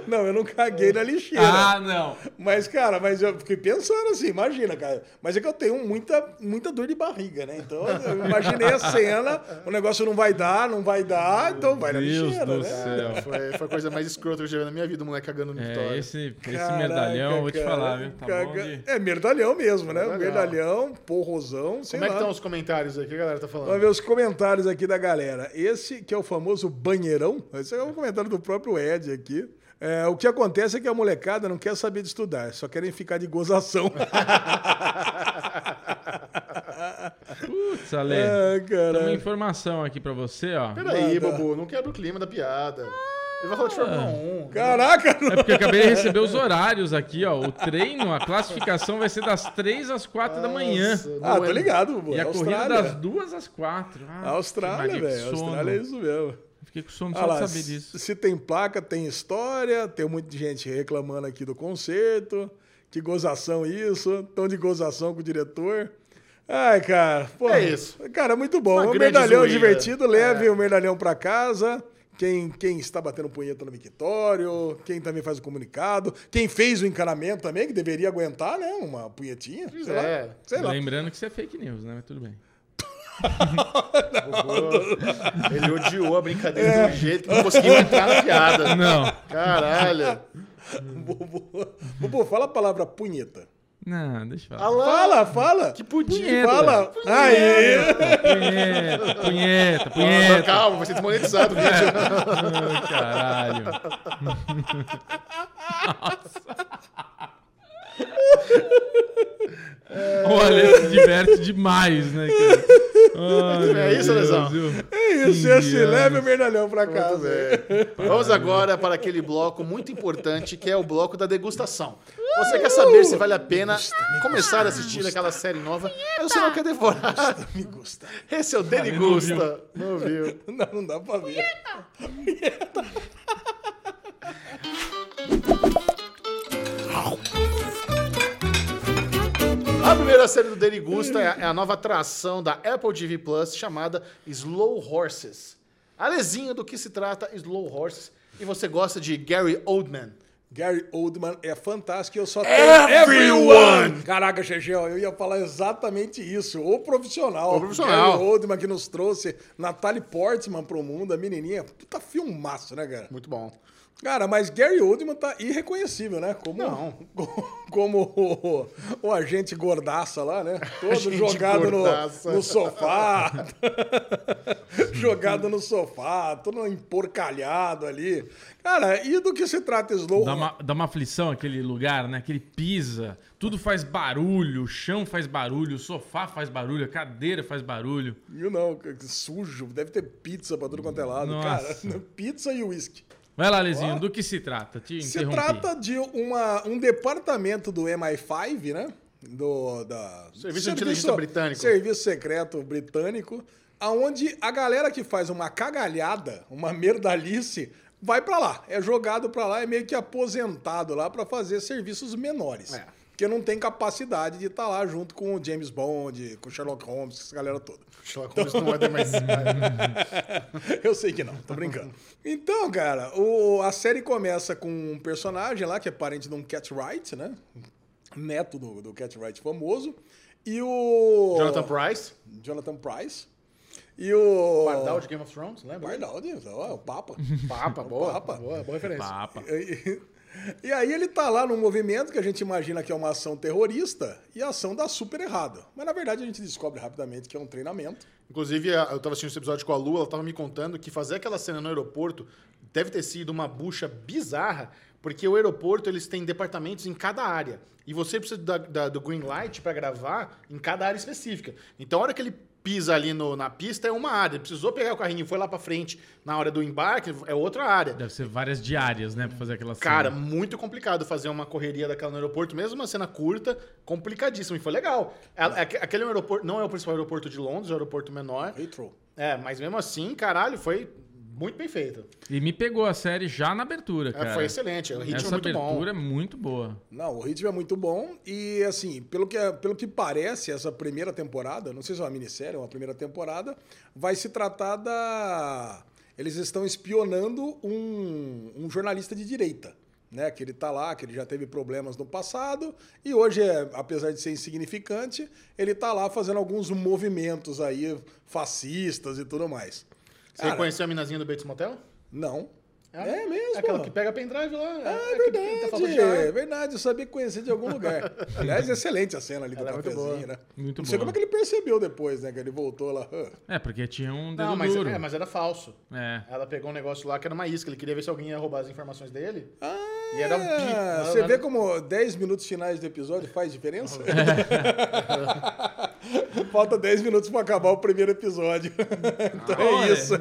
S4: Não, eu não caguei na lixeira.
S2: Ah, não.
S4: Mas, cara, mas eu fiquei pensando assim, imagina, cara. Mas é que eu tenho muita, muita dor de barriga, né? Então eu imaginei a cena, o negócio não vai dar, não vai dar, então vai na
S2: Deus
S4: lixeira,
S2: do
S4: né?
S2: céu.
S1: É, Foi, foi a coisa mais escrota que eu já vi na minha vida, o moleque cagando no Mictório.
S2: É, esse, esse
S4: Caraca,
S2: medalhão, eu vou te
S4: cara.
S2: falar, viu? Tá bom
S4: Caga-
S2: de...
S4: É, merdalhão mesmo, né?
S1: Merdalhão.
S4: Merdalhão, porrosão, sei
S1: Como é que
S4: lá.
S1: estão os comentários aí? O que a galera tá falando?
S4: Vamos ver os comentários aqui da galera. Esse que é o famoso banheirão, esse é um comentário do próprio Ed aqui. É, o que acontece é que a molecada não quer saber de estudar, só querem ficar de
S2: [laughs]
S4: gozação. [laughs]
S2: Putz, Ale.
S4: Ah,
S2: Tem uma
S4: cara.
S2: informação aqui pra você, ó.
S1: Peraí,
S4: Manda.
S1: Bobo, não quebra o clima da piada. Ele vai falar de Fórmula 1.
S4: Caraca, não.
S2: É porque eu acabei de receber os horários aqui, ó. O treino, a classificação vai ser das 3 às 4 da manhã.
S1: Nossa, não
S4: Ah,
S1: é-
S4: tô ligado, pô.
S2: E a corrida
S4: Austrália. É
S2: das 2 às 4. Ah,
S4: Austrália,
S2: que
S4: velho.
S2: sono.
S4: Austrália é isso mesmo.
S2: Fiquei com sono
S4: Ah
S2: só
S4: lá,
S2: de saber disso.
S4: Se tem placa, tem história, tem muita gente reclamando aqui do concerto. Que gozação isso, tão de gozação com o diretor. Ai, cara, pô,
S1: É isso.
S4: Cara, muito bom.
S1: Uma
S4: um
S1: grande
S4: medalhão
S1: zoeira. É.
S4: divertido, leve o medalhão pra casa. Quem, quem está batendo punheta no mictório, quem também faz o comunicado, quem fez o encanamento também, que deveria aguentar, né? Uma punhetinha, sei
S1: é.
S4: lá. Sei lá.
S2: Lembrando que isso é fake news, né? Mas tudo bem.
S1: Ele odiou a brincadeira
S4: É.
S1: de um jeito que não conseguiu entrar na
S2: [laughs]
S1: piada.
S2: Não.
S1: Caralho.
S4: Bubu, [laughs] Bubu, fala a palavra punheta.
S2: Não, deixa eu falar.
S1: Alá,
S4: Fala, fala.
S1: que podia.
S2: Punheta.
S4: Fala. Aí.
S2: Punheta, punheta,
S1: Ah,
S2: punheta.
S1: Calma, vai ser desmonetizado o vídeo.
S2: Ai, caralho. Nossa. O Alex se diverte demais, né, cara? Ai,
S1: É
S2: meu
S1: isso, Alesão?
S2: Deus, eu-
S4: É isso, esse
S2: Indiana.
S4: leve o medalhão pra casa.
S1: Vamos agora para aquele bloco muito importante que é o bloco da degustação. Você quer saber se vale a pena começar a assistir aquela série nova? Aí você não quer devorar.
S4: Me gusta.
S1: Esse é o Derigusta. Não viu.
S4: [laughs] Não, não dá pra ver.
S1: A primeira série do Derigusta é a- é a nova atração da Apple TV Plus chamada Slow Horses. Alezinho, do que se trata Slow Horses? E você gosta de Gary Oldman?
S4: Gary Oldman é fantástico e eu só tenho everyone! Caraca, Chechel, eu ia falar exatamente isso. O profissional.
S1: O profissional.
S4: Gary Oldman que nos trouxe Natalie Portman pro mundo, a menininha. Puta filmaço, né, cara?
S1: Muito bom.
S4: Cara, mas Gary Oldman tá irreconhecível, né? [laughs] Como, como o, o agente gordaça
S1: [laughs]
S4: lá, né? Todo
S1: Agente
S4: jogado no,
S1: gordaça.
S4: no sofá. [laughs] jogado no sofá, todo emporcalhado ali. Cara, e do que se trata Slow?
S2: Dá uma, dá uma aflição aquele lugar, né? Aquele pisa, tudo faz barulho, o chão faz barulho, o sofá faz barulho, a cadeira faz barulho.
S4: You know, que- que sujo. Deve ter pizza pra tudo quanto é lado.
S2: Nossa.
S4: Cara, [laughs] pizza e uísque.
S2: Vai lá, Lezinho, do que se trata? Te
S4: Se
S2: interrompi.
S4: trata de uma, um departamento do MI5, né? Do, da,
S1: Serviço de Inteligência Britânico.
S4: Serviço Secreto Britânico, aonde a galera que faz uma cagalhada, uma merdalice, vai pra lá. É jogado pra lá, é meio que aposentado lá pra fazer serviços menores.
S1: É.
S4: Porque não tem capacidade de estar lá junto com o James Bond, com o Sherlock Holmes, essa galera toda.
S1: [laughs] Sherlock Holmes não é mais.
S4: [laughs] Eu sei que não, tô brincando. Então, cara, o- a série começa com um personagem lá que é parente de um Cat Wright, né? Neto do, do Cat Wright famoso. E o.
S1: Jonathan Price,
S4: Jonathan Price. E o.
S1: Pardal de Game of Thrones, lembra?
S4: Pardaldi, ó, o Papa.
S1: Papa, [laughs] boa,
S4: Papa.
S1: boa, boa referência.
S2: Papa.
S4: E- E aí ele tá lá num movimento que a gente imagina que é uma ação terrorista e a ação dá super errado. Mas na verdade a gente descobre rapidamente que é um treinamento.
S1: Inclusive, a- eu tava assistindo esse episódio com a Lu, ela tava me contando que fazer aquela cena no aeroporto deve ter sido uma bucha bizarra, porque o aeroporto eles têm departamentos em cada área. E você precisa da- da- do green light pra gravar em cada área específica. Então, a hora que ele pisa ali no- na pista é uma área. Ele Precisou pegar o carrinho e foi lá pra frente na hora do embarque, é outra área.
S2: Deve ser várias diárias, né, pra fazer aquela cena.
S1: Cara, muito complicado fazer uma correria daquela no aeroporto, mesmo uma cena curta, complicadíssimo. E foi legal. A- a- Aquele aeroporto não é o principal aeroporto de Londres, é um aeroporto menor.
S4: Retro.
S1: É, mas mesmo assim, caralho, foi muito bem feito.
S2: E me pegou a série já na abertura,
S1: É,
S2: cara.
S1: foi excelente, o ritmo
S2: Essa
S1: muito bom.
S2: abertura é muito boa.
S4: Não, o ritmo é muito bom e, assim, pelo que, pelo que parece, essa primeira temporada, não sei se é uma minissérie ou uma primeira temporada, vai se tratar da... Eles estão espionando um, um jornalista de direita, né? Que ele tá lá, que ele já teve problemas no passado e hoje, é, apesar de ser insignificante, ele tá lá fazendo alguns movimentos aí fascistas e tudo mais.
S1: Você
S4: Cara,
S1: conheceu a minazinha do Bates Motel?
S4: Não.
S1: Ah,
S4: É mesmo?
S1: Aquela que pega pendrive lá.
S4: Ah,
S1: É
S4: é verdade. É verdade, eu sabia que conhecia de algum lugar.
S1: [laughs]
S4: Aliás, excelente a cena ali do
S1: Ela é muito
S4: cafezinho,
S1: boa.
S4: né?
S2: Muito
S4: Não sei
S2: boa.
S4: como é que ele percebeu depois, né? Que ele voltou lá. "Ah,
S2: É, porque tinha um dedo
S1: Não, mas,
S2: duro.
S1: é, mas era falso.
S2: É.
S1: Ela pegou um negócio lá que era uma isca, ele queria ver se alguém ia roubar as informações dele.
S4: Ah,
S1: E era um pi.
S4: Você vê como 10 minutos finais do episódio
S1: [laughs]
S4: faz diferença? Falta 10 minutos pra acabar o primeiro
S1: [laughs]
S4: episódio. então é
S2: Olha.
S4: isso.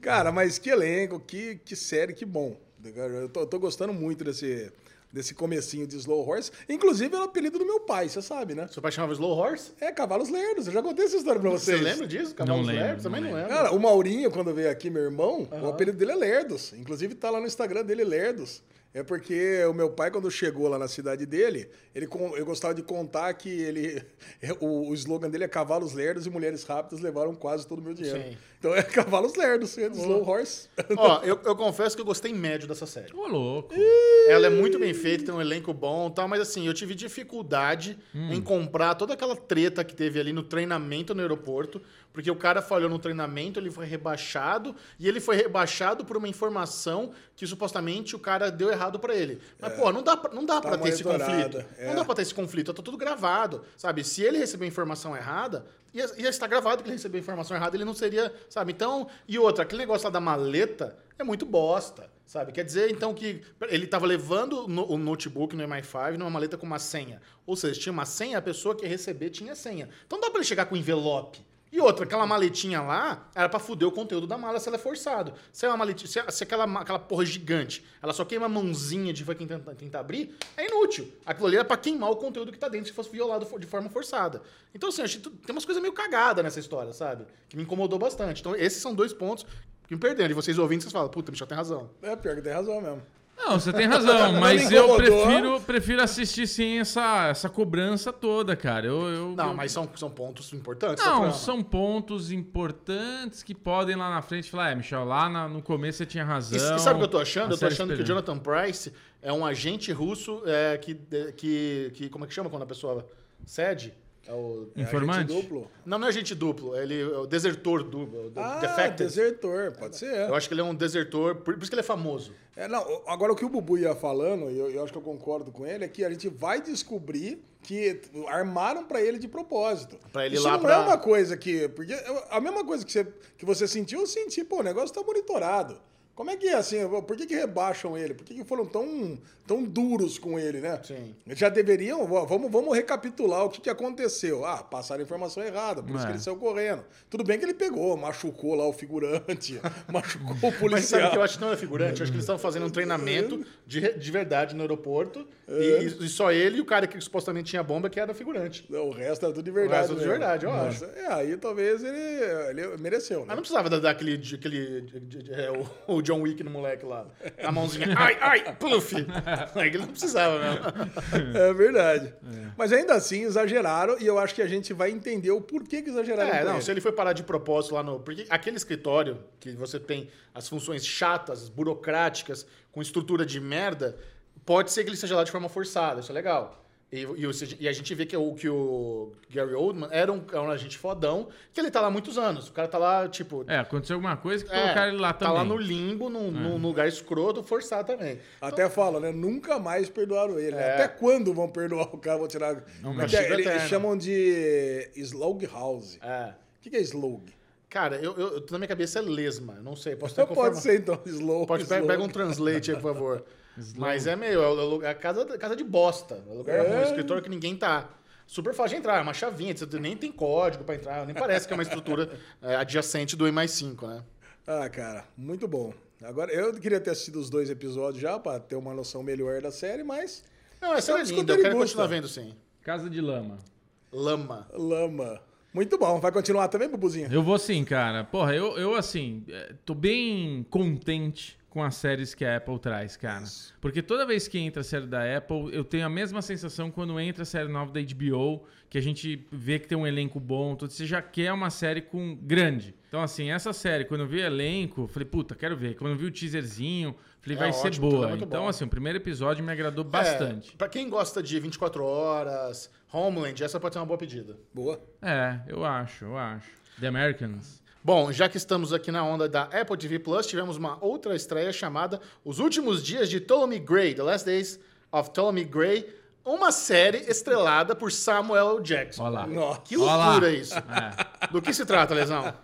S4: Cara, mas que elenco, que, que série, que bom. Eu tô, eu tô gostando muito desse, desse comecinho de Slow Horse. Inclusive, era o apelido do meu pai, você sabe, né?
S1: Seu pai chamava Slow Horse?
S4: É Cavalos Lerdos. Eu já contei essa história pra
S1: Você
S4: vocês.
S1: lembra disso? Cavalos
S2: lembro,
S1: Lerdos?
S2: não
S1: Também não lembro.
S4: Cara, o Maurinho, quando veio aqui, meu irmão, o apelido dele é Lerdos. Inclusive, tá lá no Instagram dele, Lerdos. É porque o meu pai, quando chegou lá na cidade dele, ele, con- eu gostava de contar que ele, [laughs] o, o slogan dele é Cavalos Lerdos e Mulheres Rápidas levaram quase todo o meu dinheiro.
S1: Sim.
S4: Então é Cavalos Lerdos, é Slow Horse. [laughs]
S1: Ó, eu, eu confesso que eu gostei médio dessa série.
S2: Ô, louco.
S1: Ela é muito bem feita, tem um elenco bom e tal, mas assim, eu tive dificuldade
S4: Hum.
S1: em comprar toda aquela treta que teve ali no treinamento no aeroporto, porque o cara falhou no treinamento, ele foi rebaixado, e ele foi rebaixado por uma informação que supostamente o cara deu errado pra ele. Mas, pô, não dá, pra- não dá
S4: É. Tá
S1: pra ter esse
S4: monitorado,
S1: conflito.
S4: é.
S1: Não dá pra ter esse conflito, tá tudo gravado, sabe? Se ele recebeu a informação errada, ia, ia estar gravado que ele recebeu a informação errada, ele não seria, sabe? Então, e outra, aquele negócio lá da maleta é muito bosta, sabe? Quer dizer, então, que ele tava levando no- o notebook no MI5 numa maleta com uma senha. Ou seja, tinha uma senha, a pessoa que ia receber tinha senha. Então, dá pra ele chegar com envelope. E outra, aquela maletinha lá era pra fuder o conteúdo da mala se ela é forçado. Se, é uma maletinha, se, se aquela, ma- aquela porra gigante, ela só queima a mãozinha de quem tenta, tenta abrir, é inútil. Aquilo ali era pra queimar o conteúdo que tá dentro se fosse violado fo- de forma forçada. Então, assim, eu achei tu- tem umas coisas meio cagadas nessa história, sabe? Que me incomodou bastante. Então, esses são dois pontos que me perderam. E vocês ouvindo, vocês falam, puta, Michel tem razão.
S4: É, pior que tem razão mesmo.
S2: Não, você
S1: [laughs]
S2: tem razão,
S4: Não
S2: mas
S4: me
S2: eu
S4: incomodou.
S2: prefiro, prefiro assistir sim essa, essa cobrança toda, cara. Eu, eu-
S1: Não,
S2: eu-
S1: mas são, são pontos importantes. da
S2: Não,
S1: trama.
S2: são pontos importantes que podem lá na frente falar, é, Michel, lá na- no começo você tinha razão.
S1: E, e sabe o que eu tô achando?
S2: a
S1: Eu tô
S2: série
S1: achando que o
S2: esperando.
S1: Jonathan Price é um agente russo é, que, que, que. Como é que chama quando a pessoa cede? É o.
S4: É agente
S2: Informante?
S4: duplo.
S1: Não, não é agente duplo, ele é o desertor duplo. o de-
S4: Ah,
S1: defected.
S4: desertor, pode ser.
S1: Eu acho que ele é um desertor, por por isso que ele é famoso.
S4: É, não, agora o que o Bubu ia falando, e eu, eu acho que eu concordo com ele, é que a gente vai descobrir que armaram pra ele de propósito.
S1: Pra ele ir
S4: Isso
S1: lá
S4: não
S1: pra-
S4: é uma coisa que. Porque eu- a mesma coisa que você, que você sentiu, eu senti, pô, o negócio tá monitorado. Como é que é assim? Por que, que rebaixam ele? Por que, que foram tão, tão duros com ele, né?
S1: Sim.
S4: Já deveriam. ó, Vamos, vamos recapitular o que, que aconteceu. Ah, passaram a informação errada, por isso
S2: É.
S4: que ele saiu correndo. Tudo bem que ele pegou, machucou lá o figurante, [laughs] machucou o policial.
S1: [laughs] Mas sabe o que eu acho que não é figurante? Eu acho que eles estão fazendo um treinamento de, re- de verdade no aeroporto. E, e só ele e o cara que supostamente tinha bomba que era figurante.
S4: Não, o resto era tudo de verdade.
S1: resto era tudo de
S4: mesmo.
S1: verdade, eu
S4: Nossa, É, aí talvez ele, ele mereceu, né?
S1: Mas não precisava dar dar aquele. de- aquele de- de- de- é, o, o John Wick no moleque lá. A mãozinha. Ai, ai, pluf! [laughs] Ele não precisava mesmo.
S4: É verdade. Mas ainda assim, exageraram e eu acho que a gente vai entender o porquê que exageraram.
S1: É,
S4: com
S1: não,
S4: ele.
S1: se ele foi parar de propósito lá no. Porque aquele escritório que você tem as funções chatas, burocráticas, com estrutura de merda, pode ser que ele seja lá de forma forçada, isso é legal. E, e o- e a gente vê que o, que o Gary Oldman era um, era um agente fodão, que ele tá lá há muitos anos. O cara tá lá, tipo.
S2: É, aconteceu alguma coisa que
S1: é,
S2: colocaram ele lá
S1: tá
S2: também. É.
S1: lá no limbo, num, num lugar escroto, forçado também.
S4: Até fala, né? Nunca mais perdoaram ele. né?
S1: É.
S4: Até quando vão perdoar o cara? Vou tirar. Porque
S1: castigo
S4: eles
S1: eterno.
S4: chamam de Slog House. O
S1: É.
S4: que, que é Slog?
S1: Cara, eu, eu, eu- na minha cabeça é lesma, eu não sei, posso ter
S4: Então pode ser então, Slog.
S1: Pode, pe-
S4: slog.
S1: pega, um translate aí, por [laughs] favor. Mas é meio, é, o lu- é a casa, casa de bosta. É lugar ruim, escritório que ninguém tá. Super fácil de entrar, é uma chavinha, você nem tem código pra entrar, nem parece que é uma estrutura [laughs] é, adjacente do MI5, né?
S4: Ah, cara, muito bom. Agora, eu queria ter assistido os dois episódios já, pra ter uma noção melhor da série, mas.
S1: Não, essa
S4: Estamos
S1: é linda, eu quero
S4: com Terry
S1: continuar
S4: Busta.
S1: vendo sim.
S2: Casa de lama.
S1: Lama.
S4: Lama. Muito bom. Vai continuar também, Bubuzinho?
S2: Eu vou sim, cara. Porra, eu, eu assim, eh, tô bem contente com as séries que a Apple traz, cara. Porque toda vez que entra a série da Apple, eu tenho a mesma sensação quando entra a série nova da HBO, que a gente vê que tem um elenco bom, tudo, você já quer uma série com grande. Então, assim, essa série, quando eu vi o elenco, eu falei, puta, quero ver. Quando eu vi o teaserzinho, falei,
S1: É
S2: vai ser
S1: ótimo, tudo é
S2: boa.
S1: muito
S2: Então,
S1: bom.
S2: assim, o primeiro episódio me agradou bastante.
S1: É, pra quem gosta de 24 horas, Homeland, essa pode ser uma boa pedida.
S4: Boa.
S2: É, eu acho, eu acho. The Americans.
S1: Bom, já que estamos aqui na onda da Apple TV Plus, tivemos uma outra estreia chamada Os Últimos Dias de Ptolemy Gray, The Last Days of Ptolemy Gray, uma série estrelada por Samuel Jackson.
S2: Olha lá.
S4: Nossa.
S1: Que
S2: Olha lá.
S1: loucura isso.
S2: [laughs] É.
S1: Do que se trata, Lesão?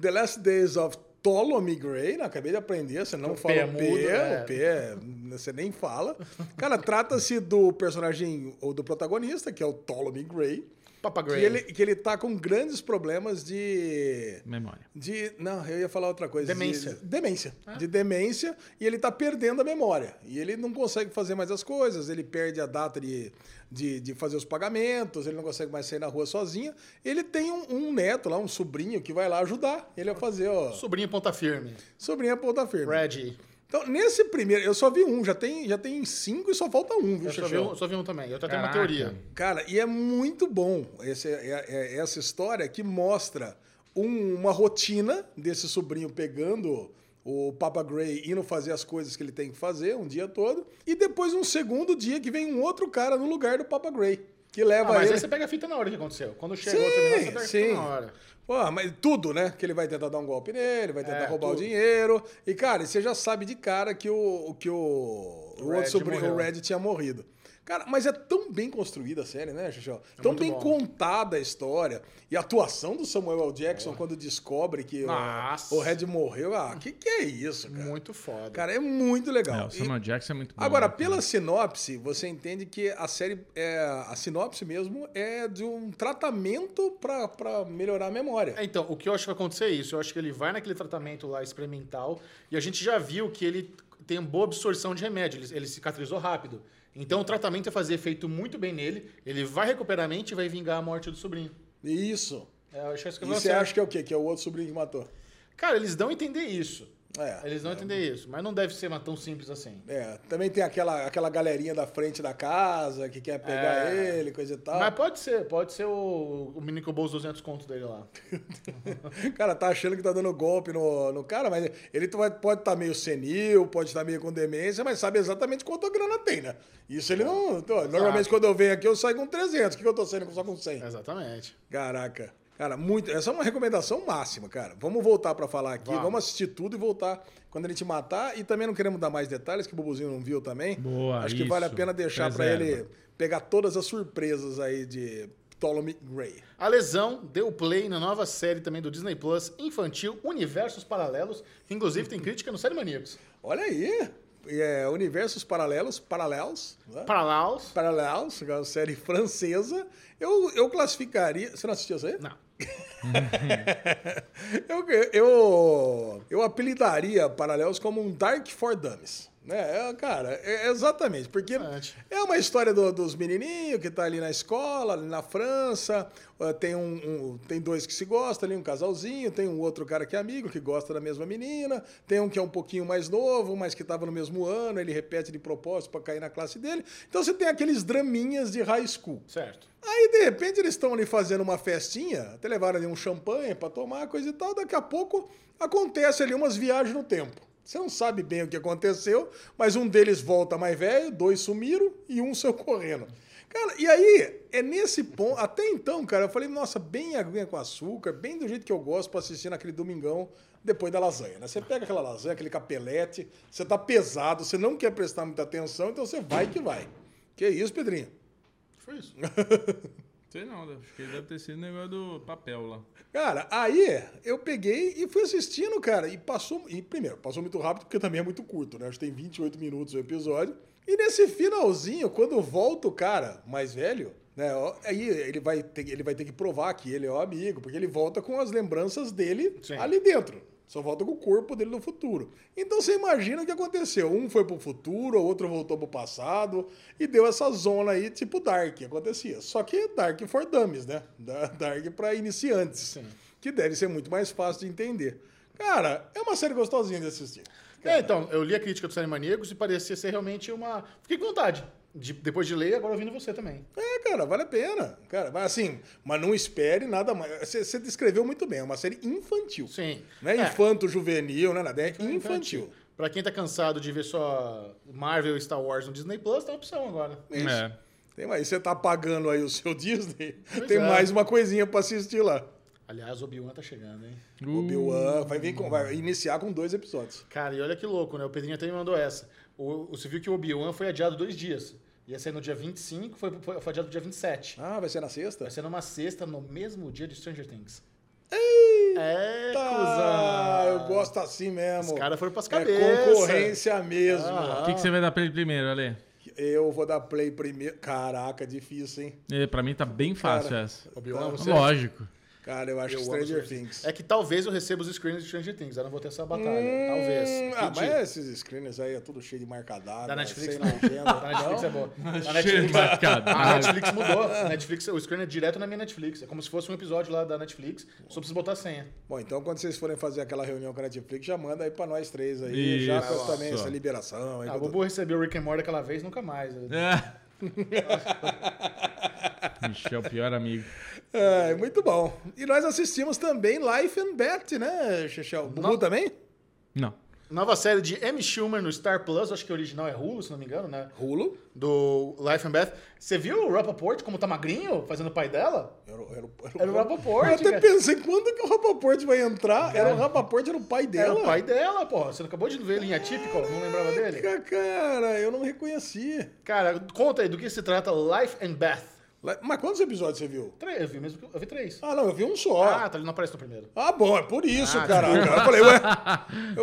S4: The Last Days of Ptolemy Gray, né? acabei de aprender, você não
S1: O
S4: fala
S1: P é
S4: o P,
S1: mudo, né?
S4: o P é- você nem fala. Cara, trata-se do personagem, ou do protagonista, que é o Ptolemy Gray,
S1: Papa
S4: que
S1: Gray.
S4: ele, que ele tá com grandes problemas de...
S2: Memória.
S4: De. Não, eu ia falar outra coisa.
S1: Demência.
S4: De, demência. De demência. E ele tá perdendo a memória. E ele não consegue fazer mais as coisas. Ele perde a data de, de, de fazer os pagamentos. Ele não consegue mais sair na rua sozinho. Ele tem um, um neto lá, um sobrinho, que vai lá ajudar ele a fazer, ó.
S1: Sobrinho ponta firme.
S4: Sobrinho é ponta firme.
S1: Reggie.
S4: Então, nesse primeiro, eu só vi um, já tem, já tem cinco e só falta um, viu,
S1: Eu só vi,
S4: Xaxão?
S1: um, só vi um também. Eu tenho até uma
S2: Caraca.
S1: teoria.
S4: Cara, e é muito bom esse- é- é- essa história que mostra um- uma rotina desse sobrinho pegando o Papa Gray indo fazer as coisas que ele tem que fazer um dia todo, e depois um segundo dia que vem um outro cara no lugar do Papa Gray, que
S1: Ah,
S4: leva
S1: mas
S4: ele...
S1: aí você pega a fita na hora que aconteceu. Quando chega
S4: Sim,
S1: outro negócio, você pega a
S4: sim.
S1: fita na hora.
S4: Pô, mas tudo, né? Que ele vai tentar dar um golpe nele, vai tentar
S1: É,
S4: roubar
S1: tudo.
S4: o dinheiro. E, cara, você já sabe de cara que o, que o, o
S1: Red
S4: outro sobrinho,
S1: morreu.
S4: o Red, tinha morrido. Cara, mas é tão bem construída a série, né, Xixó? tão
S1: É muito
S4: bem
S1: bom.
S4: contada a história. E a atuação do Samuel L. Jackson quando descobre que o,
S1: Nossa.
S4: o Red morreu. Ah, que que é isso, cara?
S1: Muito foda.
S4: Cara, é muito legal.
S2: É, o
S4: E-
S2: Samuel Jackson é muito bom.
S4: Agora,
S2: né?
S4: pela sinopse, você entende que a série, é, a sinopse mesmo, é de um tratamento pra- pra melhorar a memória.
S1: É, Então, o que eu acho que vai acontecer é isso. Eu acho que ele vai naquele tratamento lá experimental e a gente já viu que ele tem boa absorção de remédio, ele, ele cicatrizou rápido. Então o tratamento vai fazer efeito muito bem nele, ele vai recuperar a mente e vai vingar a morte do sobrinho.
S4: Isso.
S1: É, eu acho que isso que
S4: E
S1: vai
S4: você
S1: acontecer.
S4: acha que é o quê? Que é o outro sobrinho que matou?
S1: Cara, eles dão a entender isso.
S4: É.
S1: Eles dão a entender isso, mas não deve ser mas, tão simples assim.
S4: É, também tem aquela, aquela galerinha da frente da casa que quer pegar
S1: É.
S4: ele, coisa e tal.
S1: Mas pode ser, pode ser o, o mini Cobol os 200 contos dele lá. [laughs]
S4: O [laughs] cara tá achando que tá dando golpe no, no cara, mas ele tu vai- pode estar meio senil, pode estar meio com demência, mas sabe exatamente quanto grana tem, né? Isso ele não. tô- normalmente quando eu venho aqui eu saio com 300. O que que eu tô saindo só com 100?
S1: Exatamente.
S4: Caraca. Cara, muito. Essa é uma recomendação máxima, cara. Vamos voltar pra falar aqui,
S1: Vamos.
S4: vamos. assistir tudo e voltar quando ele te matar. E também não queremos dar mais detalhes, que o Bubuzinho não viu também.
S2: Boa,
S4: Acho que vale a
S2: isso.
S4: pena deixar pra
S2: Preserva.
S4: ele pegar todas as surpresas aí de Ptolemy Gray.
S1: A Lesão deu play na nova série também do Disney Plus infantil Universos Paralelos, que inclusive tem crítica no Série Maníacos.
S4: Olha aí! É, universos paralelos, paralelos. Né?
S1: Paralaus?
S4: Paralelos, que é uma série francesa. Eu, eu classificaria. Você não assistiu isso aí?
S1: Não.
S4: [laughs] Eu, eu, eu apelidaria Paralelos como um Dark for Dummies. Né? É, cara, é- exatamente. Porque
S1: Verdade.
S4: é uma história do- dos menininhos que tá ali na escola, ali na França. eh, Tem, um, um- tem dois que se gostam ali, um casalzinho. Tem um outro cara que é amigo, que gosta da mesma menina. Tem um que é um pouquinho mais novo, mas que tava no mesmo ano. Ele repete de propósito para cair na classe dele. Então você tem aqueles draminhas de high school.
S1: Certo.
S4: Aí, de repente, eles estão ali fazendo uma festinha, até levaram ali um champanhe pra tomar, coisa e tal. Daqui a pouco acontece ali umas viagens no tempo. Você não sabe bem o que aconteceu, mas um deles volta mais velho, dois sumiram e um saiu correndo. Cara, e aí, é nesse ponto. Até então, cara, eu falei, nossa, bem aguinha com açúcar, bem do jeito que eu gosto pra assistir naquele domingão depois da lasanha, né? Você pega aquela lasanha, aquele capelete, você tá pesado, você não quer prestar muita atenção, então você vai que vai. Que isso, Pedrinho?
S1: Foi
S4: [laughs]
S1: isso.
S2: Sei não, acho que deve ter sido negócio do papel lá.
S4: Cara, aí eu peguei e fui assistindo, cara, e passou. E primeiro, passou muito rápido porque também é muito curto, né? Acho que tem 28 minutos o episódio. E nesse finalzinho, quando volta o cara mais velho, né? ó, Aí ele vai ter, ele vai ter que provar que ele é o amigo, porque ele volta com as lembranças dele
S1: Sim.
S4: ali dentro. Só volta com o corpo dele no futuro. Então você imagina o que aconteceu. Um foi pro futuro, o outro voltou pro passado e deu essa zona aí, tipo Dark, acontecia. Só que Dark for Dummies, né? Da- Dark pra iniciantes. Que deve ser muito mais fácil de entender. Cara, é uma série gostosinha de assistir.
S1: É, então, eu li a crítica do Série Maníacos e parecia ser realmente uma. Fiquei com vontade. de- depois de ler, agora ouvindo você também.
S4: É, cara, vale a pena. Cara, mas assim, mas não espere nada mais. Você você descreveu muito bem, é uma série infantil.
S1: Sim.
S4: Não é, infanto juvenil, não é nada, é
S1: É,
S4: infantil.
S1: Pra quem tá cansado de ver só Marvel e Star Wars no Disney Plus, tem opção agora.
S4: Isso.
S2: É.
S4: Tem mais. Você tá pagando aí o seu [laughs] Disney,
S1: Pois
S4: tem
S1: é.
S4: mais uma coisinha pra assistir lá.
S1: Aliás, Obi-Wan tá chegando, hein?
S4: O Obi-Wan vai, vir com- vai iniciar com dois episódios.
S1: Cara, e olha que louco, né? O Pedrinho até me mandou essa. O, você viu que o Obi-Wan foi adiado dois dias. Ia sair no dia 25, foi, foi, foi adiado pro dia 27.
S4: Ah, vai ser na sexta?
S1: Vai ser numa sexta, no mesmo dia de Stranger Things. É,
S4: Ah,
S1: cuzão.
S4: Tá, eu gosto assim mesmo.
S1: Os caras foram pras
S4: É
S1: cabeças.
S4: concorrência mesmo.
S1: Ah.
S2: O que, que você vai dar pra ele primeiro, Ale?
S4: Eu vou dar play primeiro. Caraca, difícil, hein?
S2: É, Pra mim tá bem fácil essa.
S4: Tá,
S1: Obi-Wan,
S4: você-
S2: Lógico.
S4: Cara, eu acho que
S1: Eu amo
S4: Stranger
S1: Stranger
S4: Things.
S1: É que talvez eu receba os screens de Stranger Things. Eu não vou ter essa batalha.
S4: Hum,
S1: talvez.
S4: Ah,
S1: Pedi.
S4: mas esses screens aí é tudo cheio de marca d'água.
S1: Da Netflix [laughs]
S4: sem
S1: não.
S4: legenda.
S1: Da Netflix é boa. A
S2: Cheio
S1: Netflix,
S2: marcado.
S1: a Netflix mudou. A Netflix, o screen é direto na minha Netflix. É como se fosse um episódio lá da Netflix. Só preciso botar a senha.
S4: Bom, então quando vocês forem fazer aquela reunião com a Netflix, já manda aí pra nós três aí.
S2: Isso.
S4: Já com também
S2: Nossa.
S4: essa liberação. Aí,
S1: Ah,
S4: com
S1: o Bubu recebeu o Rick and Morty aquela vez, nunca mais.
S2: [laughs] É. Michel, é pior amigo.
S4: tudo. É, muito bom. E nós assistimos também Life and Beth, né, Xexel? Bubu
S1: Não.
S4: também?
S2: Não.
S1: Nova série de M. Schumer no Star Plus, acho que o original é Hulu, se não me engano, né?
S4: Rulo.
S1: Do Life and Beth. Você viu o Rappaport como tá magrinho, fazendo o pai dela?
S4: Era, o- era, o-
S1: Era o Rappaport,
S4: Eu até
S1: cara.
S4: pensei, quando que o Rapaport vai entrar? Era o Rapaport, era o pai dela.
S1: Era o pai dela, porra. Você não acabou de ver ele em Atípico? Não lembrava dele?
S4: Caraca, Cara, eu não reconheci.
S1: Cara, conta aí do que se trata Life and Beth.
S4: Lá- Mas quantos episódios você viu?
S1: Três, Eu vi mesmo que eu vi três.
S4: Ah, não, eu vi um só.
S1: Ah,
S4: Ah,
S1: tá, ele não aparece no primeiro.
S4: bom, é por isso, caraca. Eu falei, ué. Eu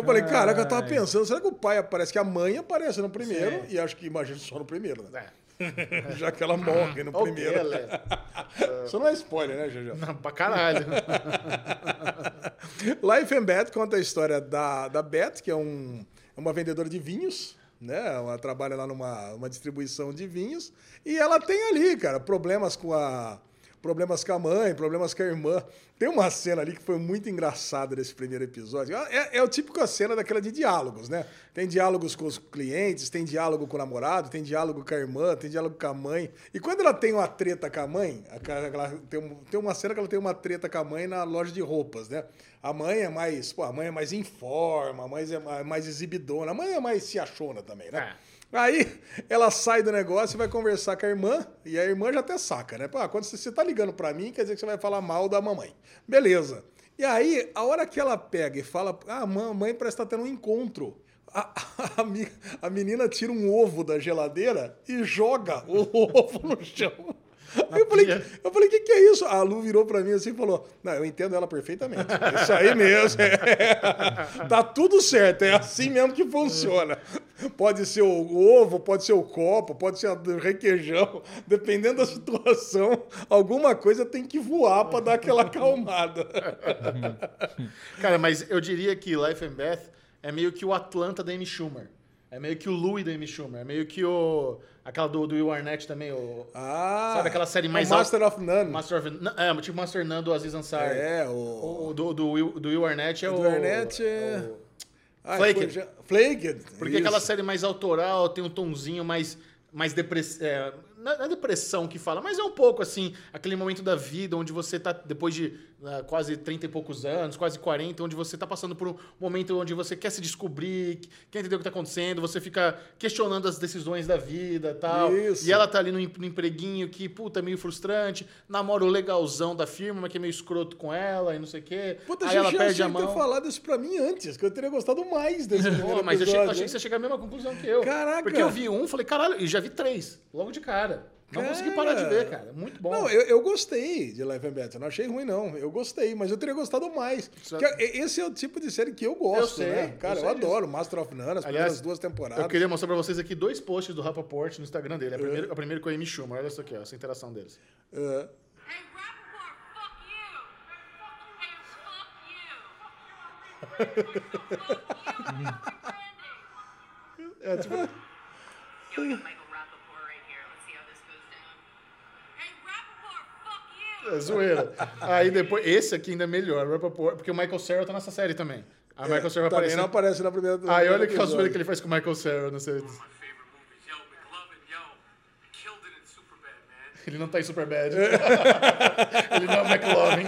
S1: [laughs]
S4: falei, caraca, eu tava pensando, será que o pai aparece? Que a mãe aparece no primeiro, e acho que imagino só no primeiro,
S1: [laughs]
S4: né?
S1: É.
S4: Já que ela morre no
S1: Ô,
S4: primeiro.
S1: beleza.
S4: [laughs] Isso não é spoiler, né, Jojo?
S1: Não, pra caralho. [laughs]
S4: [laughs] Life and Beth conta a história da, da Beth, que é um, é uma vendedora de vinhos, né? Ela trabalha lá numa uma distribuição de vinhos. E ela tem ali, cara, problemas com a. Problemas com a mãe, problemas com a irmã. Tem uma cena ali que foi muito engraçada nesse primeiro episódio. É, é o típico a cena daquela de diálogos, né? Tem diálogos com os clientes, tem diálogo com o namorado, tem diálogo com a irmã, tem diálogo com a mãe. E quando ela tem uma treta com a mãe, a cara- ela tem, um- tem uma cena que ela tem uma treta com a mãe na loja de roupas, né? A mãe é mais, pô, a mãe é mais em forma, a mãe é ma- mais exibidona, a mãe é mais se achona também, né? Aí ela sai do negócio e vai conversar com a irmã, e a irmã já até saca, né? Pô, ah, quando você, você tá ligando pra mim, quer dizer que você vai falar mal da mamãe. Beleza. E aí, a hora que ela pega e fala, ah, a mamãe parece que tá tendo um encontro. A, a mi- a menina tira um ovo da geladeira e joga o [laughs] ovo no chão. Aí eu falei,
S1: pia.
S4: eu falei, o que, que é isso? A Lu virou pra mim assim e falou: Não, eu entendo ela perfeitamente. É isso aí mesmo. [laughs] É. [laughs] Tá tudo certo, é assim mesmo que funciona. Pode ser o ovo, pode ser o copo, pode ser o requeijão. Dependendo da situação, alguma coisa tem que voar pra
S1: [laughs]
S4: dar aquela acalmada.
S1: Cara, mas eu diria que Life and Beth é meio que o Atlanta da Amy Schumer. É meio que o Louis da Amy Schumer. É meio que o. Aquela do, do Will Arnett também, o.
S4: Ah,
S1: Sabe aquela série mais
S4: o Master of None.
S1: Master of. N- É, tipo Master Nando Aziz Ansari.
S4: É, o.
S1: O, o do, do, Will, do Will Arnett é o.
S4: do Arnett é-
S1: é o-
S4: Ai,
S1: Flaked.
S4: foi já- Flaked.
S1: Porque
S4: isso.
S1: aquela série mais autoral tem um tonzinho mais. mais depress... é, não é não é depressão que fala, mas é um pouco assim, aquele momento da vida onde você tá, depois de ah, quase 30 e poucos anos, quase 40, onde você tá passando por um momento onde você quer se descobrir, quer entender o que tá acontecendo, você fica questionando as decisões da vida tal.
S4: Isso.
S1: E ela tá ali no, em- no empreguinho que, puta, é meio frustrante, namora o legalzão da firma, mas que é meio escroto com ela e não sei o quê.
S4: Puta,
S1: Aí ela
S4: Xuxa,
S1: perde
S4: achei
S1: a
S4: que ter
S1: mão.
S4: falado isso pra mim antes, que eu teria gostado mais
S1: [laughs]
S4: desse
S1: Pô,
S4: primeiro
S1: mas eu achei,
S4: episódio,
S1: achei
S4: hein?
S1: que você chegou à mesma conclusão que eu.
S4: Caraca.
S1: Porque eu vi um, falei, caralho, e já vi três, logo de cara. Não
S4: Cara.
S1: consegui parar de ver, cara. Muito bom.
S4: Não, eu, eu gostei de Life and Beth, eu não achei ruim não, eu gostei, mas eu teria gostado mais.
S1: Isso é-
S4: Porque Esse é o tipo de série que eu gosto,
S1: Eu sei,
S4: né? Cara,
S1: eu sei
S4: eu, adoro Master of None, as primeiras
S1: Aliás,
S4: duas temporadas.
S1: Eu queria mostrar pra vocês aqui dois posts do Rapaport no Instagram dele. A primeira, a primeira com a Amy Schumer. Olha isso aqui, ó, essa interação deles.
S4: É.
S6: Hey, Rappaport, fuck you! Hey, fuck you! Fuck you!
S1: É, tipo,
S6: Yo, we got Michael Rappaport right here. Let's see how this goes down. Hey, Rappaport, fuck you!
S1: é
S4: [laughs]
S1: zoeira. Aí depois, esse aqui ainda é melhor, Rapaport, porque o Michael Cera tá nessa série também. A Michael Cera
S4: Também
S1: aparece.
S4: É, tá não aparece na primeira
S1: Aí olha
S4: no
S1: que zoeira
S4: episódio.
S1: que ele faz com o Michael Cera, não
S4: [laughs]
S1: sei.
S7: my favorite movies. Yo, McLovin, yo, killed it in Superbad, man.
S1: Ele não tá em Superbad. [laughs]
S4: É.
S1: ele não é o McLovin.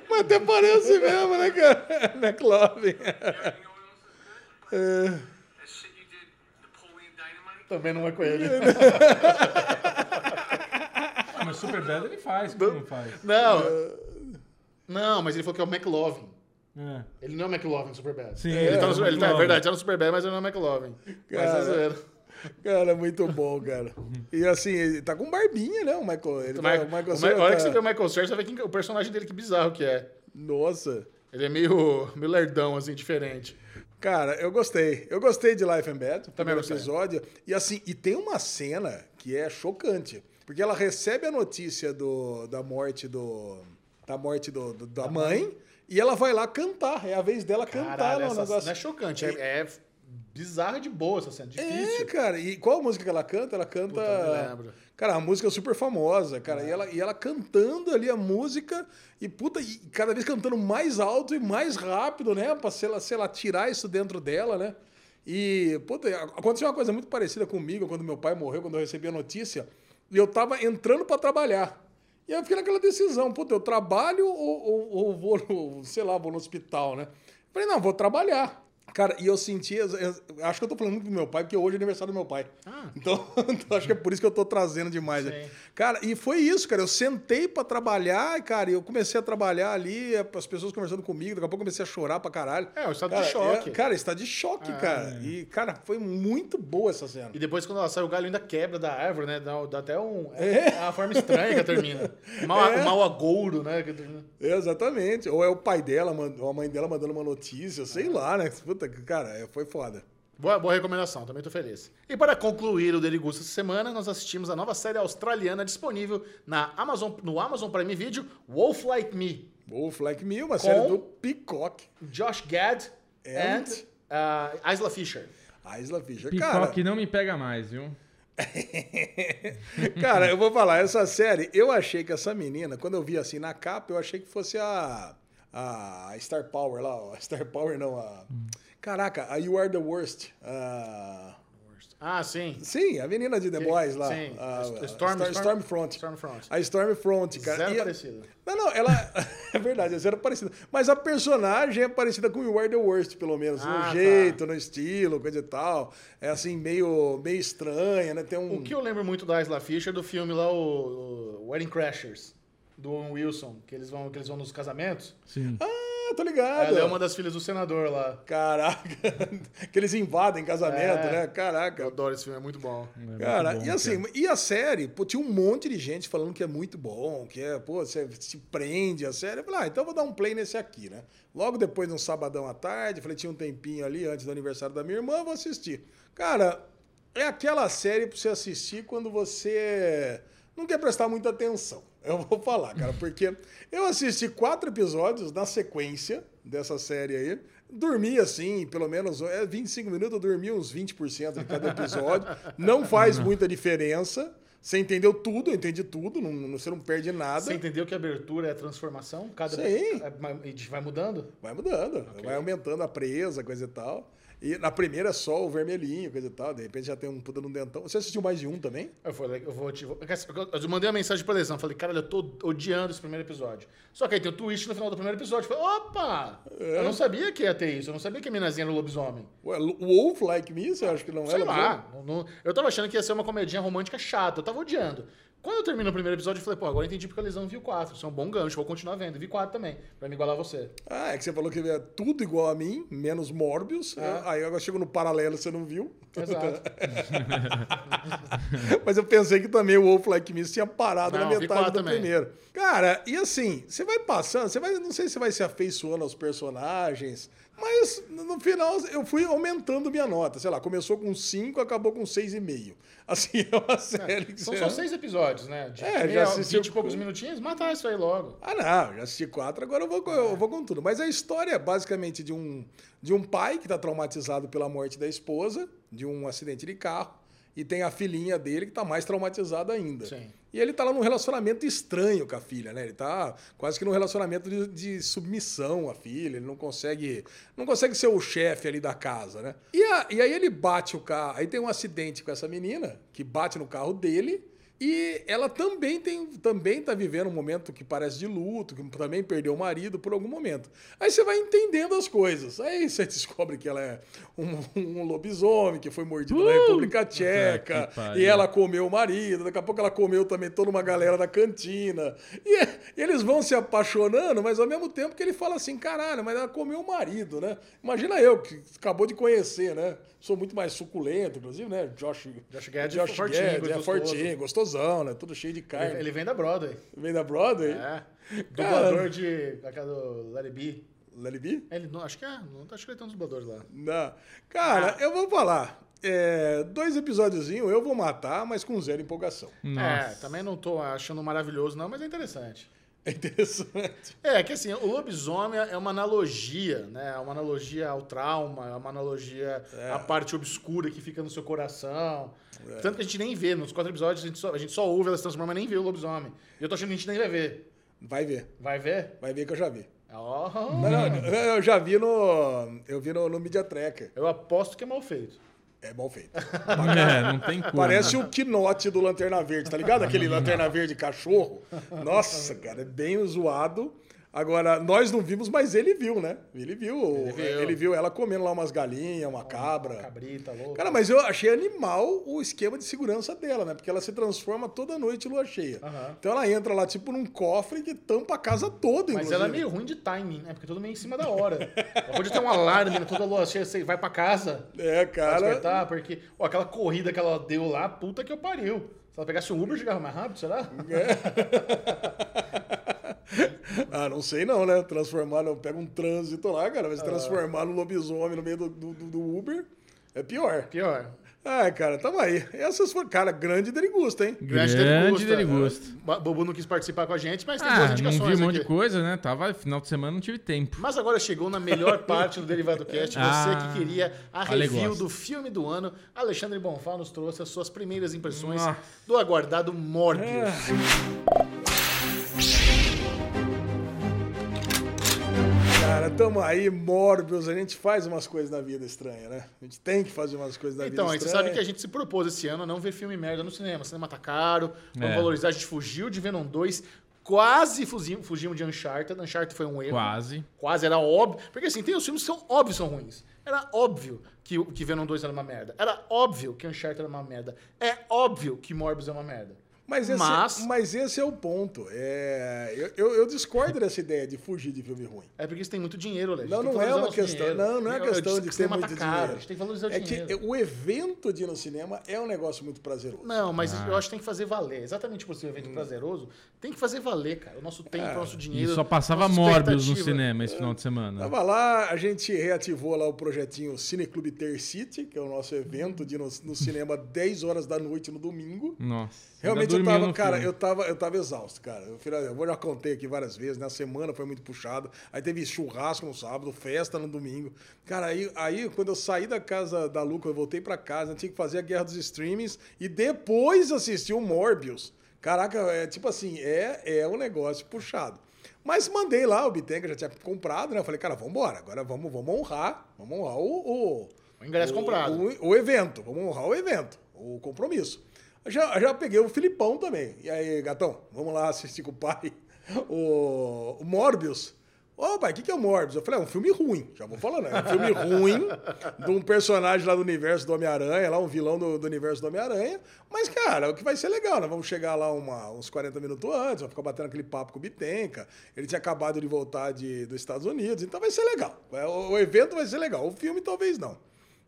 S1: [laughs]
S4: Mas até parece mesmo, né, cara? [laughs] McLovin.
S7: You know what else is good? That shit you did, Napoleon Dynamite.
S1: Também não é com ele.
S2: Ah, mas Super Bad ele faz, como não faz?
S1: Não.
S4: É.
S1: Não, mas ele falou que é o McLovin.
S2: É.
S1: Ele não é o McLovin Superbad.
S2: Sim,
S1: ele,
S2: ele
S1: tá
S2: é
S1: no,
S2: o
S1: ele tá, é
S2: McLovin.
S1: verdade, tá no Superbad, mas ele não é o McLovin. Mas é
S4: Cara.
S1: zoeira.
S4: Cara, é muito bom, cara. E assim, ele tá com barbinha, né? O Michael. Ele
S1: O
S4: tá-
S1: Michael-
S4: o Michael
S1: o Ma- a hora que você
S4: tá-
S1: vê o Michael Cera, você vê quem- o personagem dele que bizarro que é.
S4: Nossa.
S1: Ele é meio, meio lerdão, assim, diferente.
S4: Cara, eu gostei. Eu gostei de Life and Bad, o primeiro
S1: gostei.
S4: episódio. E assim, e tem uma cena que é chocante. Porque ela recebe a notícia do, da morte do. Da morte do, do- da mãe. E ela vai lá cantar. É a vez dela cantar
S1: Caralho,
S4: no
S1: essa
S4: negócio.
S1: cena é chocante. É, é bizarra de boa essa cena,
S4: É,
S1: difícil.
S4: cara. E qual a música que ela canta? Ela canta.
S1: Puta, não me lembro.
S4: Cara, a música é super famosa, cara. E, ela, e ela cantando ali a música e, puta, e cada vez cantando mais alto e mais rápido, né? Pra, sei lá, sei lá, tirar isso dentro dela, né? E, puta, aconteceu uma coisa muito parecida comigo quando meu pai morreu, quando eu recebi a notícia. E eu tava entrando pra trabalhar. E aí eu fiquei naquela decisão, puta, eu trabalho ou, ou- ou vou, no, sei lá, vou no hospital, né? Falei, não, vou trabalhar. Cara, e eu senti. ex- ex- acho que eu tô falando muito do meu pai, porque hoje é aniversário do meu pai.
S1: Ah.
S4: Então, [laughs] então acho que é por isso que eu tô trazendo demais. né? Cara, e foi isso, cara. Eu sentei pra trabalhar, cara, e eu comecei a trabalhar ali, as pessoas conversando comigo, daqui a pouco eu comecei a chorar pra caralho.
S1: É, o estado de
S4: Cara,
S1: choque. Ah, é.
S4: é- cara, está de choque, cara. E, cara, foi muito boa essa cena.
S1: E depois, quando ela sai, o galho ainda quebra da árvore, né? Dá, dá até um. É. uma forma estranha que
S4: [laughs]
S1: termina. Mal,
S4: É.
S1: mal agouro, né? que termina.
S4: Exatamente. Ou é o pai dela, man- ou a mãe dela mandando uma notícia,
S1: Ah.
S4: sei lá, né? Puta, cara, é- foi foda.
S1: Boa, boa recomendação, também tô feliz. E para concluir o Derigusta essa semana, nós assistimos a nova série australiana disponível na Amazon, no Amazon Prime Video, Wolf Like Me,
S4: Wolf Like Me, uma série do Peacock.
S1: Josh Gad
S4: And?
S1: and uh, Isla Fisher.
S4: A Isla Fisher. Cara,
S2: Pipoque não me pega mais, viu?
S4: [laughs] cara, eu vou falar, essa série, eu achei que essa menina, quando eu vi assim na capa, eu achei que fosse a, a Star Power lá, ó. [laughs] Star Power não, a... Caraca, a You Are The Worst. a-
S1: Ah, sim.
S4: Sim, a menina de The Boys lá.
S1: sim.
S4: a- a-
S1: Storm-
S4: Star-
S1: Storm-
S4: Stormfront.
S1: Stormfront.
S4: A Stormfront, cara.
S1: Zero
S4: E a-
S1: parecida.
S4: Não, não, ela. [laughs] é verdade, é zero parecida. Mas a personagem é parecida com You Are the Worst, pelo menos.
S1: Ah,
S4: no
S1: tá.
S4: jeito, no estilo, coisa e tal. É assim, meio, meio estranha, né? Tem um.
S1: O que eu lembro muito da Isla Fisher é do filme lá, o, o Wedding Crashers, do Owen Wilson, que eles vão, que eles vão nos casamentos.
S2: Sim.
S4: Ah, tô ligado.
S1: Ela é uma das filhas do senador lá.
S4: Caraca, [laughs] que eles invadem casamento,
S1: É.
S4: né?
S1: Eu
S4: Caraca.
S1: adoro esse filme, é muito bom.
S4: Cara, e assim, e a série, pô, tinha um monte de gente falando que é muito bom, que é, pô, você se prende a série. Eu falei, ah, então eu vou dar um play nesse aqui, né? Logo depois, num sabadão à tarde, falei, tinha um tempinho ali antes do aniversário da minha irmã, eu vou assistir. Cara, é aquela série pra você assistir quando você não quer prestar muita atenção. [laughs] Eu vou falar, cara, porque eu assisti quatro episódios na sequência dessa série aí. Dormi assim, pelo menos é, 25 minutos, eu dormi uns 20% de cada episódio. Não faz muita diferença. Você entendeu tudo, eu entendi tudo, não, não- você não perde nada.
S1: Você entendeu que a abertura é a transformação? Cada
S4: Sim.
S1: é- ma- e vai mudando?
S4: Vai mudando, vai aumentando a presa, coisa e tal. E na primeira é só o vermelhinho, coisa e tal. De repente já tem um puta no dentão. Você assistiu mais de um também?
S1: Eu falei, eu vou te. vou- Eu mandei uma mensagem pra Lesão, falei, caralho, eu tô odiando esse primeiro episódio. Só que aí tem o twist no final do primeiro episódio. Eu Falei, opa!
S4: É.
S1: Eu não sabia que ia ter isso, eu não sabia que a minazinha era o lobisomem.
S4: Ué, o Wolf Like Me, você acha que não
S1: Sei
S4: era?
S1: lá. não- não- eu tava achando que ia ser uma comedinha romântica chata, eu tava odiando. Quando eu termino o primeiro episódio, eu falei, pô, agora eu entendi porque a Lesão viu quatro. Isso é um bom gancho, vou continuar vendo. Vi quatro também, pra me igualar a
S4: [laughs]
S1: você.
S4: Ah, é que você falou que é tudo igual a mim, menos Morbius.
S1: É.
S4: Eu- Aí agora chego no paralelo, você não viu. [laughs]
S1: Exato.
S4: Mas eu pensei que também o Wolf Like Me tinha parado
S1: Não,
S4: na
S1: vi
S4: metade
S1: quatro
S4: do
S1: também.
S4: primeiro. Cara, e assim, você vai passando, você vai, não sei se você vai se afeiçoando aos personagens, mas no no final eu fui aumentando minha nota. Sei lá, começou com 5, acabou com 6,5. [laughs] Assim, é uma série que
S1: São
S4: você-
S1: só seis episódios, né? De
S4: É, já
S1: meia-
S4: assistiu-
S1: 20 e poucos minutinhos, matar isso aí logo.
S4: Ah, não, já assisti quatro, agora eu vou, com- eu vou com tudo. Mas a história é basicamente de um, de um pai que está traumatizado pela morte da esposa, de um acidente de carro, e tem a filhinha dele que está mais traumatizada ainda.
S1: Sim.
S4: E ele tá lá num relacionamento estranho com a filha, né? Ele tá quase que num relacionamento de, de submissão à filha, ele não consegue, não consegue ser o chefe ali da casa, né? E, a- e aí ele bate o carro, aí tem um acidente com essa menina, que bate no carro dele, E ela também tem, também tá vivendo um momento que parece de luto, que também perdeu o marido por algum momento. Aí você vai entendendo as coisas. Aí você [laughs] descobre que ela é um, um lobisomem que foi mordido na República Tcheca
S2: que pariu.
S4: e ela comeu o marido. Daqui a pouco ela comeu também toda uma galera da cantina. E é- eles vão se apaixonando, mas ao mesmo tempo que ele fala assim, caralho, mas ela comeu o marido, né? Imagina eu que acabou de conhecer, né? Sou muito mais suculento, inclusive, né? Josh
S1: Josh Gad
S4: Josh
S1: fortinho,
S4: Gad, é
S1: gostoso.
S4: fortinho, gostosão, né? Tudo cheio de carne.
S1: Ele, ele vem da Broadway.
S4: Vem da Broadway?
S1: É.
S4: Cara.
S1: Dublador de. Daquela do Larry B.
S4: Let it be?
S1: Ele não, acho que é. Não acho que ele tem uns dubladores lá.
S4: Não. Cara,
S1: Ah.
S4: eu vou falar. É, dois episódiozinhos eu vou matar, mas com zero empolgação.
S1: É, também não tô achando maravilhoso, não, mas é interessante.
S4: É interessante.
S1: É, que assim, o lobisomem é uma analogia, né? É uma analogia ao trauma, é uma analogia
S4: É.
S1: à parte obscura que fica no seu coração. Tanto que a gente nem vê, nos quatro episódios a gente só, a gente só ouve ela se transformar, mas nem vê o lobisomem. E eu tô achando que a gente nem vai ver.
S4: Vai ver,
S1: Vai ver? É,
S4: vai ver que eu já vi.
S1: Ó,
S4: Não, não, eu já vi no. Eu vi no, no Media Tracker.
S1: Eu aposto que é mal feito.
S4: É mal feito.
S2: [laughs] É, não tem como.
S4: Parece o quinote do Lanterna Verde, tá ligado? Aquele Lanterna Verde cachorro. Nossa, cara, é bem zoado. Agora, nós não vimos, mas ele viu, né? Ele viu. Ele
S1: viu.
S4: viu, ela comendo lá umas galinhas, uma cabra.
S1: Cabrita, louco.
S4: É. Cara, mas eu achei animal o esquema de segurança dela, né? Porque ela se transforma toda noite em lua cheia.
S1: Aham.
S4: Então ela entra lá, tipo, num cofre que tampa a casa toda,
S1: Mas
S4: inclusive.
S1: ela é meio ruim de timing, né? Porque tudo meio em cima da hora. [laughs] Ela Pode ter um alarme, né? toda lua cheia, você vai pra casa,
S4: É,
S1: pra
S4: cara.
S1: despertar, porque... Ó, aquela corrida que ela deu lá, puta que eu pariu. Se ela pegasse um Uber, chegava mais rápido, será?
S4: ah, não sei não, né? Transformar, não, pega um trânsito lá, cara,
S1: Ah.
S4: mas transformar no lobisomem no meio do, do- do- do Uber é pior.
S1: Pior.
S4: Ah, cara, tamo aí. Essas foram, cara, grande derigusta, hein?
S2: Grande Derigusta.
S1: Ba- Bobo não quis participar com a gente, mas tem boas
S2: Ah, não
S1: indicações
S2: vi um monte de
S1: aqui.
S2: coisa, né? Tava final de semana, não tive tempo.
S1: Mas agora chegou na
S2: [laughs]
S1: melhor parte do Derivado Cast. Você
S2: Ah,
S1: que queria a
S2: Ale
S1: review
S2: gosta.
S1: do filme do ano, Alexandre Bonfá nos trouxe as suas primeiras impressões
S2: Nossa. É.
S1: do aguardado Morbius.
S4: Cara, tamo aí, Morbius. A gente faz umas coisas na vida estranha, né? A gente tem que fazer umas coisas na
S1: Então,
S4: vida
S1: aí você
S4: estranha.
S1: sabe que a gente se propôs esse ano a não ver filme merda no cinema. O cinema tá caro, vamos
S2: É.
S1: valorizar. A gente fugiu de Venom 2, quase fugimos, fugimos de Uncharted. Uncharted foi um erro.
S2: Quase.
S1: Quase, era óbvio. Porque assim, tem os filmes que são óbvios são ruins. Era óbvio que, o- que Venom 2 era uma merda. Era óbvio que Uncharted era uma merda. É óbvio que Morbius é uma merda.
S4: Mas esse,
S1: Mas-
S4: mas... esse é o ponto. É, eu, eu- eu discordo dessa ideia de fugir de filme ruim.
S1: É porque isso tem muito dinheiro, Léo.
S4: Não,
S1: Tem que
S4: não é
S1: valorizar
S4: uma
S1: nosso
S4: questão.
S1: dinheiro.
S4: Não, não é
S1: Eu- eu
S4: questão
S1: disse
S4: de
S1: que o
S4: ter
S1: cinema
S4: muito
S1: tá caro,
S4: dinheiro.
S1: A gente tem que valorizar o
S4: é
S1: dinheiro.
S4: que o evento de ir no cinema é um negócio muito prazeroso.
S1: Não, mas
S2: Ah.
S1: eu acho que tem que fazer valer. Exatamente por ser um
S4: Hum.
S1: evento prazeroso, tem que fazer valer, cara. O nosso tempo, o nosso
S2: Ah, E
S1: dinheiro.
S2: só passava
S1: nossa
S2: Morbius no
S1: expectativa.
S2: cinema esse final de semana.
S4: Tava lá, a gente reativou lá o projetinho Cineclube Ter City, que é o nosso evento de ir no, no cinema 10 horas da noite no domingo.
S2: Nossa. ainda
S4: Realmente eu
S2: dormiu
S4: tava,
S2: no
S4: cara,
S2: filme.
S4: eu tava, eu tava exausto, cara. Eu, fui lá- eu já contei aqui várias vezes, né? A semana foi muito puxada. Aí teve churrasco no sábado, festa no domingo. Cara, aí, aí quando eu saí da casa da Luca, eu voltei pra casa, eu tinha que fazer a guerra dos streamings e depois assistir o Morbius. Caraca, é tipo assim, é, é um negócio puxado. Mas mandei lá, o Bitenga já tinha comprado, né? Eu falei, cara, vambora, agora vamos, vamos honrar, vamos honrar o- o,
S1: O ingresso
S4: o-
S1: comprado.
S4: O, o evento, vamos honrar o evento, o compromisso. Já, já peguei o Filipão também. E aí, gatão, vamos lá assistir com o pai [laughs] o, o Morbius. Ô, pai, o que, que é o Morbius? Eu falei, é um filme ruim. Já vou falando, é um filme
S1: [laughs]
S4: ruim de um personagem lá do universo do Homem-Aranha, lá um vilão do, do universo do Homem-Aranha. Mas, cara, o que vai ser legal, nós vamos chegar lá uma- uns 40 minutos antes, vamos ficar batendo aquele papo com o Bitenca. Ele tinha acabado de voltar de, dos Estados Unidos, então vai ser legal. O- o evento vai ser legal, o filme talvez não.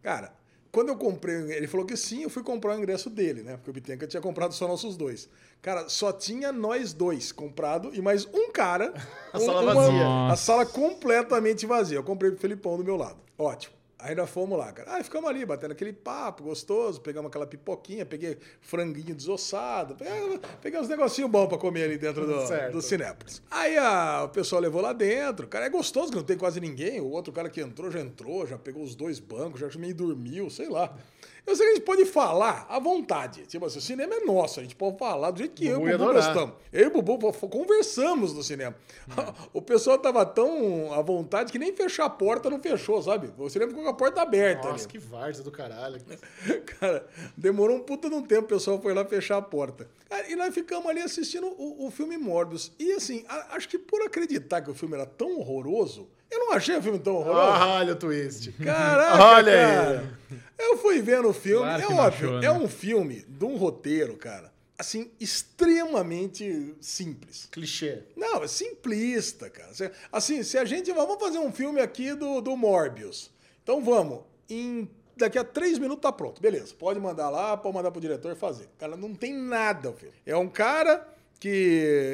S4: Cara, quando eu comprei, ele falou que sim, eu fui comprar o ingresso dele, né? Porque o Bitenca tinha comprado só nossos dois. Cara, só tinha nós dois comprado e mais um cara.
S1: [laughs] A
S4: um-
S1: sala
S4: uma-
S1: vazia.
S4: A sala completamente vazia. Eu comprei pro Felipão do meu lado. Ótimo. Aí nós fomos lá, cara. Aí ficamos ali, batendo aquele papo gostoso, pegamos aquela pipoquinha, peguei franguinho desossado, peguei, peguei uns negocinhos bons pra comer ali dentro do,
S1: Certo.
S4: do Cinépolis. Aí a- o pessoal levou lá dentro. Cara, é gostoso que não tem quase ninguém. O outro cara que entrou já entrou, já pegou os dois bancos, já meio dormiu, sei lá. Eu Eu sei que a gente pode falar à vontade. Tipo assim, o cinema é nosso, a gente pode falar do jeito que eu
S1: Bubu
S4: e
S1: ia
S4: o Bubu
S1: adorar.
S4: gostamos. Eu e o Bubu f- conversamos no cinema.
S2: Hum.
S4: [laughs] O pessoal tava tão à vontade que nem fechar a porta não fechou, sabe? O cinema ficou com a porta aberta.
S1: Nossa,
S4: ali.
S1: que várzea do caralho.
S4: [laughs] Cara, demorou um puta de um tempo, o pessoal foi lá fechar a porta. Cara, E nós ficamos ali assistindo o, o filme Morbius. E assim, a- acho que por acreditar que o filme era tão horroroso, eu não achei o filme tão horroroso.
S2: Ah.
S1: Olha o twist.
S4: Caraca,
S1: Olha aí.
S4: cara. Eu fui vendo o filme,
S2: Claro
S4: é
S2: que
S4: óbvio,
S2: não achou, né?
S4: é um filme de um roteiro, cara, assim, extremamente simples.
S1: Clichê.
S4: Não, é simplista, cara. Cê- Assim, se a gente. Vamos fazer um filme aqui do, do Morbius. Então vamos. Em, daqui a três minutos tá pronto. Beleza. Pode mandar lá, pode mandar pro diretor fazer. Cara, não tem nada o filme. É um cara que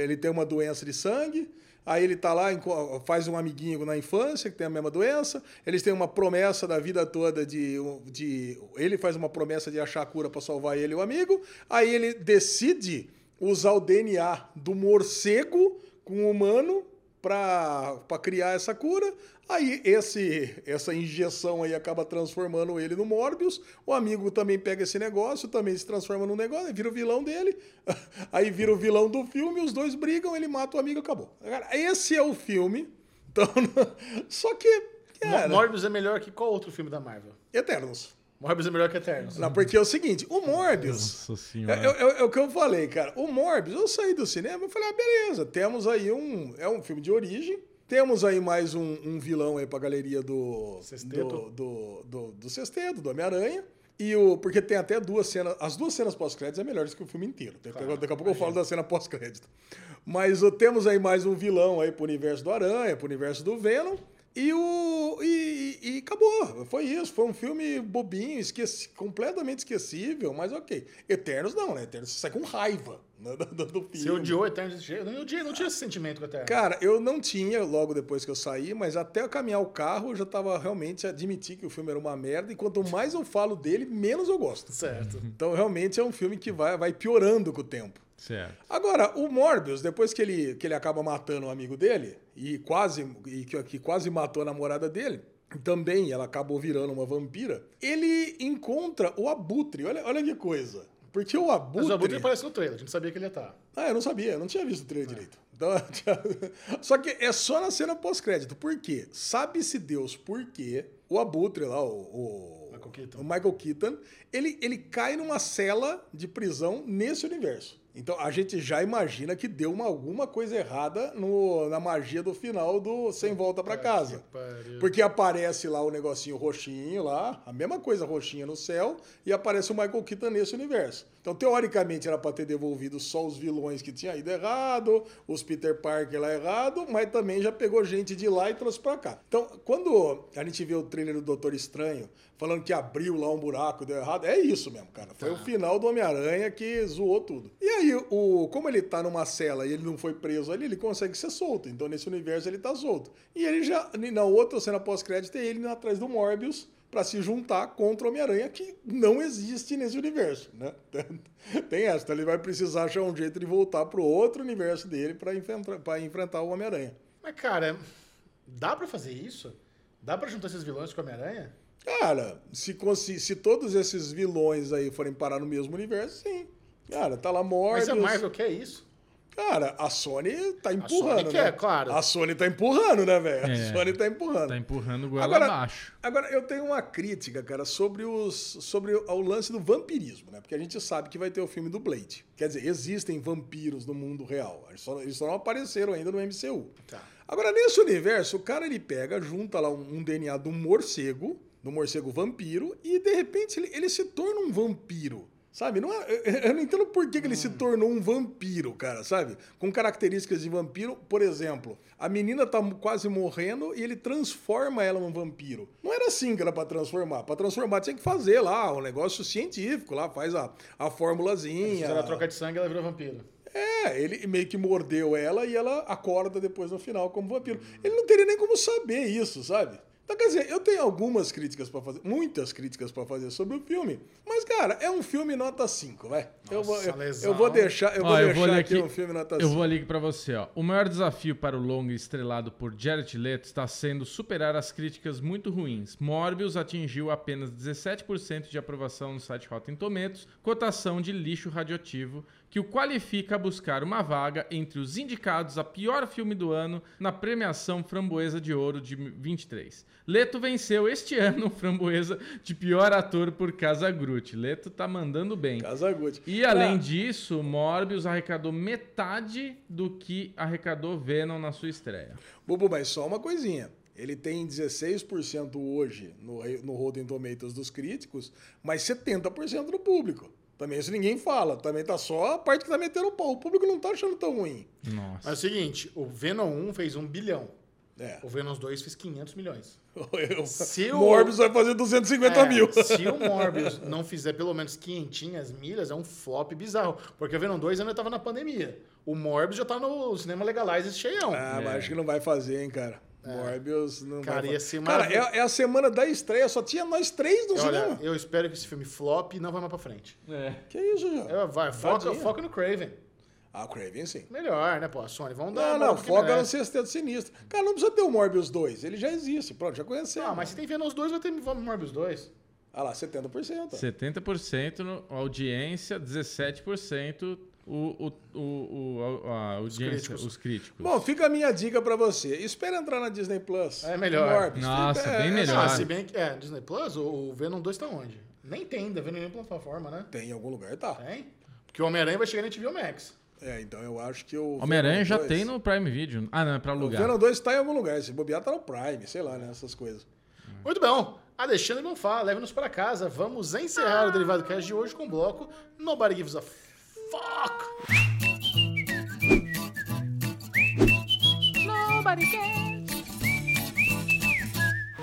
S4: ele tem uma doença de sangue. Aí ele tá lá, enco- faz um amiguinho na infância que tem a mesma doença. Eles têm uma promessa da vida toda de. de ele faz uma promessa de achar a cura pra salvar ele e o amigo. Aí ele decide usar o DNA do morcego com o humano para criar essa cura. Aí esse essa injeção aí acaba transformando ele no Morbius. O amigo também pega esse negócio, também se transforma num negócio, aí vira o vilão dele. [laughs] Aí vira o vilão do filme, os dois brigam, ele mata o amigo, acabou. Cara, esse é o filme. [laughs] Então, só que, cara,
S1: Mo- Morbius é melhor que qual outro filme da Marvel?
S4: Eternos.
S1: Morbius é melhor que Eternos.
S4: Não, porque é o seguinte, o Morbius,
S2: Nossa senhora.
S4: é, é- é o que eu falei, cara. O Morbius, eu saí do cinema e falei, ah, beleza, temos aí um. É um filme de origem. Temos aí mais um, um vilão aí pra galeria do.
S1: Sexteto.
S4: Do, do, do, do Sexteto, do Homem-Aranha. E o, porque tem até duas cenas. As duas cenas pós-créditos é melhores que o filme inteiro. Daqui a- Daqui a pouco eu falo da cena pós-crédito. Mas ó, temos aí mais um vilão aí pro universo do Aranha, pro universo do Venom. E o. E, e- e acabou. Foi isso. Foi um filme bobinho, esqueci, completamente esquecível, mas ok. Eternos não, né? Eternos você sai com raiva né, [laughs] do, do- do filme.
S1: Você odiou Eternos desse jeito? Eu não odiei, não tinha esse sentimento com Eternos.
S4: Cara, eu não tinha logo depois que eu saí, mas até eu caminhar o carro eu já tava realmente admitir que o filme era uma merda. E quanto mais eu falo dele, menos eu gosto.
S1: Certo.
S4: Então realmente é um filme que vai, vai piorando com o tempo.
S2: Certo.
S4: Agora, o Morbius, depois que ele, que ele acaba matando um amigo dele, e quase e que, que quase matou a namorada dele, também ela acabou virando uma vampira, ele encontra o Abutre. Olha, olha que coisa. Porque o Abutre.
S1: Mas o Abutre aparece no trailer, a gente sabia que ele ia tá. estar.
S4: Ah, eu não sabia, eu não tinha visto o
S1: É.
S4: trailer direito. Então, [laughs] eu tinha- Só que é só na cena pós-crédito. Por quê? Sabe-se Deus por quê o Abutre lá, o. o-
S1: Michael Keaton.
S4: o Michael Keaton, ele, ele cai numa cela de prisão nesse universo. Então a gente já imagina que deu uma, alguma coisa errada no- na magia do final do Sem Volta
S1: É,
S4: pra Casa.
S1: pariu.
S4: Porque aparece lá o negocinho roxinho lá, a mesma coisa roxinha no céu, e aparece o Michael Keaton nesse universo. Então, teoricamente, era pra ter devolvido só os vilões que tinha ido errado, os Peter Parker lá errado, mas também já pegou gente de lá e trouxe pra cá. Então, quando a gente vê o trailer do Doutor Estranho falando que abriu lá um buraco, deu errado, é isso mesmo, cara. Foi o final do Homem-Aranha que zoou tudo. E aí, o, como ele tá numa cela e ele não foi preso ali, ele consegue ser solto. Então, nesse universo, ele tá solto. E ele já, na outra cena pós-crédito, é ele indo atrás do Morbius pra se juntar contra o Homem-Aranha, que não existe nesse universo, né? [laughs] Tem essa. Então, ele vai precisar achar um jeito de voltar pro outro universo dele pra enfrentar, pra enfrentar o Homem-Aranha.
S1: Mas, cara, dá pra fazer isso? Dá pra juntar esses vilões com o Homem-Aranha?
S4: Cara, se, consi- se todos esses vilões aí forem parar no mesmo universo, sim. Cara, tá lá
S1: Mas é
S4: Morbius.
S1: a Marvel quer isso?
S4: Cara, a Sony tá empurrando,
S1: Sony
S4: né?
S1: quer, claro.
S4: A Sony tá empurrando, né, velho?
S2: É.
S4: A Sony tá empurrando.
S2: Tá empurrando o goela
S4: Agora-
S2: abaixo.
S4: Agora, eu tenho uma crítica, cara, sobre, os, sobre o lance do vampirismo, né? Porque a gente sabe que vai ter o filme do Blade. Quer dizer, existem vampiros no mundo real. Eles só, eles só não apareceram ainda no MCU.
S1: Tá.
S4: Agora, nesse universo, o cara ele pega, junta lá um, um DNA do morcego, do morcego vampiro, e de repente ele, ele se torna um vampiro. Sabe? Não é- eu, eu não entendo por que, que ele se tornou um vampiro, cara, sabe? Com características de vampiro. Por exemplo, a menina tá quase morrendo e ele transforma ela num vampiro. Não era assim que era pra transformar. Pra transformar tinha que fazer lá um negócio científico, lá faz a, a formulazinha.
S1: Fizeram a troca de sangue ela virou vampiro.
S4: É, ele meio que mordeu ela e ela acorda depois no final como vampiro. Ele não teria nem como saber isso, sabe? Então, quer dizer, eu tenho algumas críticas pra fazer, muitas críticas pra fazer sobre o filme, mas, cara, é um filme nota 5, vai. eu, vou, eu,
S1: lesão.
S4: eu vou deixar, eu
S2: Ó,
S4: vou
S2: eu
S4: deixar
S2: vou ler
S4: aqui,
S2: aqui-
S4: um filme nota 5.
S2: Eu vou ali pra você, ó. O maior desafio para o longa estrelado por Jared Leto está sendo superar as críticas muito ruins. Morbius atingiu apenas 17% de aprovação no site Rotten Tomatoes, cotação de lixo radioativo, que o qualifica a buscar uma vaga entre os indicados a pior filme do ano na premiação Framboesa de Ouro de 23. Leto venceu este [laughs] ano o Framboesa de pior ator por Casa Groot. Leto tá mandando bem.
S4: Casagutti.
S2: E
S4: Ah.
S2: além disso, Morbius arrecadou metade do que arrecadou Venom na sua estreia.
S4: Bubu, mas só uma coisinha. Ele tem 16% hoje no, no Rotten Tomatoes dos críticos, mas 70% do público. Também isso ninguém fala. Também tá só a parte que tá metendo o pau. O público não tá achando tão ruim.
S2: Nossa.
S1: Mas é o seguinte, o Venom 1 fez 1 bilhão.
S4: É. [laughs]
S1: O Venom 2 fez 500 milhões. Se
S4: Eu,
S1: o-
S4: Morbius vai fazer 250
S1: É,
S4: mil.
S1: Se o Morbius não fizer pelo menos quinhentinhas milhas, é um flop bizarro. Porque o Venom 2 ainda tava na pandemia. O Morbius já tá no cinema Legalize cheião.
S4: Ah, mas acho que não vai fazer, hein, cara. Morbius não
S1: É. Cara,
S4: vai
S1: ia
S4: fazer.
S1: ser
S4: Cara,
S1: maravilhoso.
S4: é, é a semana da estreia. Só tinha nós três no
S1: E Olha,
S4: cinema.
S1: eu espero que esse filme flop e não vá mais pra frente.
S4: Que isso, já?
S1: É, vai, foca,
S4: Tadinho.
S1: foca no Craven.
S4: Ah, o Craven sim.
S1: Melhor, né, pô? A Sony, vamos dar uma
S4: Não, não,
S1: bola que é.
S4: foca no
S1: merece.
S4: Sexteto Sinistro. Cara, não precisa ter o Morbius 2, ele já existe, pronto, já conhecemos.
S1: Ah, mas se tem Venom 2, vai ter Morbius 2.
S4: Ah lá, 70%.
S2: 70% no- audiência, 17% o, o, o, o- a audiência,
S1: críticos.
S2: os críticos.
S4: Bom, fica a minha dica pra você. Espera entrar na Disney Plus.
S1: É melhor.
S2: Nossa,
S4: É,
S2: bem
S4: é,
S2: melhor.
S1: Ah, se bem que. É, Disney Plus, o, o Venom 2 tá onde? Nem tem ainda, Venom em plataforma, né?
S4: Tem em algum lugar, tá.
S1: Tem? Porque o Homem-Aranha vai chegar na HBO Max.
S4: É, então eu acho que o.
S2: Homem-Aranha já
S4: Venom
S2: tem
S4: 2
S2: no Prime Video. Ah, não, é pra
S4: O
S2: alugar.
S4: Venom 2 tá em algum lugar. Se bobear, tá no Prime, sei lá, né? Essas coisas.
S1: Muito bom. Alexandre Bonfá, leve-nos para casa. Vamos encerrar o Derivado Cast de hoje com o bloco Nobody Gives a Fuck.
S3: Nobody cares.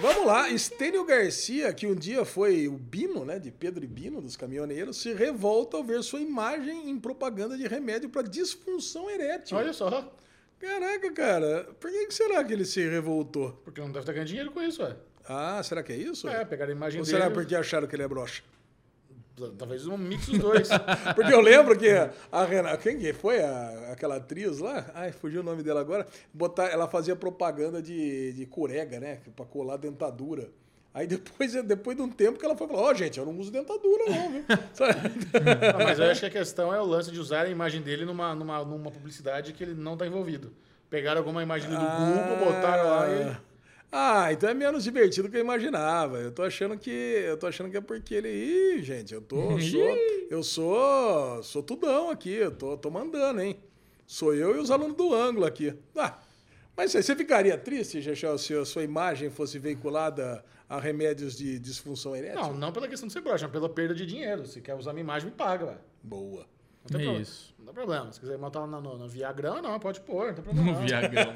S4: Vamos lá, Estênio Garcia, que um dia foi o Bino, né, de Pedro e Bino, dos caminhoneiros, se revolta ao ver sua imagem em propaganda de remédio pra disfunção erétil.
S1: Olha só,
S4: Caraca, cara, por que que será que ele se revoltou?
S1: porque não deve estar ganhando dinheiro com isso, ué.
S4: Ah, será que é isso?
S1: É, pegaram a imagem
S4: Ou
S1: dele.
S4: será porque acharam que ele é broxa?
S1: Talvez um mix dos
S4: [laughs]
S1: dois.
S4: Porque eu lembro que a Renata, quem que foi a- aquela atriz lá? Ai, fugiu o nome dela agora. Botar, ela fazia propaganda de, de corega, né? Pra colar dentadura. Aí depois, depois de um tempo que ela foi falar, ó, gente, eu não uso dentadura não, viu? [laughs] Sabe?
S1: Ah, Mas eu acho que a questão é o lance de usar a imagem dele numa, numa, numa publicidade que ele não tá envolvido. Pegaram alguma imagem do Google, botaram lá e.
S4: Ah, então é menos divertido que eu imaginava. Eu tô achando que eu tô achando que é porque ele, Ih, gente, eu tô sou, eu sou sou tudão aqui, eu tô, tô mandando, hein? Sou eu e os alunos do ângulo aqui. Ah, mas você- você ficaria triste, Jechel, se a sua imagem fosse veiculada a remédios de disfunção erétil?
S1: Não, não pela questão de ser broxa, mas pela perda de dinheiro. Se quer usar minha imagem, me paga, velho.
S4: Boa.
S1: Não tem
S2: É
S1: problema.
S2: isso.
S1: Não dá problema. Se quiser botar na, no, no Viagrão, não, pode pôr, não tem problema.
S2: [laughs] No
S1: não.
S2: Viagão.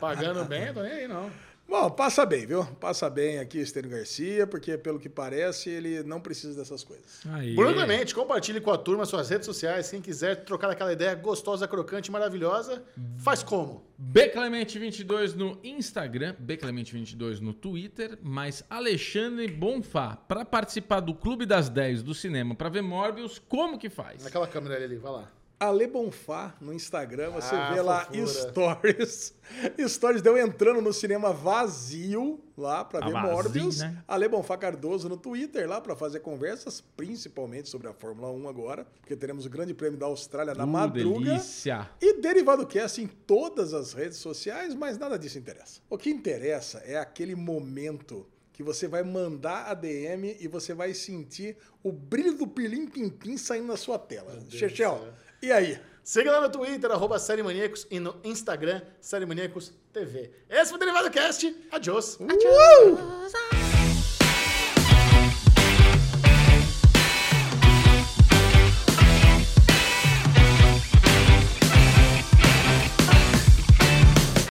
S1: Pagando bem, eu tô nem aí, não.
S4: Bom, passa bem, viu? Passa bem aqui, Estênio Garcia, porque pelo que parece, ele não precisa dessas coisas.
S2: Aí.
S1: Bruno Clemente, compartilhe com a turma suas redes sociais. Quem quiser trocar aquela ideia gostosa, crocante, maravilhosa, faz como?
S2: Bclemente22 no Instagram, Bclemente22 no Twitter, mas Alexandre Bonfá, para participar do Clube das 10 do cinema para ver Morbius, como que faz?
S1: Naquela câmera ali, vai lá.
S4: Ale Bonfá no Instagram, você
S1: Ah,
S4: vê lá
S1: fofura.
S4: stories. [laughs] Stories deu entrando no cinema vazio lá pra
S2: Ah,
S4: ver
S2: vazio,
S4: Morbius.
S2: né?
S4: Ale Bonfá Cardoso no Twitter lá pra fazer conversas, principalmente sobre a Fórmula 1 agora, porque teremos o Grande Prêmio da Austrália na
S2: Uh,
S4: madruga.
S2: delícia.
S4: E Derivado Cast em todas as redes sociais, mas nada disso interessa. O que interessa é aquele momento que você vai mandar a DM e você vai sentir o brilho do pirlim pim pim saindo na sua tela. Chechel, e aí?
S1: Siga lá no Twitter, arroba Série Maníacos, e no Instagram, Série Maníacos TV. Esse foi o Derivado Cast. Adiós.
S3: Adiós.